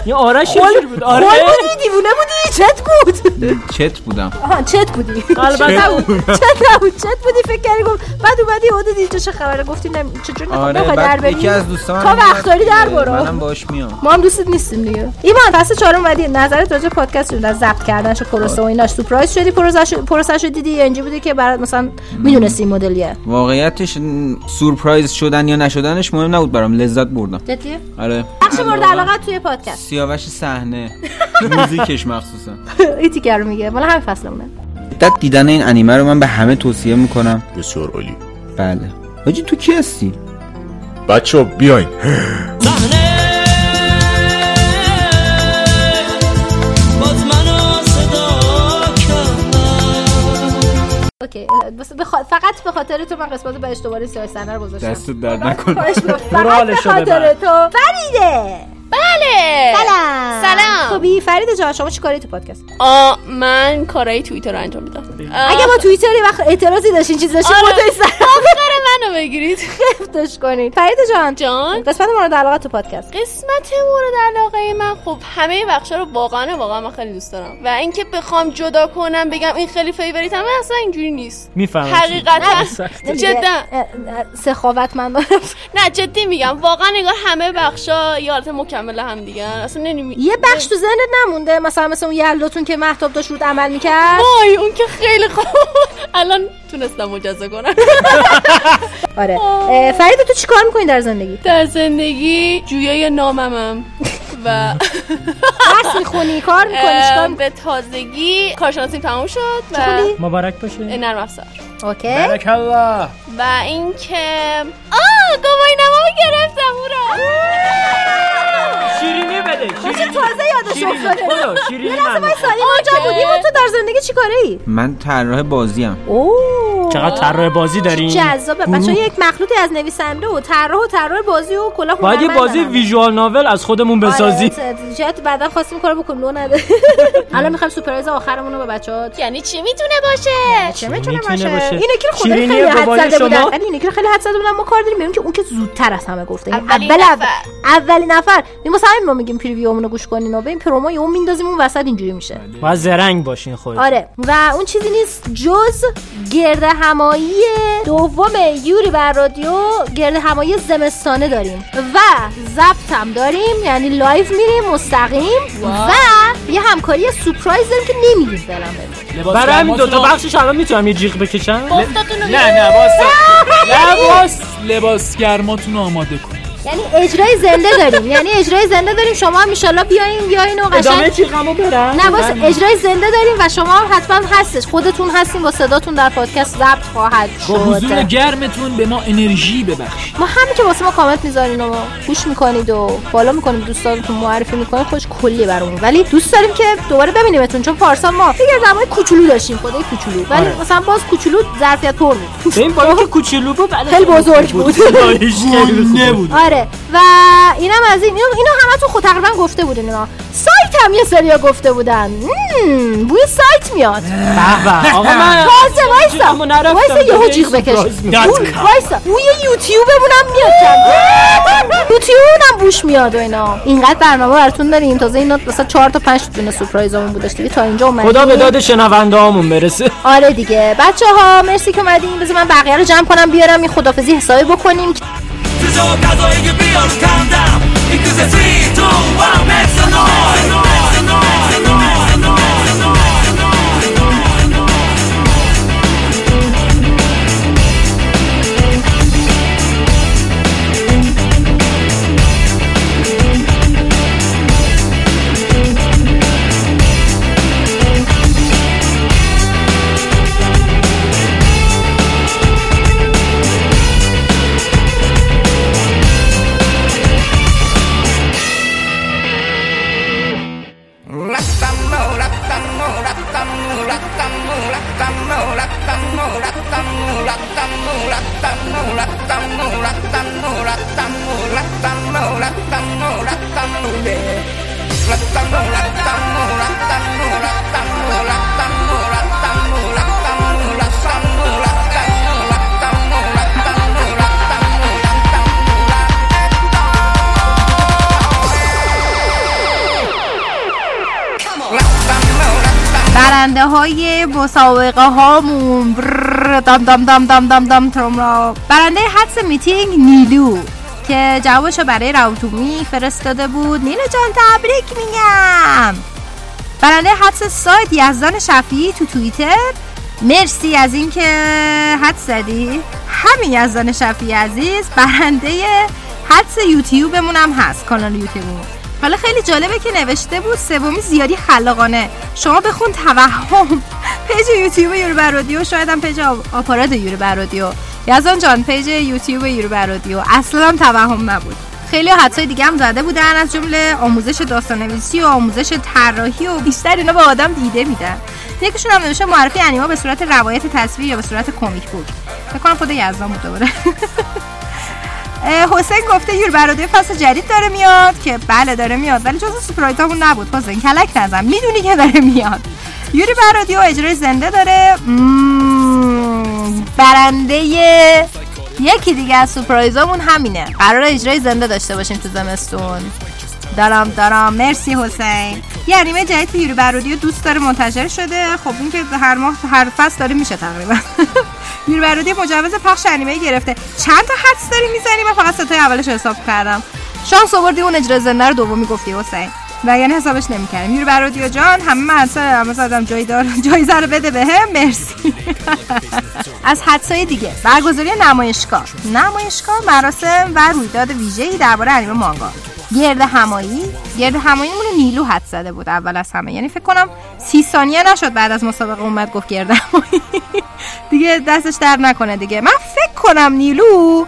Speaker 11: یه آرش یه
Speaker 4: خل-
Speaker 11: جوری بود
Speaker 4: خل
Speaker 11: آره
Speaker 4: بودی دیوونه بودی چت بود
Speaker 3: چت بودم
Speaker 4: آها چت بودی
Speaker 3: البته.
Speaker 4: چت نبود چت نبود چت بودی فکر کردی گفت بعد اومدی اون دیدی چه خبره گفتی نمی- چجوری نخواد
Speaker 3: آره
Speaker 4: نخواد در
Speaker 3: بعد
Speaker 4: بری
Speaker 3: یکی از دوستان آره،
Speaker 4: تا وقتاری در برو
Speaker 3: منم باش میام
Speaker 4: ما هم دوستت نیستیم دیگه ایمان پس چهارم اومدی نظرت راجع به پادکست شد از ضبط کردنش و پروسه و ایناش سورپرایز شدی پروسه پروسه دیدی یا اینجوری بودی که برات مثلا میدونستی این مدلیه
Speaker 3: واقعیتش م، سورپرایز شدن یا نشدنش مهم نبود برام لذت بردم
Speaker 4: جدی
Speaker 3: آره
Speaker 4: بخش مورد علاقه توی پادکست
Speaker 3: سیاوش صحنه موزیکش مخصوصا
Speaker 4: این تیکر رو میگه مال همین فصلمونه
Speaker 3: مدت دیدن این انیمه رو من به همه توصیه میکنم بسیار عالی بله حاجی تو کی هستی بچه بیاین
Speaker 17: باز منو صدا
Speaker 4: اوکی واسه- به خا- فقط به خاطر تو من قسمت به اشتباهی سیاه سنه رو گذاشتم
Speaker 3: دستت درد نکنه
Speaker 4: خواهش می‌کنم. فقط به
Speaker 3: مورالشو
Speaker 4: خاطر
Speaker 3: ببر.
Speaker 4: تو فریده
Speaker 27: بله
Speaker 4: سلام خب،
Speaker 27: سلام.
Speaker 4: خوبی فرید جان شما چی کاری تو پادکست
Speaker 27: آ من کارهای توییتر رو انجام میدم
Speaker 4: اگه ما توییتر یه وقت اعتراضی داشتین چیز داشتین
Speaker 27: آره.
Speaker 4: آره. آفکار منو بگیرید خفتش کنید فرید جان
Speaker 27: جان
Speaker 4: قسمت مورد علاقه تو پادکست
Speaker 27: قسمت مورد علاقه من خب همه بخشا رو واقعا واقعا من خیلی دوست دارم و اینکه بخوام جدا کنم بگم این خیلی فیوریت هم اصلا اینجوری نیست
Speaker 11: میفهمم
Speaker 27: حقیقتا جدا
Speaker 4: سخاوت من
Speaker 27: نه جدی میگم واقعا انگار همه بخشا یه حالت مکمل هم دیگه اصلا نمی
Speaker 4: یه بخش تو ذهنت نمونده مثلا مثل اون یلوتون که محتاب داشت رود عمل میکرد
Speaker 27: وای اون که خیلی خوب الان تونستم مجزا کنم
Speaker 4: آره اه، فرید تو چی کار میکنی در زندگی
Speaker 27: در زندگی جویای ناممم و
Speaker 4: درس میخونی کار میکنی چیکار
Speaker 27: به تازگی کارشناسیم تموم شد و
Speaker 11: مبارک باشه
Speaker 27: نرم افزار
Speaker 4: اوکی
Speaker 11: بارک الله
Speaker 27: و اینکه آه گواهی نامه گرفتم او را
Speaker 11: بله، شیرینی بده
Speaker 4: چه تازه یادش
Speaker 11: شیرینی.
Speaker 4: افتاده
Speaker 11: برو، شیرینی
Speaker 4: یه لحظه
Speaker 11: من
Speaker 4: وایسا، ایمان جان
Speaker 27: آره.
Speaker 4: بود ایمان تو در زندگی چی کاره ای
Speaker 3: من طراح بازیم
Speaker 4: اوه
Speaker 11: چقدر طراح بازی دارین
Speaker 4: جذابه
Speaker 11: گروه.
Speaker 4: بچه یک مخلوطی از نویسنده و طراح و طراح بازی و کلا
Speaker 11: باید یه بازی ویژوال ناول از خودمون
Speaker 4: آره،
Speaker 11: بسازی
Speaker 4: شاید بعدا خواستیم کارو بکنیم لو نده الان میخوایم سورپرایز آخرمون رو به بچه‌ها یعنی چی میتونه باشه چی یعنی میتونه
Speaker 11: می‌تونه
Speaker 4: باشه
Speaker 11: باشه؟
Speaker 4: اینو که خود
Speaker 11: شیرینی
Speaker 4: خیلی
Speaker 11: گواهی
Speaker 4: حد زده
Speaker 11: شما؟
Speaker 4: بودن ولی اینو که خیلی حد زده بودن ما کار داریم میگیم که اون که زودتر از همه گفته این
Speaker 27: اولین
Speaker 4: اول
Speaker 27: نفر.
Speaker 4: اولین نفر این واسه همین ما میگیم پریویومون رو گوش کنین و ببین پرومو یهو میندازیم اون وسط اینجوری میشه
Speaker 11: باید زرنگ باشین خود
Speaker 4: آره و اون چیزی نیست جز گرد همایی دوم یوری بر رادیو گرد همایی زمستانه داریم و ضبط هم داریم یعنی لایو میریم مستقیم و یه همکاری سپرایز داریم که نمیگیم دلم بهتون.
Speaker 11: برای همین دوتا بخشش الان میتونم یه جیغ بکشم
Speaker 4: افتادونو
Speaker 11: نه، نه،
Speaker 4: بگیر.
Speaker 11: لباس
Speaker 25: لباس گرماتون رو آماده کن
Speaker 4: یعنی اجرای زنده داریم یعنی اجرای زنده داریم شما هم ایشالله بیاین بیاین و
Speaker 11: ادامه
Speaker 4: قشنگ
Speaker 11: جیغمو برم بله.
Speaker 4: نه واسه اجرای زنده داریم و شما هم حتما هستش خودتون هستین با صداتون در پادکست ضبط خواهد
Speaker 11: خب،
Speaker 25: با خب، حضور
Speaker 4: شد
Speaker 25: گرمتون به ما انرژی ببخشید
Speaker 4: ما همین که واسه ما کامنت میذارین و ما گوش میکنید و بالا میکنیم دوستانتون معرفی میکنید خوش کلی برامون ولی دوست داریم که دوباره ببینیمتون چون پارسال ما یه دمای کوچولو داشتیم خدای کوچولو ولی
Speaker 11: آره.
Speaker 4: مثلا باز کوچولو ظرفیت پر بود
Speaker 11: این بالا که کوچولو بود بعد
Speaker 4: خیلی بزرگ بود.
Speaker 11: صدایش خیلی خوب بود
Speaker 4: آره آره و اینم از این اینو, اینو همه تو خود تقریبا گفته بودین اینا سایت هم یه سریا گفته بودن مم، بوی سایت میاد
Speaker 11: به، آقا من-
Speaker 4: وایسا وایسا
Speaker 11: من نرفتم.
Speaker 4: وایسا یهو
Speaker 11: دنیای
Speaker 4: جیغ بکش
Speaker 11: سورپرایز می‌کنم.
Speaker 4: بوی- وایسا بوی یوتیوبمون هم میاد کم یوتیوبمون هم بوش میاد و اینا اینقدر برنامه براتون داریم تازه اینا مثلا 4 تا 5 دونه سورپرایزمون بودش دیگه تا اینجا اومدیم
Speaker 11: خدا به داد شنونده هامون برسه
Speaker 4: آره دیگه بچه ها مرسی که اومدین بذار من بقیه رو جمع کنم بیارم این خدافزی حسابی بکنیم
Speaker 5: تو جو غذایی که بیار کندم این کس 3 2 1 make some noise
Speaker 15: برنده های مسابقه هامون بررر، دام دام دام دام دام دام تروم را
Speaker 4: برنده حدس میتینگ نیلو که جوابش رو برای راوتومی فرستاده بود نیلو جان تبریک میگم برنده حدس سایت یزدان شفیعی تو توییتر مرسی از اینکه حد زدی همین یزدان شفیعی عزیز برنده حدس یوتیوبمون هم هست کانال یوتیوبمون حالا خیلی جالبه که نوشته بود سومی زیادی خلاقانه شما بخون توهم پیج یوتیوب یورو رادیو شاید هم پیج آ- آپارات یورو رادیو یزدان جان پیج یوتیوب یورو رادیو اصلا هم توهم نبود خیلی حدسای دیگه هم زده بودن از جمله آموزش داستان‌نویسی و آموزش طراحی و بیشتر اینا به آدم دیده میدن یکیشون هم نوشته معرفی انیما به صورت روایت تصویر یا به صورت کمیک بود فکر کنم خود یزدان بود دوباره اه، حسین گفته یور برادر فصل جدید داره میاد که بله داره میاد ولی جزو سپرایتامون نبود حسین کلک نزن میدونی که داره میاد یوری برادیو اجرای زنده داره مم، برنده
Speaker 3: یکی دیگه از سورپرایزامون همینه قرار اجرای زنده داشته باشیم تو زمستون
Speaker 4: دارم دارم مرسی حسین یه انیمه جدید که یوری برادیو دوست داره منتشر شده خب این که هر ماه هر فصل داره میشه تقریبا یوری برادیو مجوز پخش انیمه گرفته چند تا حدس داری میزنی من فقط ستای اولش رو حساب کردم شانس آوردی اون اجرای زنده رو دومی گفتی حسین و یعنی حسابش نمیکردیم یوری برادیو جان همه حدسا همه آدم جایی دار جایزه رو بده بهم مرسی از حدسای دیگه برگزاری نمایشگاه نمایشگاه مراسم و رویداد ویژه‌ای درباره انیمه مانگا گرد همایی گرد هماییمون رو نیلو حد زده بود اول از همه یعنی فکر کنم سی ثانیه نشد بعد از مسابقه اومد گفت گرد همایی دیگه دستش در نکنه دیگه من فکر کنم نیلو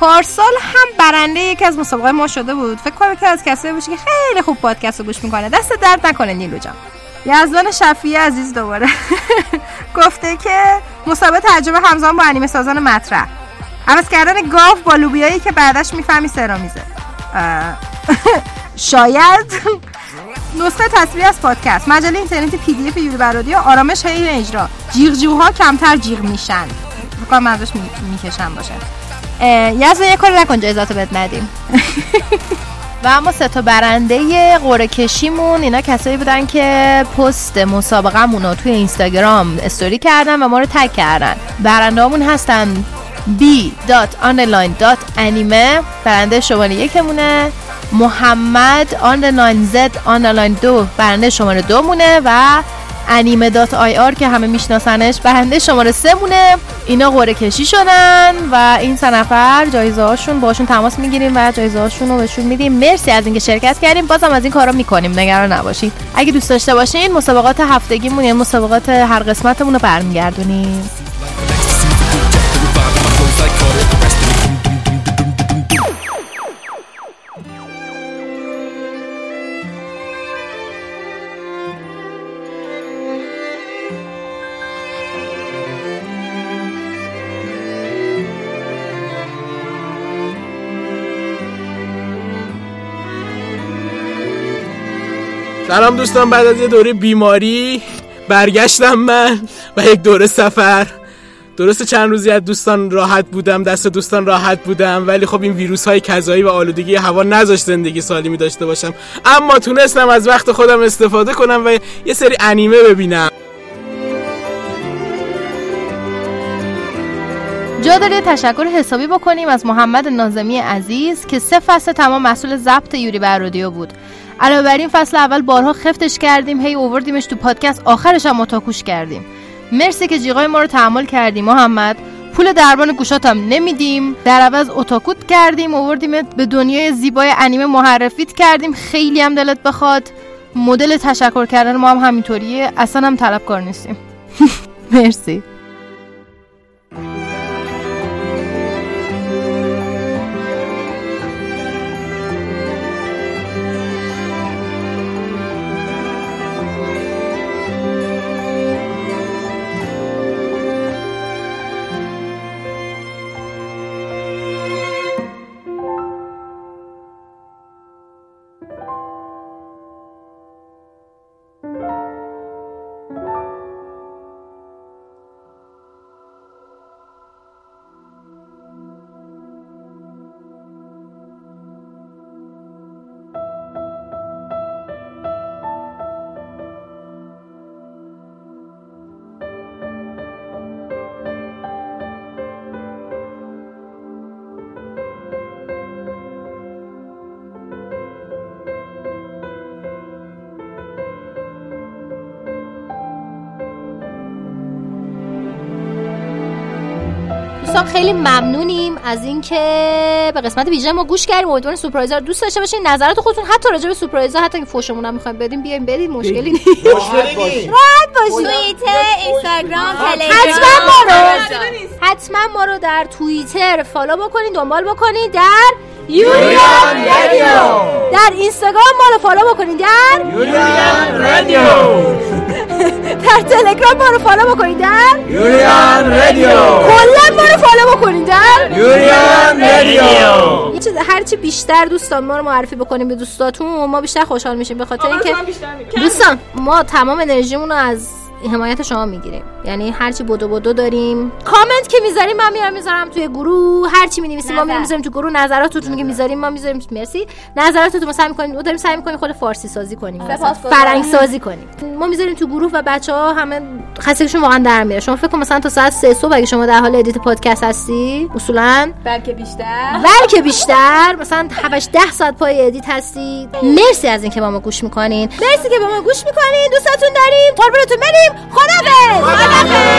Speaker 4: پارسال هم برنده یکی از مسابقه ما شده بود فکر کنم یکی از کسایی باشه که خیلی خوب پادکست رو گوش میکنه دست درد نکنه نیلو جان یزدان شفیعی عزیز دوباره گفته که مسابقه ترجمه همزمان با انیمه سازان مطرح عوض کردن گاف با لوبیایی که بعدش میفهمی سرامیزه اه، شاید نسخه تصویری از پادکست مجله اینترنتی پی دی اف یوری برادی و آرامش حین اجرا جیغجوها کمتر جیغ میشن فکر کنم ازش میکشن باشه اه، یزدان یه کاری نکن جایزاتو بهت ندیم
Speaker 3: و اما سه تا برنده قرعه کشیمون اینا کسایی بودن که پست مسابقهمون رو توی اینستاگرام استوری کردن و ما رو تگ کردن برنده همون هستن b.online.anime برنده شماره یکمونه محمد آنلاین زد آنلاین دو برنده شماره دو مونه و انیمه دات آی آر که همه میشناسنش برنده شماره سه مونه اینا قرعه کشی شدن و این سه نفر جایزه هاشون باشون تماس میگیریم و جایزه هاشون رو بهشون میدیم مرسی از اینکه شرکت کردیم بازم از این کارا میکنیم نگران نباشید اگه دوست داشته باشین مسابقات هفتگیمون یعنی مسابقات هر قسمتمون رو برمیگردونیم
Speaker 29: سلام دوستان بعد از یه دوره بیماری برگشتم من و یک دوره سفر درسته چند روزی از دوستان راحت بودم دست دوستان راحت بودم ولی خب این ویروس های کذایی و آلودگی هوا نذاشت زندگی سالمی داشته باشم اما تونستم از وقت خودم استفاده کنم و یه سری انیمه ببینم
Speaker 30: جا داره تشکر حسابی بکنیم از محمد نازمی عزیز که سه فصل تمام مسئول ضبط یوری بر رادیو بود علاوه بر این فصل اول بارها خفتش کردیم هی اووردیمش تو پادکست آخرش هم متاکوش کردیم مرسی که جیغای ما رو تحمل کردیم محمد پول دربان گوشاتم نمیدیم در عوض اتاکوت کردیم اووردیمت به دنیای زیبای انیمه معرفیت کردیم خیلی هم دلت بخواد مدل تشکر کردن ما هم همینطوریه اصلا هم طلبکار نیستیم مرسی
Speaker 4: دوستان خیلی ممنونیم از اینکه به قسمت ویژه ما گوش کردیم امیدوارم سورپرایزر رو دوست داشته باشین نظرات خودتون حتی راجع به سورپرایزر حتی اگه فوشمون هم میخوایم بدیم بیایم بدین مشکلی نیست
Speaker 15: راحت باشین.
Speaker 4: راحت باشین
Speaker 15: توییتر، اینستاگرام، تلگرام.
Speaker 4: حتما ما رو
Speaker 15: ماجرا نیست.
Speaker 4: حتما ما رو در توییتر فالو بکنین دنبال بکنین در یوریان
Speaker 15: یوریان
Speaker 4: رادیو
Speaker 15: رادیو.
Speaker 4: در اینستاگرام ما رو فالو بکنین در
Speaker 15: یوریان رادیو.
Speaker 4: در تلگرام ما رو فالو بکنین در
Speaker 15: یوریان رادیو.
Speaker 4: کلا ما رو فالو بکنین در
Speaker 15: یوریان رادیو.
Speaker 4: یه چیز هرچی بیشتر دوستان ما رو معرفی بکنیم به دوستاتون ما بیشتر خوشحال میشیم به خاطر
Speaker 31: آواز
Speaker 4: اینکه
Speaker 31: من بیشتر می‌کنه.
Speaker 4: دوستان ما تمام انرژیمون رو از حمایت شما میگیریم یعنی هرچی بدو بدو داریم کامنت که میذاریم من میارم میذارم توی گروه هرچی مینویسیم ما
Speaker 31: نظر.
Speaker 4: میاریم میذاریم تو گروه نظراتتون که میذاریم ما میذاریم مرسی نظراتتون رو سعی میکنیم داریم سعی میکنیم خود فارسی سازی کنیم مثلا
Speaker 31: سپاسگزارم.
Speaker 4: فرنگ سازی کنیم ما میذاریم تو گروه و بچه ها همه خستگیشون واقعا در میره شما فکر کن مثلا تا ساعت سه صبح اگه شما در حال ادیت پادکست هستی اصولا
Speaker 31: بلکه بیشتر
Speaker 4: بلکه بیشتر مثلا 7 ده ساعت پای ادیت هستید مرسی از اینکه با ما گوش میکنین مرسی که به ما گوش میکنین دوستتون داریم قربونتون بریم خدافظ خدافظ